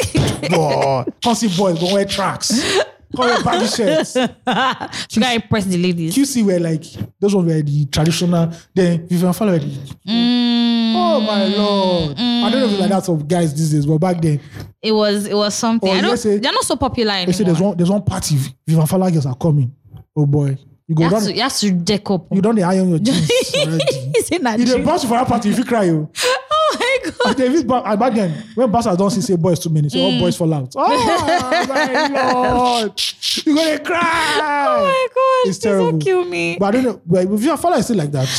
Speaker 3: God, Hussy boys go wear tracks. Call your baggy shirts.
Speaker 6: you gotta impress the ladies.
Speaker 3: QC were like those ones were the traditional. Then Vivian Fala were the.
Speaker 6: Mm.
Speaker 3: Oh my lord! I don't know if it's like that of guys these days, but back then
Speaker 6: It was it was something.
Speaker 3: Oh,
Speaker 6: I don't,
Speaker 3: yes, eh.
Speaker 6: they're not so popular
Speaker 3: they say there's
Speaker 6: anymore.
Speaker 3: one there's one party Vivian Fala girls are coming. Oh boy, you
Speaker 6: You
Speaker 3: go
Speaker 6: have,
Speaker 3: down.
Speaker 6: to, you have to deck up.
Speaker 3: You don't dey iron your jeans already.
Speaker 6: He's in that
Speaker 3: You dey
Speaker 6: dream.
Speaker 3: burst for that party if you fit cry o.
Speaker 6: Oh my god. Mm.
Speaker 3: And then if ba- and back then, when Basa don't see say boys too many, so all boys fall out. Oh my lord, you're gonna cry.
Speaker 6: Oh my gosh,
Speaker 3: It's
Speaker 6: this will
Speaker 3: terrible.
Speaker 6: kill me.
Speaker 3: But I don't know. But Vivafala is still like that.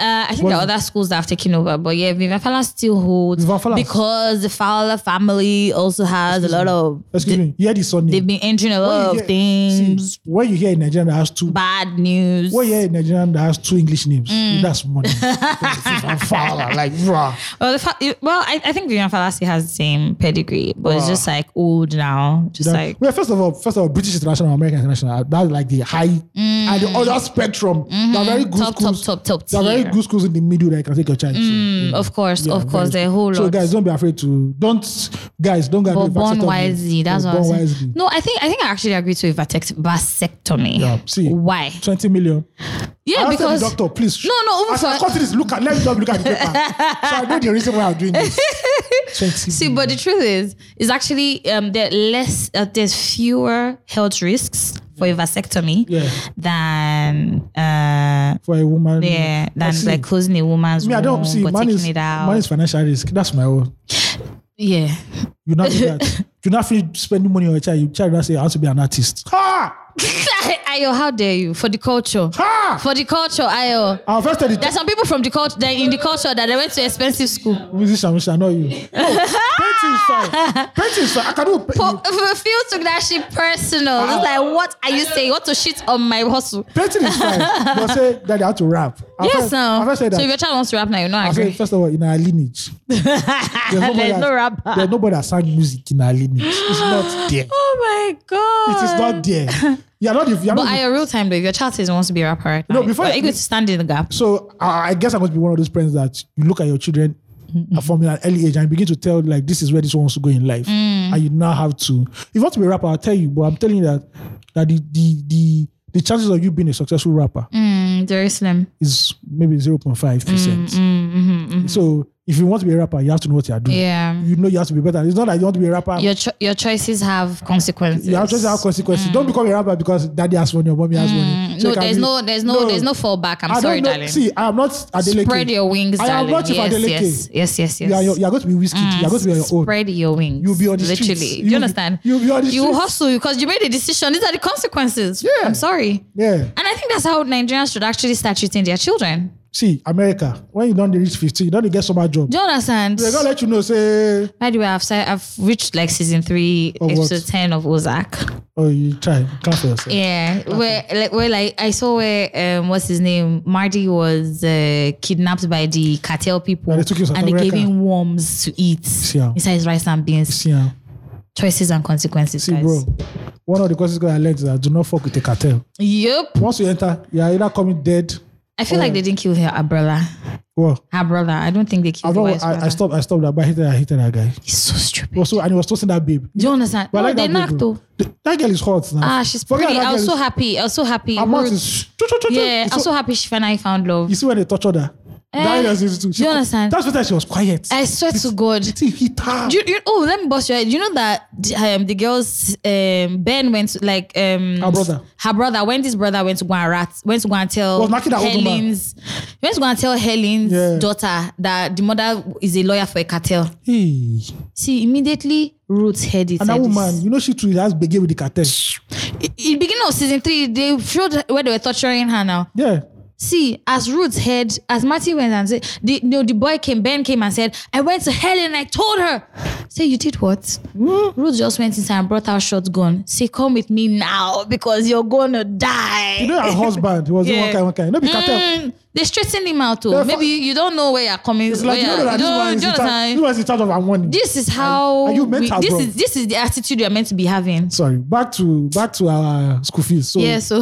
Speaker 6: Uh, I think there are other schools that have taken over, but yeah, Vivian still holds
Speaker 3: Vivian Fala's-
Speaker 6: because the Fowler family also has a lot of.
Speaker 3: Excuse me. You hear this on
Speaker 6: They've been entering a lot of things.
Speaker 3: See, when you hear a Nigerian that has two,
Speaker 6: Bad news.
Speaker 3: when you hear a Nigerian that has two English names,
Speaker 6: Mm.
Speaker 3: that's money. Vivafala, like rah.
Speaker 6: Well, the fa- well, I, I think Vivian Falassi has the same pedigree, but it's
Speaker 3: Wow.
Speaker 6: just like old now. Just
Speaker 3: That-
Speaker 6: like
Speaker 3: well, first of all, first of all, British international, American international. That's like the high and the other spectrum. They're very good
Speaker 6: Mm. Mm-hmm. Top, top,
Speaker 3: schools.
Speaker 6: top, top
Speaker 3: They're
Speaker 6: tier.
Speaker 3: very good schools in the middle that you can take your child to.
Speaker 6: Mm, of course,
Speaker 3: Yeah,
Speaker 6: of course,
Speaker 3: very
Speaker 6: the whole
Speaker 3: So
Speaker 6: lot.
Speaker 3: guys, don't be afraid to don't guys don't get
Speaker 6: but born wisely. That's what I'm
Speaker 3: born
Speaker 6: saying.
Speaker 3: wisely.
Speaker 6: No, I think I think I actually agree to a vasect- vasectomy.
Speaker 3: Yeah, see.
Speaker 6: why?
Speaker 3: Twenty million.
Speaker 6: Yeah,
Speaker 3: I asked
Speaker 6: because
Speaker 3: the doctor, please.
Speaker 6: No, no, even
Speaker 3: As I
Speaker 6: for-
Speaker 3: cut this, look at let me just look at the paper. so I know the reason why I'm doing this. Twenty.
Speaker 6: See, but the truth is, is actually um, there are less, uh, there's fewer health risks for a vasectomy
Speaker 3: Yeah.
Speaker 6: than uh,
Speaker 3: for a woman.
Speaker 6: yeah,
Speaker 3: I
Speaker 6: than
Speaker 3: see.
Speaker 6: like closing a woman's
Speaker 3: Me,
Speaker 6: womb
Speaker 3: I don't see.
Speaker 6: but
Speaker 3: Man
Speaker 6: taking
Speaker 3: is,
Speaker 6: it out.
Speaker 3: man is financial risk. That's my own.
Speaker 6: yeah,
Speaker 3: You not do that. You not feel spending money on your child. Your child not say I want to be an artist. Ha
Speaker 6: Ayo, how dare you for the culture?
Speaker 3: ha.
Speaker 6: For the culture, Ayo.
Speaker 3: I first tell
Speaker 6: There's
Speaker 3: the
Speaker 6: some people from the culture that in the culture that they went to expensive school.
Speaker 3: musician, which I know you. Oh, Painting is fine. Painting is fine. I can do. pa-
Speaker 6: Po- Phil took that shit personal.
Speaker 3: Ah.
Speaker 6: It's like, what are you saying? You want to shit on my hustle?
Speaker 3: Painting is fine. But say that they have to rap. I
Speaker 6: yes,
Speaker 3: first, I
Speaker 6: no.
Speaker 3: first
Speaker 6: So
Speaker 3: say
Speaker 6: if
Speaker 3: that.
Speaker 6: your child wants to rap now, you know I
Speaker 3: I said,
Speaker 6: agree.
Speaker 3: first of all, in our lineage, there's nobody,
Speaker 6: There's
Speaker 3: that,
Speaker 6: no rapper.
Speaker 3: there's nobody that sang music in our lineage. It's not there.
Speaker 6: Oh my god.
Speaker 3: It is not there. You're not. the- You're
Speaker 6: But
Speaker 3: not the-
Speaker 6: I a real time though. If your child says he wants to be a rapper right now,
Speaker 3: No, before
Speaker 6: are
Speaker 3: I-
Speaker 6: you going to stand in the gap?
Speaker 3: so I I guess I must be one of those parents that you look at your children
Speaker 6: Mm-hmm.
Speaker 3: from an early age and begin to tell like this is where this one wants to go in life,
Speaker 6: Mm.
Speaker 3: and you now have to. If you want to be a rapper, I'll tell you. But I'm telling you that that the the the, the chances of you being a successful rapper
Speaker 6: Mm, very slim.
Speaker 3: is maybe 0.5 percent.
Speaker 6: Mm,
Speaker 3: So if you want to be a rapper, you have to know what you are doing.
Speaker 6: Yeah.
Speaker 3: You know you have to be better. It's not that you want to be a rapper.
Speaker 6: Your cho- your choices have consequences.
Speaker 3: You have to have consequences. Don't become a rapper because daddy has money or mommy has money. So
Speaker 6: Mm. No,
Speaker 3: it can
Speaker 6: there's
Speaker 3: be-
Speaker 6: no, there's no, there's no fallback. I'm
Speaker 3: I don't
Speaker 6: sorry,
Speaker 3: know.
Speaker 6: darling.
Speaker 3: See, I am not Adeleke.
Speaker 6: Spread your wings,
Speaker 3: I am
Speaker 6: darling.
Speaker 3: not
Speaker 6: yes,
Speaker 3: Adeleke.
Speaker 6: yes, yes, yes, yes.
Speaker 3: You are, you are going to be whiskey. You are going to be on your own.
Speaker 6: Spread your wings.
Speaker 3: You'll be on the streets.
Speaker 6: Literally. Do you
Speaker 3: You'll be-
Speaker 6: understand?
Speaker 3: you'll be on the
Speaker 6: You
Speaker 3: streets.
Speaker 6: hustle because you made a decision. These are the consequences.
Speaker 3: Yeah.
Speaker 6: I'm sorry.
Speaker 3: Yeah.
Speaker 6: And I think that's how Nigerians should actually start treating their children.
Speaker 3: See, America, when you don't reach 15, you don't get some job.
Speaker 6: Do you understand?
Speaker 3: They're going to let you know, say,
Speaker 6: By the way, I've, si- I've reached like season three,
Speaker 3: Of what?
Speaker 6: episode 10 of Ozark.
Speaker 3: oh, you try. Clap for yourself.
Speaker 6: Yeah. Where, like, where, like, I saw where, um, what's his name? Marty was uh, kidnapped by the cartel people.
Speaker 3: And they took him to
Speaker 6: and they gave
Speaker 3: America.
Speaker 6: him worms to eat
Speaker 3: how?
Speaker 6: inside his rice and beans.
Speaker 3: See, ah,
Speaker 6: Choices and consequences,
Speaker 3: see
Speaker 6: guys.
Speaker 3: bro. One of the consequences I learned is that do not fuck with the cartel.
Speaker 6: Yep.
Speaker 3: Once you enter, you are either coming dead.
Speaker 6: I feel like they didn't kill her, her brother.
Speaker 3: Well,
Speaker 6: Her brother. I don't think they killed
Speaker 3: I've
Speaker 6: the
Speaker 3: not,
Speaker 6: wife's brother.
Speaker 3: I, I stopped. I stopped that. But I hated, I hated that guy.
Speaker 6: He's so stupid.
Speaker 3: Also, and he was toasting that babe.
Speaker 6: Do you understand?
Speaker 3: But
Speaker 6: no,
Speaker 3: I like
Speaker 6: they
Speaker 3: that
Speaker 6: knocked
Speaker 3: babe. though.
Speaker 6: though.
Speaker 3: Th- That girl is hot now.
Speaker 6: Ah, she's
Speaker 3: Forget
Speaker 6: pretty.
Speaker 3: that
Speaker 6: I
Speaker 3: girl
Speaker 6: was
Speaker 3: is-
Speaker 6: so happy. I was so happy.
Speaker 3: Her mouth
Speaker 6: Ruth.
Speaker 3: is. Cho- cho- cho- cho.
Speaker 6: yeah, I
Speaker 3: It's
Speaker 6: was so happy she finally found love.
Speaker 3: You see when they tortured her? that girl is-
Speaker 6: do you understand?
Speaker 3: That's why she was quiet.
Speaker 6: I swear to God.
Speaker 3: See, hit her.
Speaker 6: Do you, you- oh, let me bust your head. You know that um, the girls, um, Ben went to, like um,
Speaker 3: Her brother.
Speaker 6: Her brother. When this brother went to go and rat, went to go and tell
Speaker 3: Was knocking that old woman.
Speaker 6: Helen's, went to go and tell Helen's
Speaker 3: Yeah.
Speaker 6: daughter that the mother is a lawyer for a cartel.
Speaker 3: Hey.
Speaker 6: See, immediately Ruth heard it.
Speaker 3: And that
Speaker 6: like this.
Speaker 3: woman, you know, she too has begin with the cartel.
Speaker 6: In beginning of season three, they showed where they were torturing her now.
Speaker 3: Yeah.
Speaker 6: See, as Ruth heard, as Marty went and said, the, no, the boy came, Ben came and said, I went to Helen and I told her. Say, you did what?
Speaker 3: Hmm?
Speaker 6: Ruth just went inside and brought out shotgun. Say, come with me now because you're gonna die.
Speaker 3: You know, her husband was the one
Speaker 6: Yeah.
Speaker 3: kind, one kind. No, be cartel.
Speaker 6: Mm, they straightened him out too.
Speaker 3: Yeah,
Speaker 6: Maybe
Speaker 3: fa-
Speaker 6: you, you don't know where you're coming.
Speaker 3: It's like, you
Speaker 6: where
Speaker 3: know, that
Speaker 6: you're-
Speaker 3: this one
Speaker 6: do
Speaker 3: is
Speaker 6: you
Speaker 3: in charge-
Speaker 6: understand?
Speaker 3: this one is in charge of our money.
Speaker 6: This is how
Speaker 3: are you mental,
Speaker 6: this
Speaker 3: bro?
Speaker 6: is this is the attitude you're meant to be having.
Speaker 3: Sorry, back to back to our school fees. So,
Speaker 6: yeah, so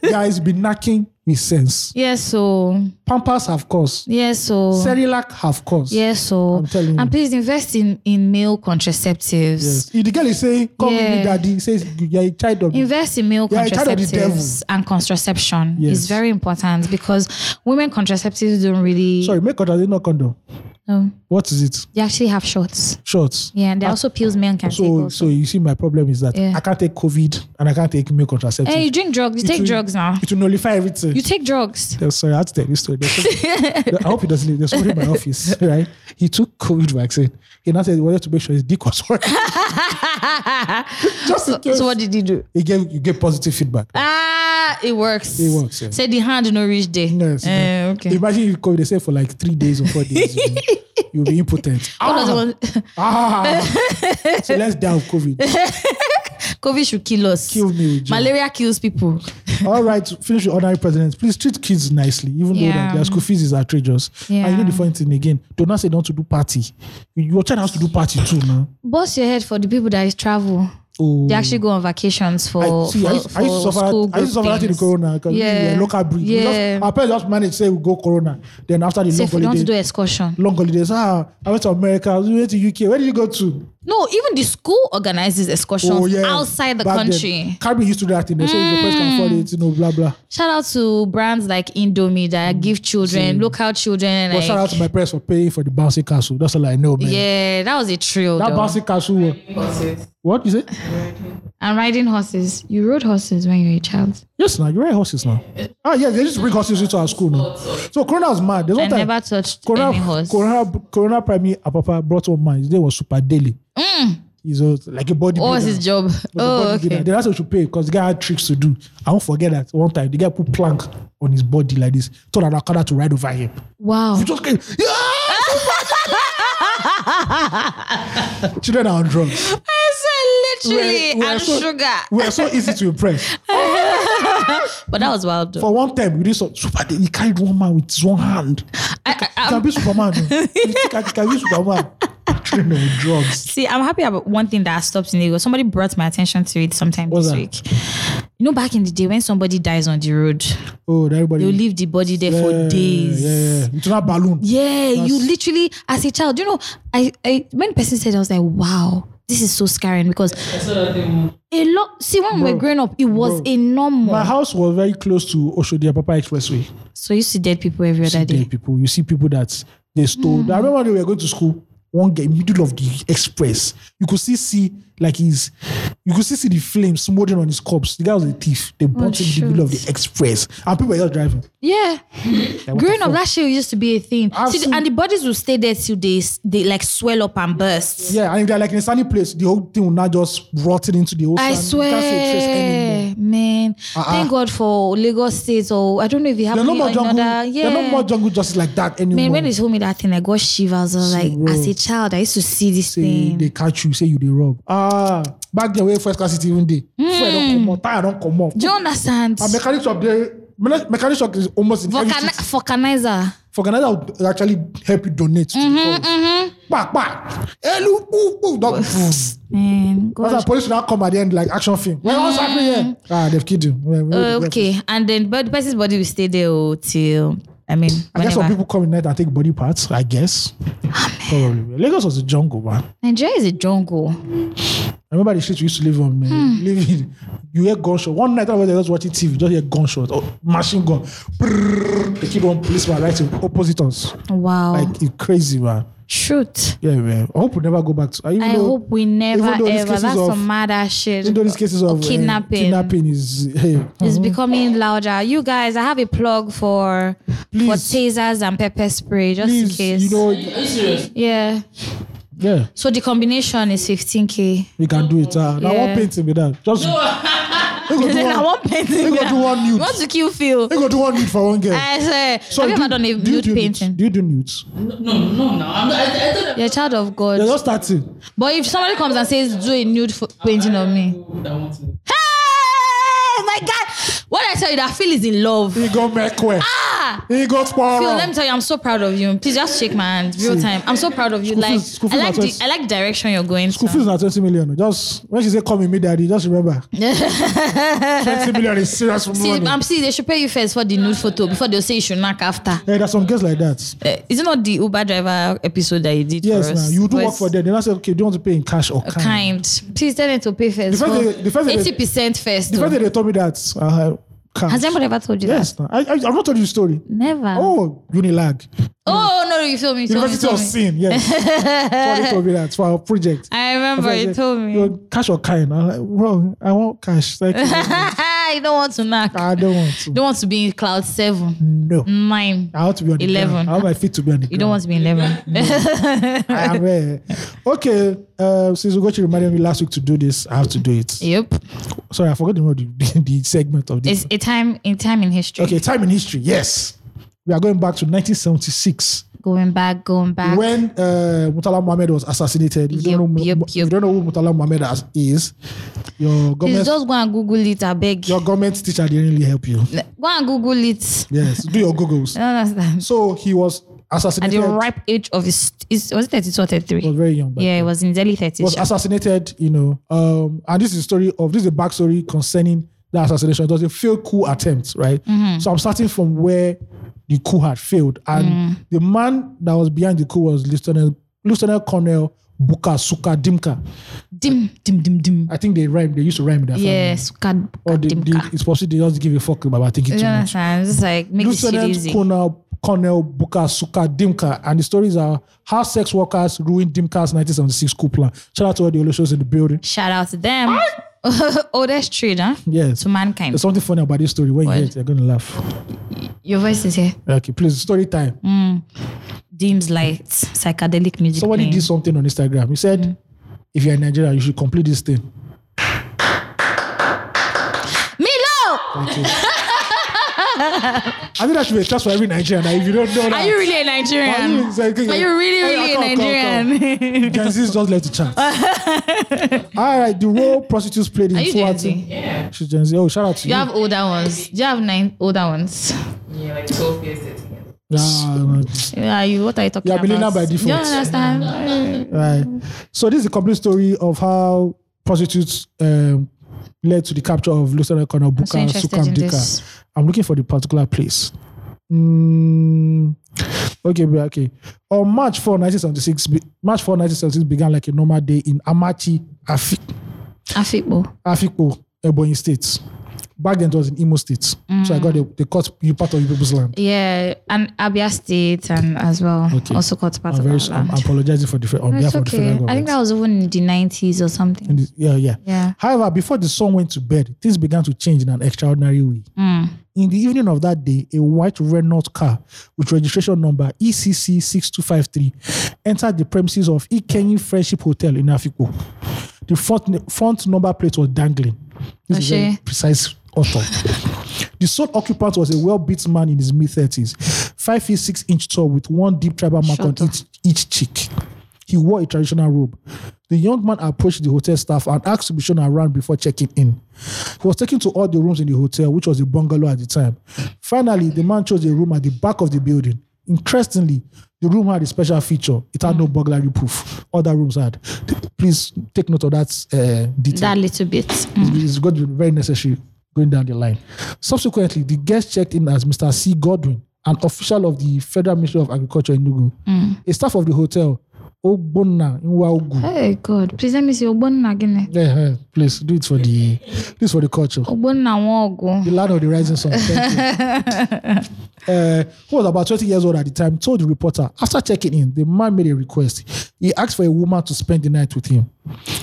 Speaker 3: guys, be knocking with sense.
Speaker 6: yeah, so
Speaker 3: Pampers have cost.
Speaker 6: yeah, so
Speaker 3: Cerilac have cost.
Speaker 6: yeah, so
Speaker 3: I'm telling you.
Speaker 6: and please invest in in male contraceptives.
Speaker 3: Yes. If the girl is saying, "Come with me,
Speaker 6: Yeah.
Speaker 3: daddy," says you're a child of.
Speaker 6: Invest in male
Speaker 3: Mm. Yeah, it's out of the devil.
Speaker 6: contraceptives and contraception
Speaker 3: Yes.
Speaker 6: is very important because women contraceptives don't really
Speaker 3: Sorry, make contraceptive not condom.
Speaker 6: no
Speaker 8: No.
Speaker 3: What is it?
Speaker 8: They actually have shots.
Speaker 3: Shots.
Speaker 8: Yeah, and there are also pills men can take.
Speaker 3: Ah, So,
Speaker 8: Also.
Speaker 3: so you see, my problem is that
Speaker 8: Yeah.
Speaker 3: I can't take COVID and I can't take male contraceptives.
Speaker 8: Hey, you drink drugs. You
Speaker 3: It
Speaker 8: take
Speaker 3: will-
Speaker 8: drugs now.
Speaker 3: It will nullify everything.
Speaker 8: You take drugs.
Speaker 3: Yeah, sorry, I had to tell this story. There's somebody- I hope he doesn't leave. There's somebody in my office, right? He took COVID vaccine. He now said he wanted to make sure his dick was working. Just in case.
Speaker 6: So what did you do?
Speaker 3: he gave, you gave positive feedback.
Speaker 6: Ah, it works.
Speaker 3: It works, yeah.
Speaker 6: Say the hand no reach there.
Speaker 3: Yes,
Speaker 6: Eh, okay.
Speaker 3: Imagine if COVID, they say for like three days or four days, you know, you'll be impotent.
Speaker 6: All those ones-
Speaker 3: Ah! so let's die of COVID.
Speaker 6: COVID should kill us.
Speaker 3: Kill me with joy.
Speaker 6: Malaria kills people.
Speaker 3: All right, to finish with honorary presidents. Please treat kids nicely, even though that
Speaker 8: Yeah.
Speaker 3: their school fees is outrageous. And you know the funny thing again, do not say don't to do party. Your child has to do party too, man.
Speaker 8: Bust your head for the people that is travel.
Speaker 3: Oh.
Speaker 8: They actually go on vacations for,
Speaker 3: I, see,
Speaker 8: for,
Speaker 3: I, used,
Speaker 8: for
Speaker 3: I used to suffer,
Speaker 8: school
Speaker 3: that, I used to
Speaker 8: group
Speaker 3: suffer that in the
Speaker 8: things.
Speaker 3: corona because yeah.
Speaker 8: Yeah.
Speaker 3: local breed. We
Speaker 8: Yeah.
Speaker 3: Just, our parents just managed to say we go corona. Then after the
Speaker 8: Say
Speaker 3: long
Speaker 8: if we don't do
Speaker 3: holidays,
Speaker 8: excursion.
Speaker 3: long holidays, ah, I went to America, I went to UK. Where did you go to?
Speaker 6: No, even the school organizes excursions outside the
Speaker 3: Oh, Back then,
Speaker 6: country.
Speaker 3: Caribbean used to do that thing. They say your parents can afford it, you know, blah blah.
Speaker 6: Shout out to brands like Indomie that give children, local children.
Speaker 3: Mm. But
Speaker 6: Like,
Speaker 3: shout out to my parents for paying for the bouncy castle. That's all I know, man.
Speaker 6: yeah, that was a thrill.
Speaker 3: That
Speaker 6: though.
Speaker 3: bouncy castle. wa- What you say?
Speaker 8: And riding horses. You rode horses when you were a child.
Speaker 3: Yes, now you're right horses now. Ah, yeah, they used to bring horses into our school now. So Corona was mad. There's
Speaker 8: I
Speaker 3: one time
Speaker 8: never touched any
Speaker 3: Corona,
Speaker 8: horse.
Speaker 3: Corona, Corona Prime Papa brought one man. His name was Super Daily. He's a, like a bodybuilder.
Speaker 6: Mm. What was his job? Oh, okay.
Speaker 3: That's what you pay because the guy had tricks to do. I won't forget that one time. The guy put plank on his body like this, told an Akada to ride over him.
Speaker 8: Wow.
Speaker 3: He just came, yeah! Children are on drugs.
Speaker 6: I said literally
Speaker 3: We're- we're
Speaker 6: and
Speaker 3: so-
Speaker 6: sugar.
Speaker 3: We are so easy to impress.
Speaker 6: But that was wild though.
Speaker 3: For one time, we did so, Super Daily. He carried one man with his one hand.
Speaker 6: I, I,
Speaker 3: He
Speaker 6: I'm-
Speaker 3: can be Superman. oh. He can, he can be Superman. Children are on drugs.
Speaker 6: see, I'm happy about one thing that stopped in Lagos. Somebody brought my attention to it sometime
Speaker 3: What's
Speaker 6: this
Speaker 3: that?
Speaker 6: week. You know, back in the day when somebody dies on the road,
Speaker 3: Oh, then everybody.
Speaker 6: you leave the body there for days.
Speaker 3: Yeah, yeah. It's not balloon.
Speaker 6: Yeah, you
Speaker 3: That's-
Speaker 6: literally as a child, you know, I, I when person said it, I was like, wow, this is so scaring because
Speaker 2: I saw that thing.
Speaker 6: a lot. See, when we
Speaker 3: Bro,
Speaker 6: were growing up, it was
Speaker 3: bro.
Speaker 6: a normal.
Speaker 3: My house was very close to Oshodia Papa Expressway.
Speaker 6: so you see dead people every
Speaker 3: See
Speaker 6: other
Speaker 3: dead
Speaker 6: day.
Speaker 3: people. You see people that they stole.
Speaker 6: Hmm.
Speaker 3: I remember when we were going to school. One guy, middle of the express, you could still see like his, you could still see the flames smoldering on his corpse. The guy was a thief.
Speaker 6: Oh,
Speaker 3: They brought him in the middle of the express, and people were just driving.
Speaker 6: Yeah,
Speaker 3: Like, what
Speaker 6: growing
Speaker 3: the
Speaker 6: up,
Speaker 3: fuck?
Speaker 6: that shit used to be a thing.
Speaker 3: I've
Speaker 6: See,
Speaker 3: seen-
Speaker 6: and the bodies will stay there till they s- they like swell up and burst.
Speaker 3: yeah, and if they're like in a sandy place, the whole thing will not just rotting into the whole.
Speaker 6: I
Speaker 3: sand. You can't see a trace anymore.
Speaker 6: swear, man. Thank God for Lagos State, or I don't know if it
Speaker 3: There are
Speaker 6: happened
Speaker 3: no more
Speaker 6: in
Speaker 3: jungle.
Speaker 6: another.
Speaker 3: There are no
Speaker 6: Yeah.
Speaker 3: more jungle justice like that anymore.
Speaker 6: Man, when they told me that thing, I got shivers. I was like, as a child, I used to see this
Speaker 3: say
Speaker 6: thing.
Speaker 3: they catch you, say you they rob. Ah, back there, where first class city even day.
Speaker 6: Hmm.
Speaker 3: Mm. Fuel don't come out, tire don't come off.
Speaker 6: Do you understand?
Speaker 3: And mechanic shop there, mele- mechanic shop is almost in every
Speaker 6: Vulcani-
Speaker 3: city.
Speaker 6: vulcanizer.
Speaker 3: For Canada, would actually help you donate to mm-hmm, the cause. Mm-hmm. Bah, bah. Elu, ooh, ooh, dog. That's
Speaker 6: Man, God.
Speaker 3: why police will now come at the end like action film. Well, what's happening here? Ah, they've killed you. Well, well,
Speaker 6: Uh,
Speaker 3: well.
Speaker 6: okay, and then but the person's body will stay there oh, till I mean
Speaker 3: I guess some
Speaker 6: whenever.
Speaker 3: people come in night and take body parts, I guess. Probably. Lagos was a jungle, man.
Speaker 6: Nigeria is a jungle.
Speaker 3: I remember the street we used to live on, man. Living, you hear gunshot. One night I was just watching TV, just hear gunshot, oh, machine gun. Brrrr. They killed one policeman right in opposite us.
Speaker 6: Wow,
Speaker 3: Like it's crazy, man.
Speaker 6: shoot!
Speaker 3: Yeah, man. I hope we never go back to. Even
Speaker 6: I
Speaker 3: though,
Speaker 6: hope we
Speaker 3: even
Speaker 6: never
Speaker 3: though these
Speaker 6: ever. That's
Speaker 3: cases of-
Speaker 6: some mad ass shit.
Speaker 3: Even though these cases of uh,
Speaker 6: kidnapping.
Speaker 3: kidnapping Mm-hmm. is hey, uh-huh.
Speaker 6: It's becoming louder. You guys, I have a plug for for
Speaker 3: Please.
Speaker 6: tasers and pepper spray, just in
Speaker 3: please,
Speaker 6: case.
Speaker 3: you know,
Speaker 2: Are you serious?
Speaker 6: yeah.
Speaker 3: yeah,
Speaker 6: So the combination is 15k.
Speaker 3: we can do it. Uh, Now
Speaker 6: Yeah.
Speaker 3: one painting with that. Just we go do
Speaker 6: Then I
Speaker 3: one.
Speaker 6: want painting.
Speaker 3: We go do one
Speaker 6: You
Speaker 3: nude.
Speaker 6: want to kill Phil?
Speaker 3: We go do one nude for one girl.
Speaker 6: I swear.
Speaker 3: So
Speaker 6: have
Speaker 3: do-
Speaker 6: you ever done a
Speaker 3: do you
Speaker 6: nude
Speaker 3: do nudes?
Speaker 6: painting?
Speaker 3: Do you do nudes?
Speaker 2: No, no, no. no. I'm, I, I thought
Speaker 6: You're a child of God.
Speaker 3: They're just starting.
Speaker 6: But if somebody comes and says, do a nude fo- painting of me.
Speaker 2: I, I want to.
Speaker 6: Hey, my God. What I tell you, that Phil is in love.
Speaker 3: He go Mekwe.
Speaker 6: Ah!
Speaker 3: He go
Speaker 6: Phil, let
Speaker 3: Sporo.
Speaker 6: me tell you, I'm so proud of you. Please just shake my hand, real time. I'm so proud of you.
Speaker 3: School
Speaker 6: Like,
Speaker 3: fees- school
Speaker 6: I
Speaker 3: fees
Speaker 6: like
Speaker 3: are
Speaker 6: the,
Speaker 3: just-
Speaker 6: I like direction you're going.
Speaker 3: School fees
Speaker 6: to.
Speaker 3: na twenty million. Just when she say come immediately, just remember. twenty million is serious money.
Speaker 6: See, I'm see. They should pay you first for the nude photo before they say you should knock after.
Speaker 3: Hey, there's some girls like that.
Speaker 6: Uh, is it not the Uber driver episode that you did?
Speaker 3: Yes,
Speaker 6: for us?
Speaker 3: now you do
Speaker 6: But
Speaker 3: work for them. They not say okay, do you want to pay in cash or kind?
Speaker 6: Kind. Please tell them to pay first.
Speaker 3: The fact that- the fact that-
Speaker 6: Eighty percent first.
Speaker 3: The
Speaker 6: oh.
Speaker 3: fact that they told me that, uh, can't.
Speaker 6: Has anybody ever told you
Speaker 3: Yes, now. I, I, I've not told you the story.
Speaker 6: that? Never.
Speaker 3: Oh, Unilag.
Speaker 6: Oh, no, no, you told me. You told me,
Speaker 3: University of
Speaker 6: told me.
Speaker 3: Sin. Yes. Somebody told me that for our project.
Speaker 6: I remember
Speaker 3: Somebody
Speaker 6: you
Speaker 3: said,
Speaker 6: told me.
Speaker 3: "Yo, Cash or kind? I'm like, bro, I want cash. Like,
Speaker 6: you don't want to knock.
Speaker 3: I don't want to.
Speaker 6: don't want to be in cloud seven,
Speaker 3: No.
Speaker 6: nine.
Speaker 3: I want to be on the
Speaker 6: 11.
Speaker 3: ground. I want my feet to be on the
Speaker 6: Mm. You don't want to be in eleven.
Speaker 3: I am eh. Okay. Uh, since Ugochi reminded me last week to do this, I have to do it.
Speaker 6: yep.
Speaker 3: Sorry, I forgot the, name of the, the segment of this.
Speaker 6: It's a time in time in history.
Speaker 3: okay, time in history. Yes. We are going back to 1976
Speaker 6: Going back, going back.
Speaker 3: when uh, Mutala Mohammed was assassinated. If you, don't
Speaker 6: Yup,
Speaker 3: know,
Speaker 6: yup,
Speaker 3: if you
Speaker 6: yup.
Speaker 3: don't know who Mutala Mohammed as- is, your
Speaker 6: Please
Speaker 3: government,
Speaker 6: just go and Google it, I beg.
Speaker 3: your government teacher didn't really help you.
Speaker 6: Go and Google it.
Speaker 3: Yes, do your Googles.
Speaker 6: I don't understand.
Speaker 3: So he was
Speaker 6: At
Speaker 3: assassinated.
Speaker 6: the ripe age of his, his was it 32 or
Speaker 3: He was
Speaker 6: 33?
Speaker 3: very young. back
Speaker 6: Yeah,
Speaker 3: then.
Speaker 6: it was in early 30s.
Speaker 3: was assassinated, you know. Um, and this is a story of this is a backstory concerning the assassination. It was a failed coup attempt, right?
Speaker 6: Mm-hmm.
Speaker 3: So I'm starting from where the coup had failed. And
Speaker 6: Mm.
Speaker 3: the man that was behind the coup was Lieutenant Lieutenant Colonel Buka Suka Dimka.
Speaker 6: dim, dim, dim, dim.
Speaker 3: I think they rhyme, they used to rhyme with their
Speaker 6: Yes, God,
Speaker 3: family. Or
Speaker 6: God
Speaker 3: they,
Speaker 6: dim,
Speaker 3: they,
Speaker 6: God.
Speaker 3: it's possible they just give a fuck about thinking
Speaker 6: You
Speaker 3: too much.
Speaker 6: understand? It's like, make this shit
Speaker 3: Lieutenant
Speaker 6: easy.
Speaker 3: Colonel, Colonel Buka Suka Dimka. And the stories are how sex workers ruined Dimka's 1976 coup plan. Shout out to all the Oloshos in the building.
Speaker 6: Shout out to them. Oldest trade, huh?
Speaker 3: Yes.
Speaker 6: To mankind.
Speaker 3: There's something funny about this story. When you hear it, you're gonna laugh.
Speaker 6: Your voice is here.
Speaker 3: Okay, please, story time.
Speaker 6: Mm, Dims lights, psychedelic music.
Speaker 3: Somebody
Speaker 6: playing.
Speaker 3: did something on Instagram. He said,
Speaker 6: Mm.
Speaker 3: if you're in Nigeria, you should complete this thing.
Speaker 6: Milo!
Speaker 3: I think that should be a test for every Nigerian. Like, if you don't know that,
Speaker 6: Are you really a Nigerian?
Speaker 3: Are you exactly-
Speaker 6: Are you really,
Speaker 3: Hey,
Speaker 6: really a
Speaker 3: come, come, come.
Speaker 6: Nigerian?
Speaker 3: Gen Z's just left the chance. All right, the role prostitutes played in
Speaker 6: Are you Gen Z?
Speaker 3: Swati. Yeah. She's Gen Z. Oh, shout out to
Speaker 6: You
Speaker 3: you.
Speaker 6: have older ones. Do you have nine older ones?
Speaker 7: Yeah, like 12 years, 13 years.
Speaker 3: Nah, nah.
Speaker 6: Yeah, you. What are you talking
Speaker 3: You're a
Speaker 6: about?
Speaker 3: millennial by default.
Speaker 6: You don't understand?
Speaker 3: Right. So this is a complete story of how prostitutes um, led to the capture of Lieutenant Colonel Buka
Speaker 6: so interested in this.
Speaker 3: Sukandika. I'm looking for the particular place. Mm, okay, but okay. On March 4, 1976, be- March 4, 1976 began like a normal day in Amachi, Afi-
Speaker 6: Afipo.
Speaker 3: Afikpo, Ebonyi State. Back then, it was in Imo State. So I got
Speaker 6: Mm.
Speaker 3: the, the cut you part of you people's land.
Speaker 6: Yeah, and Abia State and as well.
Speaker 3: Okay.
Speaker 6: Also caught part
Speaker 3: I'm,
Speaker 6: of
Speaker 3: very,
Speaker 6: our
Speaker 3: I'm
Speaker 6: land.
Speaker 3: apologizing for the, fe- on behalf
Speaker 6: It's
Speaker 3: of the federal
Speaker 6: okay.
Speaker 3: government.
Speaker 6: I think that was even in the 90s or something.
Speaker 3: And it- yeah, yeah.
Speaker 6: Yeah.
Speaker 3: However, before the sun went to bed, things began to change in an extraordinary way.
Speaker 6: Mm.
Speaker 3: In the evening of that day, a white Renault car with registration number E ECC 6253 entered the premises of Ikenyi Friendship Hotel in Afiko. The front, front number plate was dangling. This is a very
Speaker 6: Ashe.
Speaker 3: precise author. the sole occupant was a well-built man in his mid-30s, five feet six inch tall, with one deep tribal mark on
Speaker 6: Shut up.
Speaker 3: each, each cheek. He wore a traditional robe. The young man approached the hotel staff and asked to be shown around before checking in. He was taken to all the rooms in the hotel, which was a bungalow at the time. Finally, the man chose a room at the back of the building. Interestingly, the room had a special feature. It had no burglary proof. Other rooms had. Please take note of that uh, detail
Speaker 6: That little bit. Mm.
Speaker 3: it's going to be very necessary going down the line. Subsequently, the guest checked in as Mr. C. Godwin, an official of the Federal Ministry of Agriculture in Nugu, a staff of the hotel, Ogbonna Nwaugu.
Speaker 6: Hey, God. Please let me see Ogbonna again.
Speaker 3: Yeah, yeah, please do it for the this for the culture.
Speaker 6: Ogbonna Wogo.
Speaker 3: The land of the rising sun. Thank you. Uh, who was about 20 years old at the time told the reporter after checking in, the man made a request. He asked for a woman to spend the night with him.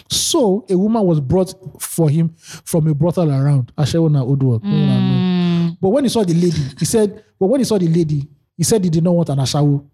Speaker 3: So a woman was brought for him from a brothel around Ashewona Oduwa. But when he saw the lady, he said, but when he saw the lady, he said he did not want an Ashawo.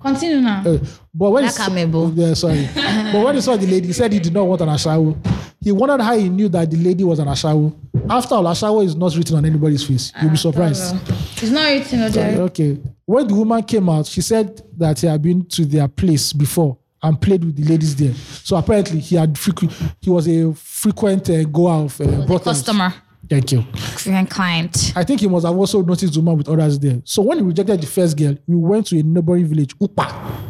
Speaker 6: Continue now.
Speaker 3: Uh, but when he
Speaker 6: Black
Speaker 3: saw-
Speaker 6: amebo.
Speaker 3: yeah, sorry. but when he saw the lady, he said he did not want an ashawo. He wondered how he knew that the lady was an ashawo. After all, ashawo is not written on anybody's face.
Speaker 6: Ah,
Speaker 3: You'll be surprised.
Speaker 6: It's not written, Ojari.
Speaker 3: Okay. When the woman came out, she said that he had been to their place before and played with the ladies there. So apparently, he had frequent. He was a frequent uh, go out of, uh, brothels.
Speaker 6: Customer.
Speaker 3: Thank you.
Speaker 6: Korean client.
Speaker 3: I think he must have also noticed the woman with others there. So when he rejected the first girl, we went to a neighboring village, Upa,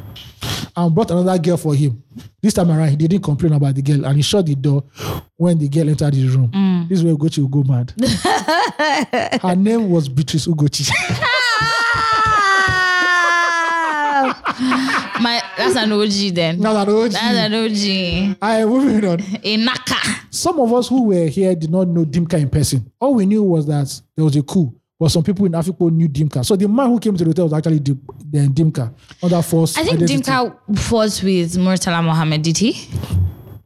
Speaker 3: and brought another girl for him. This time around, he didn't complain about the girl and he shut the door when the girl entered his room.
Speaker 1: Mm.
Speaker 3: This is where Ugochi will go mad. Her name was
Speaker 1: Ah!
Speaker 3: Beatrice Ugochi.
Speaker 1: My that's an OG then.
Speaker 3: Now that OG.
Speaker 1: That's an OG.
Speaker 3: I moving on.
Speaker 1: A naka.
Speaker 3: Some of us who were here did not know Dimka in person. All we knew was that there was a coup. But some people in Africa knew Dimka. So the man who came to the hotel was actually Dim, then Dimka. Under force.
Speaker 1: I think Dimka fought with Murtala Mohammed, did he?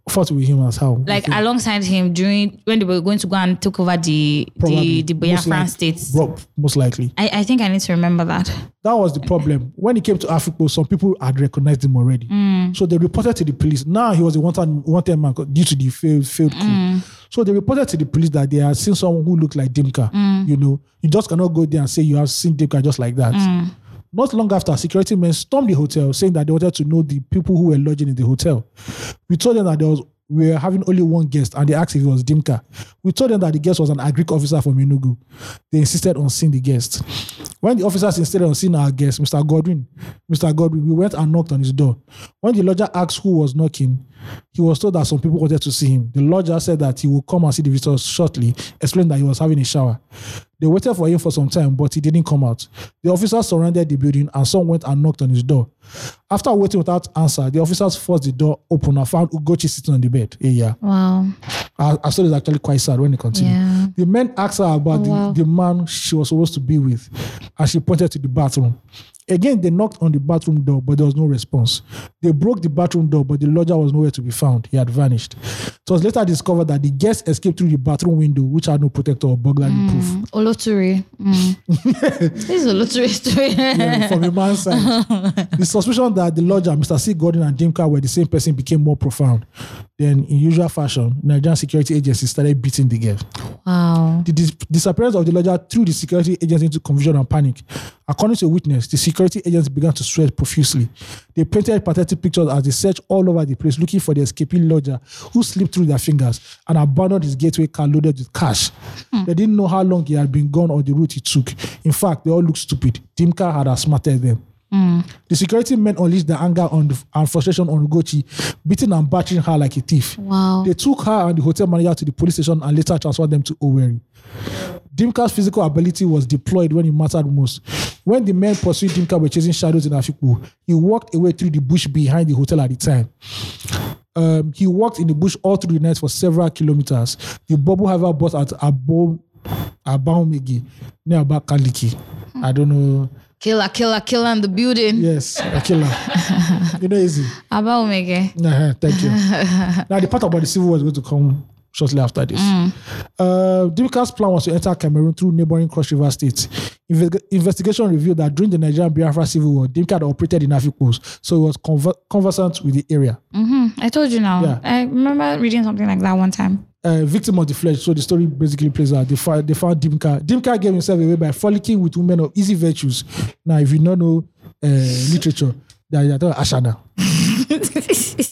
Speaker 3: fought with him as how.
Speaker 1: Like alongside him during when they were going to go and take over the
Speaker 3: Probably.
Speaker 1: the, the
Speaker 3: Most
Speaker 1: Biafran
Speaker 3: like-
Speaker 1: states.
Speaker 3: Bro, most likely.
Speaker 1: I, I think I need to remember that.
Speaker 3: That was the problem. When he came to Africa, some people had recognized him already.
Speaker 1: Mm.
Speaker 3: So they reported to the police. Now he was a wanted, wanted man co- due to the failed, failed coup.
Speaker 1: Mm.
Speaker 3: So they reported to the police that they had seen someone who looked like Dimka.
Speaker 1: Mm.
Speaker 3: You know, you just cannot go there and say you have seen Dimka just like that.
Speaker 1: Mm.
Speaker 3: Not long after, security men stormed the hotel saying that they wanted to know the people who were lodging in the hotel. We told them that there was we were having only one guest and they asked if it was Dimka. We told them that the guest was an agric officer from Enugu. They insisted on seeing the guest. When the officers insisted on seeing our guest, Mr. Godwin, Mr. Godwin, we went and knocked on his door. When the lodger asked who was knocking, he was told that some people wanted to see him. The lodger said that he would come and see the visitors shortly, explained that he was having a shower. They waited for him for some time, but he didn't come out. The officers surrounded the building and some went and knocked on his door. After waiting without answer, the officers forced the door open and found Ugochi sitting on the bed. Eh, Yeah.
Speaker 6: Wow.
Speaker 3: Our, our story is actually quite sad when it continued.
Speaker 6: Yeah.
Speaker 3: The men asked her about the, the man she was supposed to be with, and she pointed to the bathroom. Again, they knocked on the bathroom door, but there was no response. They broke the bathroom door, but the lodger was nowhere to be found. He had vanished. It was later discovered that the guest escaped through the bathroom window, which had no protector or burglary proof.
Speaker 6: Oloturi. Mm. this is Oloturi story.
Speaker 3: Yeah, from a man's side. the suspicion that the lodger, Mr. C. Gordon and Dimka were the same person became more profound. Then, in usual fashion, Nigerian security agencies started beating the girl.
Speaker 6: wow.
Speaker 3: The dis- disappearance of the lodger threw the security agents into confusion and panic. According to a witness, the security agents began to sweat profusely. They painted pathetic pictures as they searched all over the place looking for the escaping lodger who slipped through their fingers and abandoned his gateway car loaded with cash. They didn't know how long he had been gone or the route he took. In fact, they all looked stupid. Dimka had outsmarted them. The security men unleashed their anger on the, and frustration on Ugochi, beating and battering her like a thief.
Speaker 6: Wow.
Speaker 3: They took her and the hotel manager to the police station and later transferred them to Owerri. Dimka's physical ability was deployed when it mattered most. When the men pursued Dimka by chasing shadows in Afikpo, he walked away through the bush behind the hotel at the time. Um, he walked in the bush all through the night for several kilometers. The bubble however bus at Abom, Abaumigi near Abakaliki. I don't know.
Speaker 1: Killer, killer, killer in the building.
Speaker 3: Yes, Akila. you know, easy.
Speaker 1: Abba Omega.
Speaker 3: Uh-huh, thank you. now, the part about the civil war is going to come shortly after this. Uh, Dimka's plan was to enter Cameroon through neighboring Cross River State. Inve- investigation revealed that during the Nigerian Biafra Civil War, Dimka had operated in Afikpos, so he was conver- conversant with the area.
Speaker 6: I told you now.
Speaker 3: Yeah.
Speaker 6: I remember reading something like that one time.
Speaker 3: Uh, victim of the flesh, so the story basically plays out. They, fi- they found Dimka. Dimka gave himself away by frolicking with women of easy virtues. Now, if you don't know uh, literature, they are they are Ashana.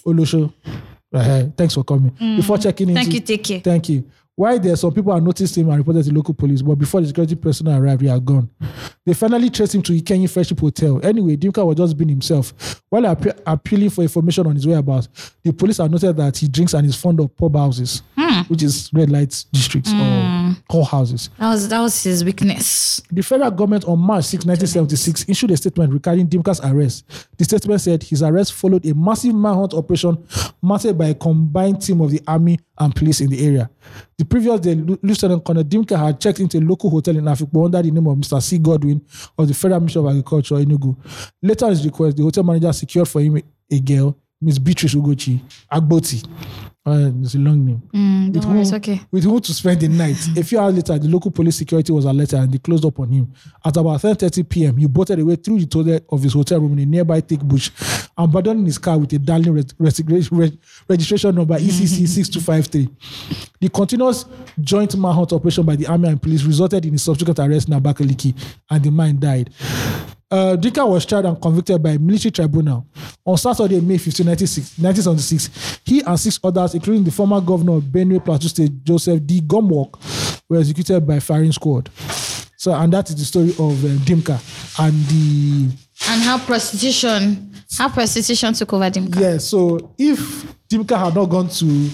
Speaker 3: Olosho. Uh, thanks for coming. Before checking in,
Speaker 1: Mm. Thank you, take care.
Speaker 3: Thank you. Why there, some people had noticed him and reported to local police, but before the security personnel arrived, he had gone. They finally traced him to Ikenyi Friendship Hotel. Anyway, Dimka was just being himself. While appe- appealing for information on his whereabouts, the police had noted that he drinks and is fond of pub houses,
Speaker 1: Hmm.
Speaker 3: which is red light districts or hall houses.
Speaker 1: That was that was his weakness.
Speaker 3: The federal government on March 6, 1976 issued a statement regarding Dimka's arrest. The statement said his arrest followed a massive manhunt operation mounted by a combined team of the army and police in the area. The previous day, Lu- Lieutenant Colonel Dimka had checked into a local hotel in Afikpo under the name of Mr. C. Godwin of the Federal Ministry of Agriculture, Enugu. Later on his request, the hotel manager secured for him a- a girl, Miss Beatrice Ugochi, Agboti. Uh, it's a long name with whom, with whom to spend the night. A few hours later, the local police security was alerted and they closed up on him. At about 10.30 p.m., he bolted away through the toilet of his hotel room in a nearby thick bush, abandoning his car with a darling res- res- res- registration number E ECC 6253. The continuous joint manhunt operation by the army and police resulted in his subsequent arrest in Abakaliki, and the man died. Uh, Dika was tried and convicted by a military tribunal. On Saturday, May 15, 1976 1976, he and six others, including the former governor of Benue Plateau State, Joseph D. Gomwok, were executed by firing squad. So, and that is the story of uh, Dimka and the
Speaker 1: And how prostitution, how prostitution took over them.
Speaker 3: Yeah, so if Dimka had not gone to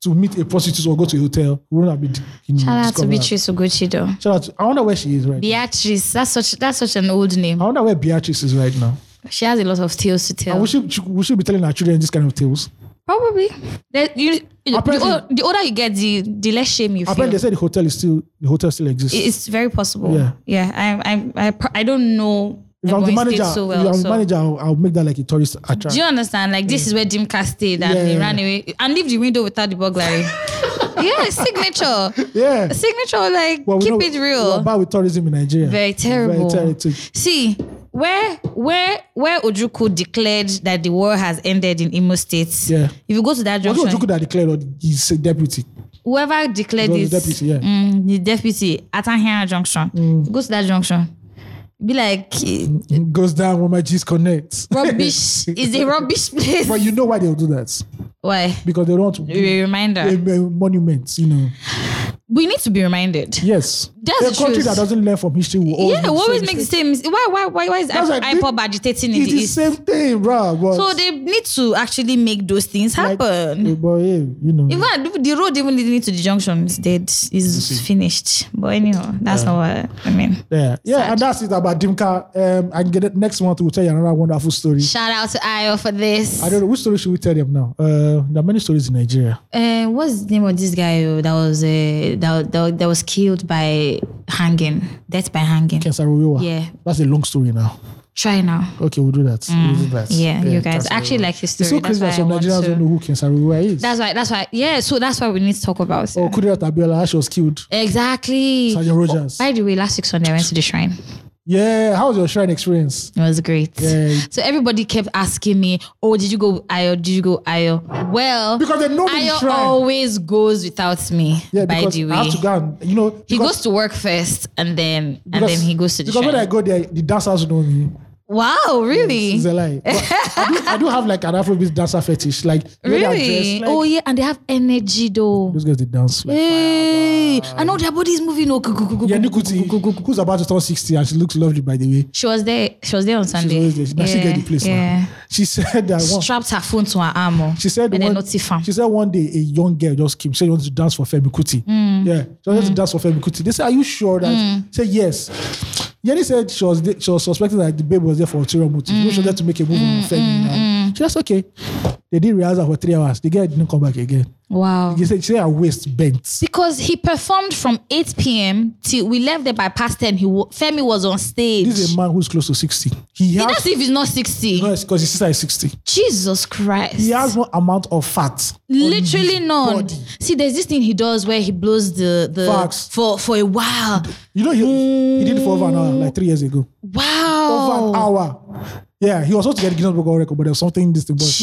Speaker 3: to meet a prostitute or go to a hotel, we wouldn't have been. You know,
Speaker 1: Shout out to
Speaker 3: discovered.
Speaker 1: Beatrice Ugochi though.
Speaker 3: Shout out to- I wonder where she is right.
Speaker 1: Beatrice, that's such that's such an old name.
Speaker 3: I wonder where Beatrice is right now.
Speaker 6: She has a lot of tales to
Speaker 3: And
Speaker 6: tell.
Speaker 3: we should, we should be telling our children this kind of tales.
Speaker 6: Probably. The, you, the,
Speaker 3: Apparently-
Speaker 6: ol- the older you get, the, the less shame you
Speaker 3: I
Speaker 6: feel.
Speaker 3: bet they said the hotel is still the hotel still exists.
Speaker 6: It's very possible.
Speaker 3: Yeah.
Speaker 6: Yeah. I, I, I, pro- I don't know.
Speaker 3: if I'm the
Speaker 6: everyone's state
Speaker 3: manager,
Speaker 6: so
Speaker 3: if
Speaker 6: well,
Speaker 3: I'm the
Speaker 6: so-
Speaker 3: manager, I'll, I'll make that like a tourist attraction.
Speaker 6: Do you understand? Like this is where Jim Cass stayed and he
Speaker 3: Mm. Yeah.
Speaker 6: ran away and leave the window without the burglary. yeah, signature.
Speaker 3: yeah.
Speaker 6: Signature, like
Speaker 3: Well, we
Speaker 6: keep
Speaker 3: know-
Speaker 6: it
Speaker 3: We're
Speaker 6: real.
Speaker 3: bad with tourism in Nigeria.
Speaker 6: Very
Speaker 3: Very
Speaker 6: terrible.
Speaker 3: terrible.
Speaker 6: See, where where where Ojuku declared that the war has ended in Imo State.
Speaker 3: Yeah.
Speaker 6: If you go to that
Speaker 3: What do
Speaker 6: junction,
Speaker 3: you that declared or he's a deputy?
Speaker 6: whoever declared
Speaker 3: It
Speaker 6: this,
Speaker 3: was the deputy, yeah. Mm.
Speaker 6: mm, the deputy at Anhiana Junction, go to that junction. Be like
Speaker 3: Goes down when my G's connect.
Speaker 6: rubbish is a rubbish place.
Speaker 3: But you know why they'll do that?
Speaker 6: Why?
Speaker 3: Because they don't want to do
Speaker 6: A reminder.
Speaker 3: a, a monument, you know.
Speaker 6: we need to be reminded.
Speaker 3: Yes.
Speaker 6: That's
Speaker 3: a
Speaker 6: the
Speaker 3: country
Speaker 6: truth.
Speaker 3: that doesn't learn from history will always
Speaker 6: yeah, we
Speaker 3: make
Speaker 6: always
Speaker 3: the
Speaker 6: make
Speaker 3: same
Speaker 6: the same. mis- Why, why, why, why is
Speaker 3: That's like
Speaker 6: IPOB
Speaker 3: they-
Speaker 6: agitating
Speaker 3: mistake.
Speaker 6: in
Speaker 3: It's
Speaker 6: the
Speaker 3: the
Speaker 6: East?
Speaker 3: same thing, bruh. But
Speaker 6: So they need to actually make those things
Speaker 3: like,
Speaker 6: happen.
Speaker 3: eh, But yeah, you know.
Speaker 6: Even the- the road even leading to the junction is dead, is finished. But anyhow, that's not what I mean.
Speaker 3: Yeah, yeah, and that's it about Dimka. Um, I can get it next month. We'll tell you another wonderful story.
Speaker 6: Shout out to Ayo for this.
Speaker 3: I don't know which story should we tell them now. Uh, there are many stories in Nigeria.
Speaker 6: Uh, what's the name of this guy oh, that was uh, that, that, that was killed by hanging, death by hanging?
Speaker 3: Kensarowiwa.
Speaker 6: Yeah.
Speaker 3: that's a long story now.
Speaker 6: Try now.
Speaker 3: Okay, we'll do that. we'll do that.
Speaker 6: Mm. Yeah, you guys. I actually like his
Speaker 3: It's
Speaker 6: story.
Speaker 3: so
Speaker 6: that's
Speaker 3: crazy
Speaker 6: why
Speaker 3: that
Speaker 6: I
Speaker 3: some
Speaker 6: want
Speaker 3: Nigerians don't
Speaker 6: to.
Speaker 3: know who Kensarowiwa is.
Speaker 6: That's why. That's why. Yeah. So that's why we need to talk about.
Speaker 3: oh,
Speaker 6: it.
Speaker 3: Kudirat Abiola, Ash was killed.
Speaker 6: Exactly.
Speaker 3: Sergeant Rogers.
Speaker 6: By the way, last week Sunday I went to the shrine.
Speaker 3: Yeah, how was your shrine experience?
Speaker 6: It was great.
Speaker 3: Yeah.
Speaker 6: So everybody kept asking me, "Oh, did you go Ayo? Did you go Ayo?" Well,
Speaker 3: Because they know me
Speaker 6: Ayo
Speaker 3: try.
Speaker 6: always goes without me.
Speaker 3: Yeah,
Speaker 6: by
Speaker 3: because
Speaker 6: the way,
Speaker 3: I have to go and you know
Speaker 6: he
Speaker 3: because-
Speaker 6: goes to work first, and then and
Speaker 3: because-
Speaker 6: then he goes to the
Speaker 3: because when I
Speaker 6: shrine.
Speaker 3: go there, the dancers know me.
Speaker 6: Wow, really?
Speaker 3: It's a lie. But I, do, I do have like an Afrobeat dancer fetish. Like the way they are
Speaker 6: Really?
Speaker 3: dressed, like,
Speaker 6: oh yeah, and they have energy though.
Speaker 3: Those guys they dance. Like,
Speaker 6: Hey, I know their bodies moving. Oh,
Speaker 3: Yeah, Nikuti, who's about to turn 60 and she looks lovely, by the way.
Speaker 6: She was there. She was there on
Speaker 3: She's
Speaker 6: Sunday.
Speaker 3: always there. Now she get the place
Speaker 6: yeah.
Speaker 3: now. She said that one.
Speaker 6: Strapped her phone to her oh. armor.
Speaker 3: She said
Speaker 6: and then
Speaker 3: one,
Speaker 6: not see farm.
Speaker 3: she said one day a young girl just came. She said, You want to dance for Femi Kuti.
Speaker 6: Hmm.
Speaker 3: Yeah. She wanted to dance for Femi Kuti. They said, Are you sure that? She said, Yes. Yenny said she was she was suspecting that the babe was there for ulterior motives.
Speaker 6: Hmm.
Speaker 3: Which wanted to make a move on Femi now. She said, okay. They didn't realize that for three hours. The girl didn't come back again.
Speaker 6: Wow.
Speaker 3: She said, she said her waist bent.
Speaker 6: Because he performed from 8 p.m. till we left there by past 10. He wa- Femi was on stage.
Speaker 3: This is a man who's close to 60. He
Speaker 6: He
Speaker 3: has
Speaker 6: does if he's not 60.
Speaker 3: no, because his sister is 60.
Speaker 6: Jesus Christ.
Speaker 3: He has no amount of fat.
Speaker 6: Literally none.
Speaker 3: body.
Speaker 6: See, there's this thing he does where he blows the the
Speaker 3: Facts.
Speaker 6: for for a while.
Speaker 3: You know, he, he did it for over an hour, like three years ago. Over an
Speaker 6: Wow.
Speaker 3: hour. Yeah, he was supposed to get the Guinness Book of World Record, but there was something in this thing. But
Speaker 6: Jeez.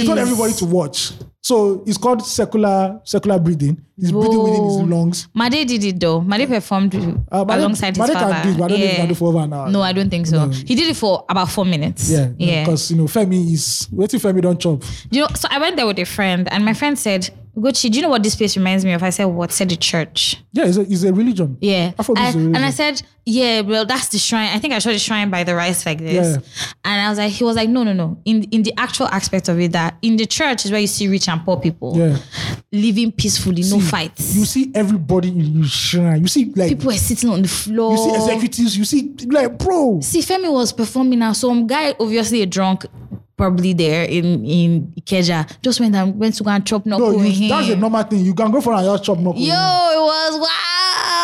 Speaker 3: he told everybody to watch. So it's called circular circular breathing. He's breathing within
Speaker 6: Whoa.
Speaker 3: his lungs.
Speaker 6: Made did it though. Made performed
Speaker 3: Uh, Made-
Speaker 6: alongside his
Speaker 3: Made can
Speaker 6: father.
Speaker 3: do it, but I don't think he can do it for over an hour.
Speaker 6: No, I don't think so. He did it for about four minutes.
Speaker 3: Yeah,
Speaker 6: yeah.
Speaker 3: because you know Femi is waiting. Femi don't chop.
Speaker 6: you know, so I went there with a friend, and my friend said, Gucci, do you know what this place reminds me of? I said, What? Said the church.
Speaker 3: Yeah, it's a, it's a religion.
Speaker 6: Yeah.
Speaker 3: Afrobeat
Speaker 6: I-
Speaker 3: is a religion.
Speaker 6: and I said, Yeah, well, that's the shrine. I think I saw the shrine by the rice like this. And I was like, he was like, No, no, no. In in the actual aspect of it, that in the church is where you see rich and poor people
Speaker 3: yeah,
Speaker 6: living peacefully,
Speaker 3: See,
Speaker 6: no fights.
Speaker 3: You see everybody in your shrine. You see like
Speaker 6: people were sitting on the floor.
Speaker 3: you see executives. You see like bro.
Speaker 6: See, Femi was performing now. Some guy, obviously a drunk, probably there in in Ikeja, just went and went to go and chop knock
Speaker 3: No,
Speaker 6: with
Speaker 3: you,
Speaker 6: him.
Speaker 3: that's a normal thing. You can go for an just chop knock.
Speaker 6: Yo, it was wild.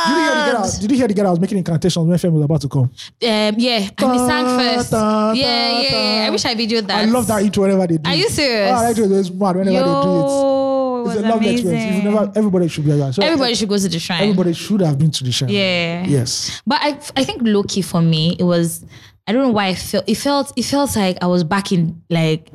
Speaker 3: Did you, hear the girl, did you hear the girl I was making incantations when Femi was about to come?
Speaker 6: Um, yeah, and he sang first.
Speaker 3: Ta, ta,
Speaker 6: yeah,
Speaker 3: ta,
Speaker 6: yeah, yeah. I wish I videoed that.
Speaker 3: I love that intro whenever they do.
Speaker 6: Are
Speaker 3: it.
Speaker 6: you serious?
Speaker 3: Oh, I like it. It's mad whenever
Speaker 6: Yo,
Speaker 3: they do it.
Speaker 6: it was
Speaker 3: It's a lovely
Speaker 6: amazing.
Speaker 3: experience. If you never, everybody should be like that. So
Speaker 6: Everybody should go to the shrine.
Speaker 3: everybody should have been to the shrine.
Speaker 6: Yeah.
Speaker 3: Yes.
Speaker 6: But I, I think low key for me, it was. I don't know why I felt it felt it felt like I was back in like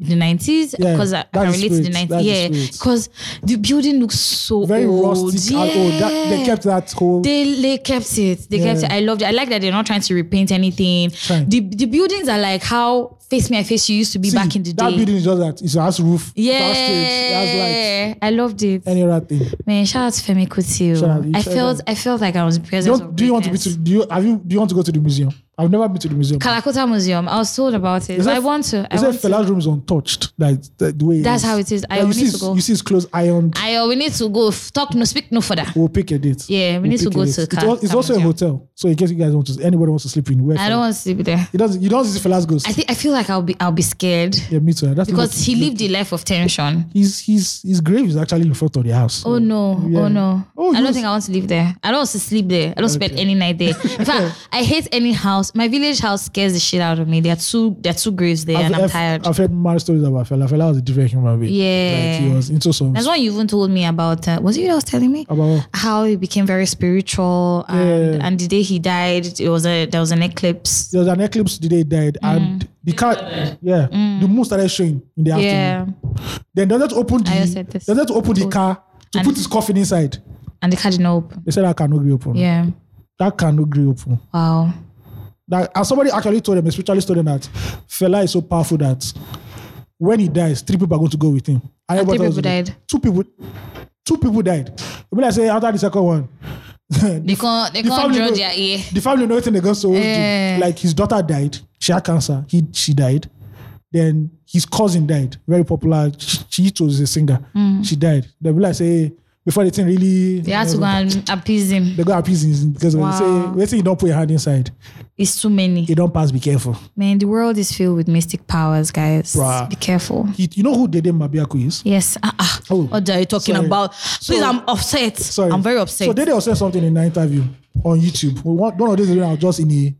Speaker 6: the nineties
Speaker 3: Yeah,
Speaker 6: because I, I
Speaker 3: that's
Speaker 6: can
Speaker 3: the
Speaker 6: relate to the
Speaker 3: spirit, that's
Speaker 6: nineties.
Speaker 3: the
Speaker 6: Yeah,
Speaker 3: spirit.
Speaker 6: because the building looks so
Speaker 3: Very
Speaker 6: old.
Speaker 3: rustic
Speaker 6: yeah.
Speaker 3: and old. That, they kept that whole.
Speaker 6: They, they kept it. They kept it.
Speaker 3: Yeah.
Speaker 6: I loved it. I like that they're not trying to repaint anything.
Speaker 3: Trying.
Speaker 6: The the buildings are like how face me I face you used to be
Speaker 3: See,
Speaker 6: back in the
Speaker 3: that
Speaker 6: day.
Speaker 3: building is just that. It has roof. It has stage. It has lights.
Speaker 6: Yeah, I loved it.
Speaker 3: Any other thing?
Speaker 6: Man, shout out to Femi Kuti. oh.
Speaker 3: Shout out, you
Speaker 6: I
Speaker 3: shout
Speaker 6: felt
Speaker 3: out.
Speaker 6: I felt like I was
Speaker 3: Do
Speaker 6: present.
Speaker 3: you, do you want to be to? Do you have you? Do you want to go to the museum? I've never been to the museum.
Speaker 6: Calcutta Museum. I was told about it.
Speaker 3: They said-
Speaker 6: I want to.
Speaker 3: They
Speaker 6: I
Speaker 3: said
Speaker 6: want to.
Speaker 3: Fela's room is untouched. Like that the way.
Speaker 6: That's how it is. I
Speaker 3: Like, you
Speaker 6: will
Speaker 3: see,
Speaker 6: need
Speaker 3: his-
Speaker 6: to go.
Speaker 3: You see, it's closed. Ironed.
Speaker 6: I, uh, we need to go. F- Talk no, speak no further.
Speaker 3: We'll pick a date.
Speaker 6: Yeah, we
Speaker 3: We'll
Speaker 6: need to
Speaker 3: pick
Speaker 6: go
Speaker 3: a date.
Speaker 6: to
Speaker 3: It
Speaker 6: Cal-
Speaker 3: was- It's also a
Speaker 6: Kamusia.
Speaker 3: hotel, so in case you guys want to, anybody wants to sleep in, where
Speaker 6: I don't want to sleep there.
Speaker 3: You don't. You don't see Fela's ghost.
Speaker 6: I think I feel like I'll be I'll be scared
Speaker 3: yeah, me too. That's
Speaker 6: because he
Speaker 3: that's-
Speaker 6: lived a life of tension.
Speaker 3: His his his grave is actually in front of the house.
Speaker 6: Oh no!
Speaker 3: Yeah.
Speaker 6: Oh no!
Speaker 3: Oh,
Speaker 6: I don't
Speaker 3: yes.
Speaker 6: think I want to live there. I don't want to sleep there. I don't spend any night there. In fact, I hate any house. My village house scares the shit out of me. There are two there are two graves there, and I'm
Speaker 3: I've-
Speaker 6: tired.
Speaker 3: I've heard many stories about Fela. Fela was a different human being.
Speaker 6: Yeah.
Speaker 3: like he was into some.
Speaker 6: That's what you even told me about. Uh, was it you that was telling me?
Speaker 3: About
Speaker 6: how he became very spiritual and,
Speaker 3: Um, Yeah.
Speaker 6: and the day he died it was a there was an eclipse
Speaker 3: there was an eclipse the day he died, and the cat, yeah, the moon started showing in the
Speaker 6: Mm. yeah
Speaker 3: afternoon. Then they wanted to open
Speaker 6: I said
Speaker 3: the
Speaker 6: this.
Speaker 3: they wanted to open the car to
Speaker 6: And-
Speaker 3: put his coffin inside.
Speaker 6: and the car didn't open
Speaker 3: They said that cannot be open.
Speaker 6: yeah
Speaker 3: That cannot be open.
Speaker 6: wow
Speaker 3: That and somebody actually told them, especially told them that Fela is so powerful that when he dies, three people are going to go with him. And
Speaker 6: And Ah,
Speaker 3: everybody
Speaker 6: three
Speaker 3: else
Speaker 6: people
Speaker 3: will go.
Speaker 6: died.
Speaker 3: Two people, two people died. When I say after the second one,
Speaker 6: they can't they
Speaker 3: the
Speaker 6: can't
Speaker 3: family
Speaker 6: draw
Speaker 3: know-
Speaker 6: their ear
Speaker 3: the family know wetin they go so
Speaker 6: Eh.
Speaker 3: like his daughter died she had cancer he she died then his cousin died very popular she, she was a singer she died they be like say before the thing really
Speaker 6: Mm. they had to go and appease him
Speaker 3: they go appease him because when they say
Speaker 6: Wow.
Speaker 3: wetin you don put your hand inside
Speaker 6: it's too many
Speaker 3: e don pass be careful
Speaker 6: man the world is filled with mystic powers guys
Speaker 3: Bruh.
Speaker 6: be careful
Speaker 3: he, you know who dede mabiaku is
Speaker 6: yes uh, uh,
Speaker 3: Oh,
Speaker 1: What are you talking
Speaker 3: sorry.
Speaker 1: about? Please,
Speaker 3: So-
Speaker 1: I'm upset.
Speaker 3: sorry
Speaker 1: I'm very upset.
Speaker 3: so dede was saying something in an interview on youtube one, one of those days i was just in a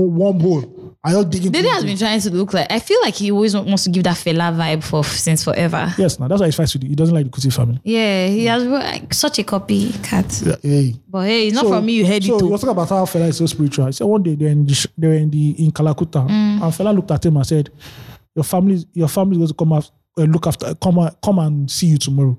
Speaker 3: warm hole i just digging
Speaker 1: Dede has been trying to look like. I feel like he always wants to give that fella vibe for since forever.
Speaker 3: yes na that's why he fight with the he doesn't like the kuti family.
Speaker 6: yeah he has like, such a copycat
Speaker 3: Hey.
Speaker 1: But hey, it's not from me. You heard
Speaker 3: so
Speaker 1: it.
Speaker 3: So he
Speaker 1: Too.
Speaker 3: was talking about how Fela is so spiritual. He said one day they were in, the, sh- they were in, the, in Kalakuta,
Speaker 1: Mm.
Speaker 3: and Fela looked at him and said, "Your family, your family is going to come after, uh, look after, come, a- come and see you tomorrow."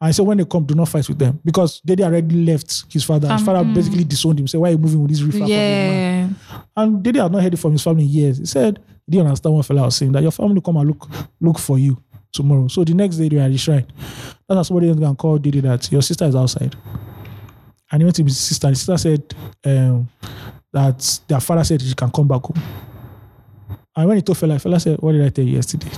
Speaker 3: And he said, "When they come, do not fight with them because Daddy already left his father.
Speaker 1: Um,
Speaker 3: His
Speaker 1: mm.
Speaker 3: father basically disowned him. Said, why are you moving with this riff?
Speaker 6: yeah
Speaker 3: And Daddy had not heard it from his family in years. He said, he didn't understand what Fela was saying that your family come and look look for you." Tomorrow, so the next day they were at the shrine. That's how somebody else can call Didi that your sister is outside and he went to his sister. His sister said um, that their father said she can come back home. And when he told Fela, Fela said, "What did I tell you yesterday?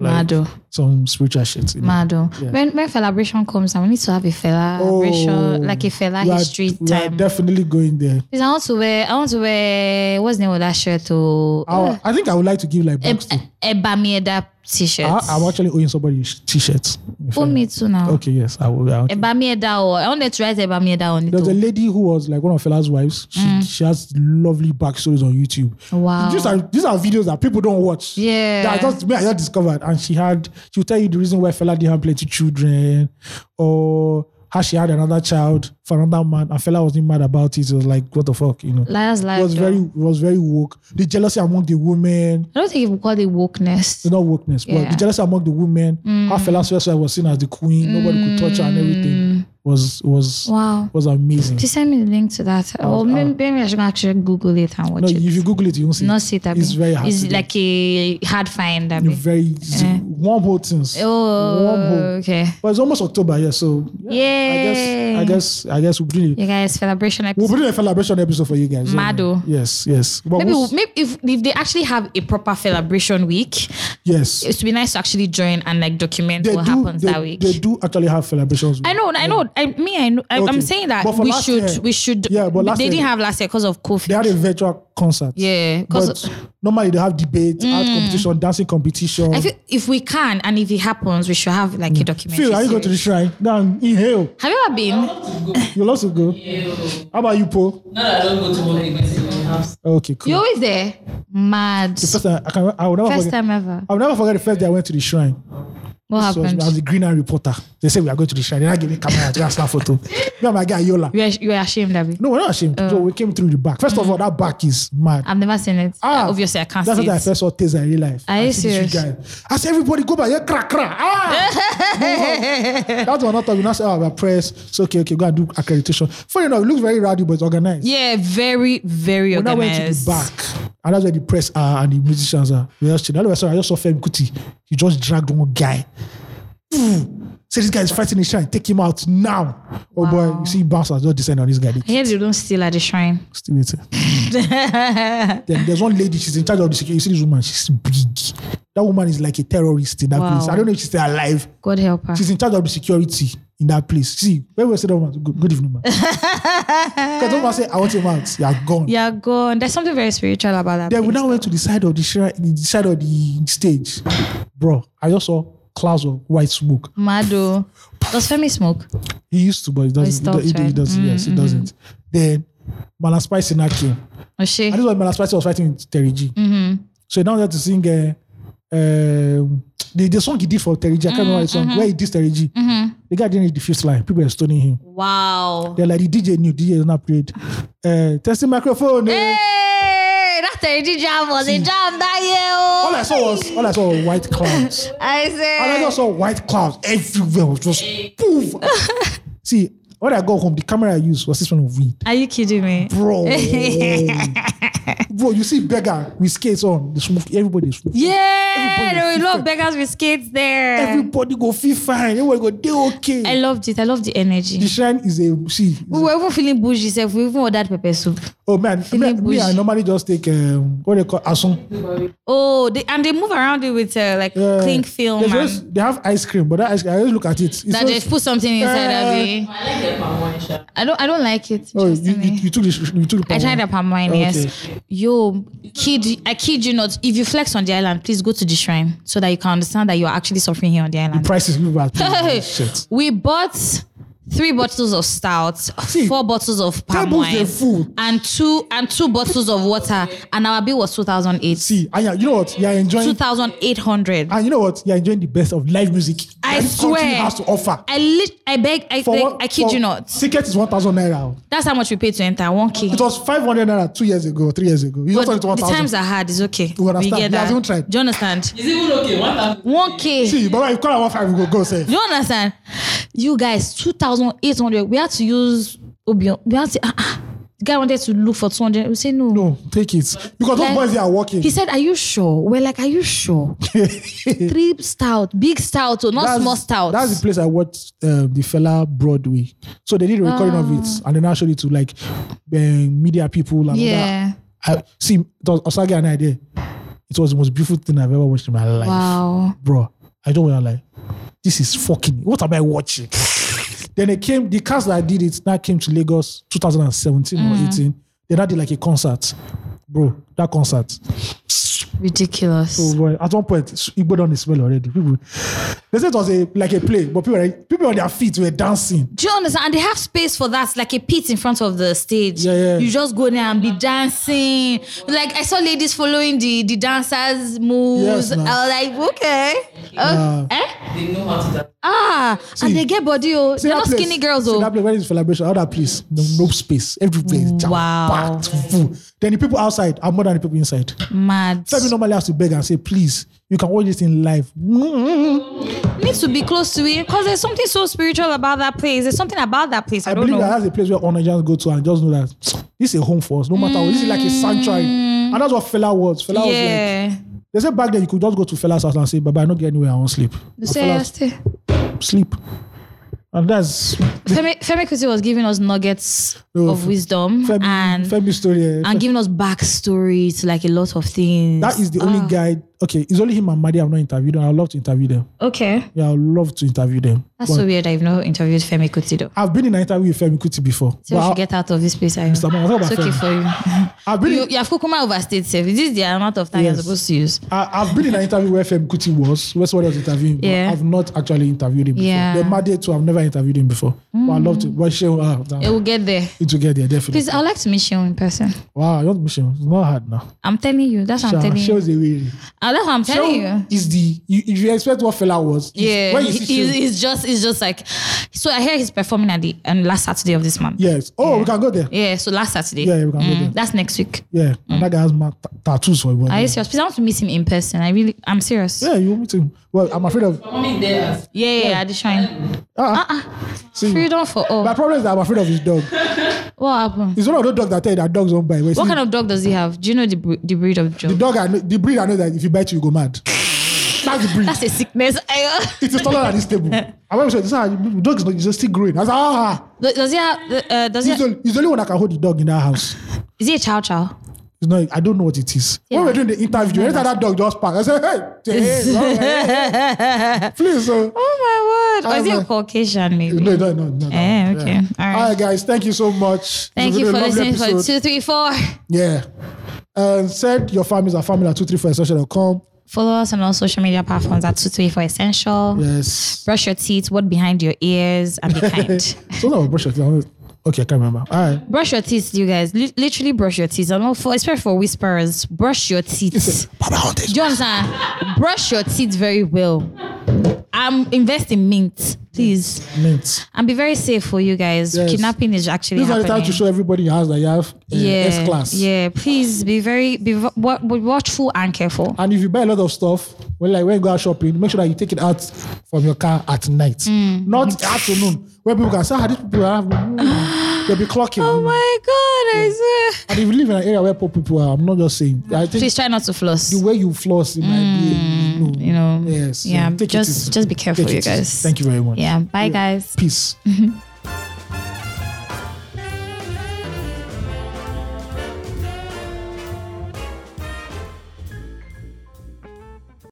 Speaker 6: Mado,
Speaker 3: Some spiritual shit." You know?
Speaker 6: Mado.
Speaker 3: Yeah.
Speaker 6: When when celebration comes, I need to have a fella like a fella
Speaker 3: Oh, we are-
Speaker 6: history
Speaker 3: we are
Speaker 6: time.
Speaker 3: definitely going there.
Speaker 6: Please, I want to wear. I want to wear. What's the name of that shirt? To
Speaker 3: I, I think I would like to give like
Speaker 6: Eb-
Speaker 3: books to.
Speaker 6: Ebamieda t-shirt.
Speaker 3: I, I'm actually owing somebody sh- t-shirts. If
Speaker 6: Owe
Speaker 3: I-
Speaker 6: me too now.
Speaker 3: Okay, yes, I will. I will.
Speaker 6: Ebamieda or I wanted to write Ebamieda on it. oh.
Speaker 3: There's a
Speaker 6: too.
Speaker 3: lady who was like one of Fela's wives. She, she has lovely backstories on YouTube.
Speaker 6: Wow.
Speaker 3: These are these are videos that people don't watch.
Speaker 6: Yeah.
Speaker 3: That I just me I just discovered. And she had she'll tell you the reason why Fela didn't have plenty children or how she had another child for another man and Fela wasn't mad about it. It was like, what the fuck, you know.
Speaker 6: Liars
Speaker 3: It
Speaker 6: life. oh.
Speaker 3: was very it was very woke. The jealousy among the women.
Speaker 6: I don't think you would call it wokeness.
Speaker 3: It's not wokeness, but
Speaker 6: Yeah. Mm.
Speaker 3: the jealousy among the women, how Fela Suicide was seen as the queen, nobody could touch her and everything was was
Speaker 6: Mm. Wow.
Speaker 3: was amazing.
Speaker 6: Please send me the link to that. Or maybe, maybe I should actually Google it and watch
Speaker 3: Oh, uh, No,
Speaker 6: it.
Speaker 3: if you Google it, you won't see.
Speaker 6: Not
Speaker 3: it.
Speaker 6: see it. Abi.
Speaker 3: It's very hard.
Speaker 6: It's
Speaker 3: to do.
Speaker 6: like a hard find.
Speaker 3: You
Speaker 6: Abi.
Speaker 3: very wormhole things.
Speaker 6: Oh,
Speaker 3: Wormhole.
Speaker 6: okay.
Speaker 3: But it's almost October, yeah. So
Speaker 6: Yay.
Speaker 3: I guess I guess I guess we'll do it.
Speaker 6: You guys, celebration
Speaker 3: We'll
Speaker 6: episode.
Speaker 3: put in a celebration episode for you guys. yeah.
Speaker 6: Mado.
Speaker 3: Yes, yes. But
Speaker 1: Maybe,
Speaker 3: we'll-
Speaker 1: we'll- maybe if, if they actually have a proper celebration week,
Speaker 3: yes.
Speaker 1: it would be nice to actually join and like document what happens
Speaker 3: they,
Speaker 1: that week.
Speaker 3: They do actually have celebrations.
Speaker 1: I know, I know. I mean, I know, I,
Speaker 3: Okay.
Speaker 1: I'm saying that
Speaker 3: But for
Speaker 1: we
Speaker 3: last
Speaker 1: should,
Speaker 3: year-
Speaker 1: we should.
Speaker 3: Yeah, but last
Speaker 1: they
Speaker 3: year-
Speaker 1: didn't have last year because of COVID.
Speaker 3: They had a virtual concert.
Speaker 1: yeah, because
Speaker 3: But normally they have debates, art competition, dancing competition.
Speaker 1: I feel if we can and if it happens, we should have like a documentary.
Speaker 3: Phil, are you going to the
Speaker 1: series.
Speaker 3: shrine? Down, inhale.
Speaker 1: have you ever been?
Speaker 3: You love to go. How about you, Paul?
Speaker 2: Now that I don't go to work again in my house.
Speaker 3: Okay, cool.
Speaker 1: You're always there.
Speaker 6: Mad.
Speaker 3: First time, I can, I will never
Speaker 6: First
Speaker 3: forget.
Speaker 6: time ever.
Speaker 3: I will never forget the first day I went to the shrine.
Speaker 6: What
Speaker 3: Ah, So I
Speaker 6: happened?
Speaker 3: was the Green Eye reporter. They said we are going to the shrine. They not give me camera to snap photo. Me and my guy Yola.
Speaker 6: You are, you are ashamed, Abi.
Speaker 3: No, we're not ashamed. So we came through the back. First of all, that back is mad.
Speaker 6: I've never seen it.
Speaker 3: Ah,
Speaker 1: Obviously, I can't
Speaker 3: That's
Speaker 1: see
Speaker 3: how I
Speaker 1: it.
Speaker 3: first saw Taser in real life.
Speaker 6: Are
Speaker 3: I
Speaker 6: you
Speaker 3: see this guy. I said, everybody go by here, crack, crack. Ah! That's what I'm not talking. That's how we're pressed. So, okay, okay, go and do accreditation. Funny enough, it looks very rowdy, but it's organized.
Speaker 1: Yeah, very, very
Speaker 3: When I went to the
Speaker 1: organized.
Speaker 3: back, and that's where the press are and the musicians are. We just chilling. Anyway, sorry, I just saw Fem Kuti. He just dragged one guy. Say this guy is fighting a shrine. Take him out now. Oh boy, you see bounce has just descend on this guy. They
Speaker 6: I heard you don't steal at the shrine.
Speaker 3: still with it. then there's one lady, she's in charge of the security. You see this woman, she's big. That woman is like a terrorist in that
Speaker 6: Wow.
Speaker 3: place. I don't know if she's still alive.
Speaker 6: God help her.
Speaker 3: She's in charge of the security in that place. See, when we said that woman, good, good evening, ma'am. Because woman said, I want him out. You're gone.
Speaker 6: yeah, God. There's something very spiritual about that.
Speaker 3: Then we
Speaker 6: place.
Speaker 3: now went to the side of the shrine, the side of the stage. Bro, I just saw clouds of white smoke.
Speaker 6: Mado. Does Femi smoke?
Speaker 3: He used to, but he doesn't.
Speaker 6: stopped,
Speaker 3: he, he
Speaker 6: right?
Speaker 3: doesn't. Yes,
Speaker 6: Mm-hmm.
Speaker 3: he doesn't. Then Malan Spice now came.
Speaker 6: Oh, she?
Speaker 3: And this was Malan Spice was fighting with Terry G. So he now had to sing uh, um, the, the song he did for Terry G. I can't remember the song. Where he did Terry G. The guy didn't read the fifth line. People were stoning him.
Speaker 6: Wow.
Speaker 3: They're like, the DJ knew. DJ is not played. Uh, testing microphone. eh.
Speaker 6: Hey, that Terry jam was a jam that year.
Speaker 3: All I
Speaker 6: oh.
Speaker 3: saw was all I saw was white clouds.
Speaker 6: I
Speaker 3: And I
Speaker 6: said.
Speaker 3: just saw white clouds everywhere. It was just poof. See, when I got home, the camera I used was this one of weed.
Speaker 6: Are you kidding me?
Speaker 3: Bro. Bro, you see beggar with skates on. The smoke, everybody is smoking.
Speaker 6: Yeah, there were a lot
Speaker 3: Everybody
Speaker 6: of beggars with skates there.
Speaker 3: Everybody go feel fine. Everybody go, they okay.
Speaker 6: Eh. I loved it. I loved the energy.
Speaker 3: the shrine is a see.
Speaker 6: We were even feeling bougie, self. We even ordered pepper soup.
Speaker 3: Oh man, me,
Speaker 6: Feeling
Speaker 3: me, I
Speaker 6: bougie.
Speaker 3: normally just take um, what they call asun.
Speaker 6: Oh, they, and they move around it with uh, like
Speaker 3: Uh,
Speaker 6: cling film.
Speaker 3: They,
Speaker 6: and
Speaker 3: just, they have ice cream, but that ice cream, I always look at it. It's
Speaker 6: that they
Speaker 3: just,
Speaker 6: put something inside
Speaker 3: Uh,
Speaker 6: of it.
Speaker 7: I like the palm wine sha.
Speaker 6: I don't. I don't like it.
Speaker 3: oh, you,
Speaker 6: personally.
Speaker 3: you, you took the sh- you took the
Speaker 6: I
Speaker 3: palm
Speaker 6: tried
Speaker 3: wine.
Speaker 6: a palm wine,
Speaker 3: Okay.
Speaker 6: yes. Yo, kid, I kid you not. If you flex on the island, please go to the shrine so that you can understand that you are actually suffering here on the island.
Speaker 3: Prices people are paying.
Speaker 6: Hey,
Speaker 3: Oh, Shit.
Speaker 6: we bought three bottles of stout, four bottles of palm
Speaker 3: tables dey
Speaker 6: wine,
Speaker 3: full.
Speaker 6: and two and two bottles of water, and our bill was two thousand eight.
Speaker 3: See, Anya, you know what? You are enjoying
Speaker 6: Two thousand eight hundred.
Speaker 3: And you know what? You're enjoying the best of live music.
Speaker 6: I
Speaker 3: that country
Speaker 6: swear.
Speaker 3: has to offer.
Speaker 6: I lit, I beg, I beg,
Speaker 3: what-
Speaker 6: I kid
Speaker 3: for-
Speaker 6: you not.
Speaker 3: Ticket is 1,000 naira.
Speaker 6: That's how much we paid to enter. One k.
Speaker 3: It was 500 naira two years ago, three years ago. You just
Speaker 6: But
Speaker 3: turned it to
Speaker 6: the
Speaker 3: 1,000.
Speaker 6: times are hard. It's okay.
Speaker 3: You
Speaker 6: We
Speaker 3: understand?
Speaker 6: get
Speaker 3: We have
Speaker 6: that.
Speaker 3: even tried.
Speaker 6: Do you understand?
Speaker 2: Is it even okay? One thousand.
Speaker 6: One k.
Speaker 3: See, but you call our five, we go go say.
Speaker 6: Do you understand? You guys, 2,800. We had to use Obion. We had to, ah, ah. The guy wanted to look for 200. We say no.
Speaker 3: No, take it. Because those
Speaker 6: Like-
Speaker 3: boys they are working.
Speaker 6: He said, Are you sure? We're like, Are you sure? Three stout, big stout, or not small stout.
Speaker 3: That's the place I watched um, the fella Broadway. So they did a recording of it
Speaker 6: Ah.
Speaker 3: and then I showed it to like um, media people and all that.
Speaker 6: yeah.
Speaker 3: I, see, it was Osage and I there. It was the most beautiful thing I've ever watched in my life.
Speaker 6: Wow.
Speaker 3: bro, I don't wanna lie. This is fucking. What am I watching? then it came. The cast that did it now came to Lagos 2017
Speaker 6: Mm.
Speaker 3: or 18. They now did like a concert, bro. That concert.
Speaker 6: Ridiculous.
Speaker 3: Oh boy, at one point, Igbo done the smell already. People, they said it was a like a play, but people were, people on their feet were dancing.
Speaker 6: Do you understand? And they have space for that, like a pit in front of the stage.
Speaker 3: Yeah, yeah.
Speaker 6: You just go there and be dancing. Like I saw ladies following the the dancers' moves.
Speaker 3: Yes, ma'am.
Speaker 6: I was like, okay,
Speaker 3: Nah.
Speaker 6: uh, eh? They know how to dance. Ah, and they get body. Oh,
Speaker 3: See
Speaker 6: they're
Speaker 3: that
Speaker 6: not
Speaker 3: place-
Speaker 6: skinny girls.
Speaker 3: See
Speaker 6: Oh,
Speaker 3: that place, where is celebration? All that place, no, no space. Every place, jam
Speaker 6: Wow.
Speaker 3: packed, full. Then the people outside are more than the people inside.
Speaker 6: mad.
Speaker 3: Femi normally has to beg and say, please, you can watch this in live. Mm-hmm.
Speaker 6: Need to be close to it because there's something so spiritual about that place. There's something about that place. I,
Speaker 3: I
Speaker 6: don't
Speaker 3: believe
Speaker 6: know.
Speaker 3: that that's a place where Onajans go to and just know that this is a home for us, no matter what. This is like a sanctuary. And that's what Fela was. Fela was like,
Speaker 6: Mm. yeah.
Speaker 3: they said back then you could just go to Fela's house and say, Baba, I don't get anywhere, I won't sleep.
Speaker 6: They
Speaker 3: And
Speaker 6: say,
Speaker 3: Fela,
Speaker 6: "Yes, they-"
Speaker 3: sleep. And that's
Speaker 6: Femi, Femi Kuti was giving us nuggets
Speaker 3: No,
Speaker 6: of
Speaker 3: Fe-
Speaker 6: wisdom
Speaker 3: Femi,
Speaker 6: and
Speaker 3: Femi story. eh.
Speaker 6: and giving us backstory to like a lot of things.
Speaker 3: that is the only
Speaker 6: Ah.
Speaker 3: guy. Okay, it's only him and Maddie I've not interviewed. and I'd love to interview them.
Speaker 6: Okay.
Speaker 3: Yeah, I'd love to interview them.
Speaker 6: That's
Speaker 3: But
Speaker 6: so weird. I've not interviewed Femi Kuti though.
Speaker 3: I've been in an interview with Femi Kuti before. But
Speaker 6: So we
Speaker 3: I-
Speaker 6: should get out of this place. I
Speaker 3: Mr. Man, what about
Speaker 6: it's okay
Speaker 3: Femi?
Speaker 6: for you.
Speaker 3: I've been
Speaker 6: you. You have Kukuma overstayed safe. Is this the amount of time
Speaker 3: Yes.
Speaker 6: you're supposed to use?
Speaker 3: I, I've been in an interview where Femi Kuti was, where somebody was interviewing, him, but
Speaker 6: Yeah.
Speaker 3: I've not actually interviewed him before.
Speaker 6: Yeah. Mm.
Speaker 3: The Made too, I've never interviewed him before. But I love to, but she, uh,
Speaker 6: It will get there.
Speaker 3: it will get there, definitely.
Speaker 6: Please, I would like to meet you in person.
Speaker 3: Wow, your mission it's not hard now.
Speaker 6: I'm telling you. That's what I'm
Speaker 3: Sha-
Speaker 6: telling
Speaker 3: She
Speaker 6: you.
Speaker 3: was a really.
Speaker 6: Uh, That's what I'm telling you.
Speaker 3: is the, you, if you expect what Fela was, it's-
Speaker 6: Yeah,
Speaker 3: when you
Speaker 6: he,
Speaker 3: see Shehu-
Speaker 6: he's, he's just he's just like so. I hear he's performing at the on last Saturday of this month.
Speaker 3: yes. Oh, we can go there.
Speaker 6: yeah so last Saturday. Mm.
Speaker 3: Yeah, we can go there.
Speaker 6: That's next week.
Speaker 3: Yeah, and that guy has ma- t- tattoos for him.
Speaker 6: Are you serious? Please, I want to meet him in person. I really, I'm serious. Yeah,
Speaker 3: Yeah, you meet him. Well, I'm afraid of.
Speaker 2: Coming there as
Speaker 6: yeah, yeah at the shrine.
Speaker 3: See,
Speaker 6: Freedom for all.
Speaker 3: my problem is that I'm afraid of his dog.
Speaker 6: What happened?
Speaker 3: He's one of those dogs that tell you that dogs don't bite.
Speaker 6: What kind of dog does he have? Do you know the, br- the breed of dog?
Speaker 3: the dog? I know, the breed I know that if you bite you, you go mad. That's the breed.
Speaker 6: That's a sickness. I-
Speaker 3: It is taller than this table. I'm not sure. This is how the dog is not, it's still growing. I was like, ah,
Speaker 6: does he have? Uh, does he?
Speaker 3: he's, the, he's the only one that can hold the dog in that house.
Speaker 6: Is he a chow chow?
Speaker 3: It's not, I don't know what it is. When we we're doing the interview, every time that dog just parked, I said, hey, hey, no, hey, hey, please. So,
Speaker 6: Oh my word! Or is he
Speaker 3: I'm
Speaker 6: a
Speaker 3: a-
Speaker 6: Caucasian? Maybe.
Speaker 3: no, no, no, no.
Speaker 6: Eh, okay.
Speaker 3: Yeah.
Speaker 6: All right.
Speaker 3: All right, guys. Thank you so much.
Speaker 6: Thank
Speaker 3: It's
Speaker 6: you
Speaker 3: been
Speaker 6: for
Speaker 3: a lovely
Speaker 6: listening for
Speaker 3: episode.
Speaker 6: two, three, four.
Speaker 3: Yeah. And send your families and family at 234essential.com.
Speaker 6: Follow us on all social media platforms at two, three, four essential.
Speaker 3: Yes.
Speaker 6: Brush your teeth. What behind your ears? And be kind.
Speaker 3: So now brush your teeth. Okay, I can't remember. All right.
Speaker 6: brush your teeth, you guys. Li- literally brush your teeth. And all for especially for whisperers, brush your teeth.
Speaker 3: Papa Hunter.
Speaker 6: Do you understand? Brush your teeth very well. Um, invest in mint, please,
Speaker 3: Mint.
Speaker 6: and be very safe for you guys.
Speaker 3: Yes.
Speaker 6: Kidnapping is actually
Speaker 3: These are the
Speaker 6: happening.
Speaker 3: time to show everybody your house that you have uh,
Speaker 6: yeah,
Speaker 3: S class.
Speaker 6: yeah. Please be very be, wa- wa- be watchful and careful.
Speaker 3: And if you buy a lot of stuff, when like when you go out shopping, make sure that you take it out from your car at night,
Speaker 6: Mm.
Speaker 3: not afternoon, where people can say, "Ah, these people are." mm," They'll be clocking.
Speaker 6: Oh my God, I swear.
Speaker 3: And if you live in an area where poor people are, I'm not just saying. I think
Speaker 6: Please try not to floss.
Speaker 3: the way you floss, it might be.
Speaker 6: You know.
Speaker 3: Yes.
Speaker 6: Yeah.
Speaker 3: Take it
Speaker 6: Just
Speaker 3: easy.
Speaker 6: just be careful,
Speaker 3: Take
Speaker 6: you
Speaker 3: it easy.
Speaker 6: guys.
Speaker 3: Thank you very much.
Speaker 6: Yeah. Bye, guys.
Speaker 3: Peace.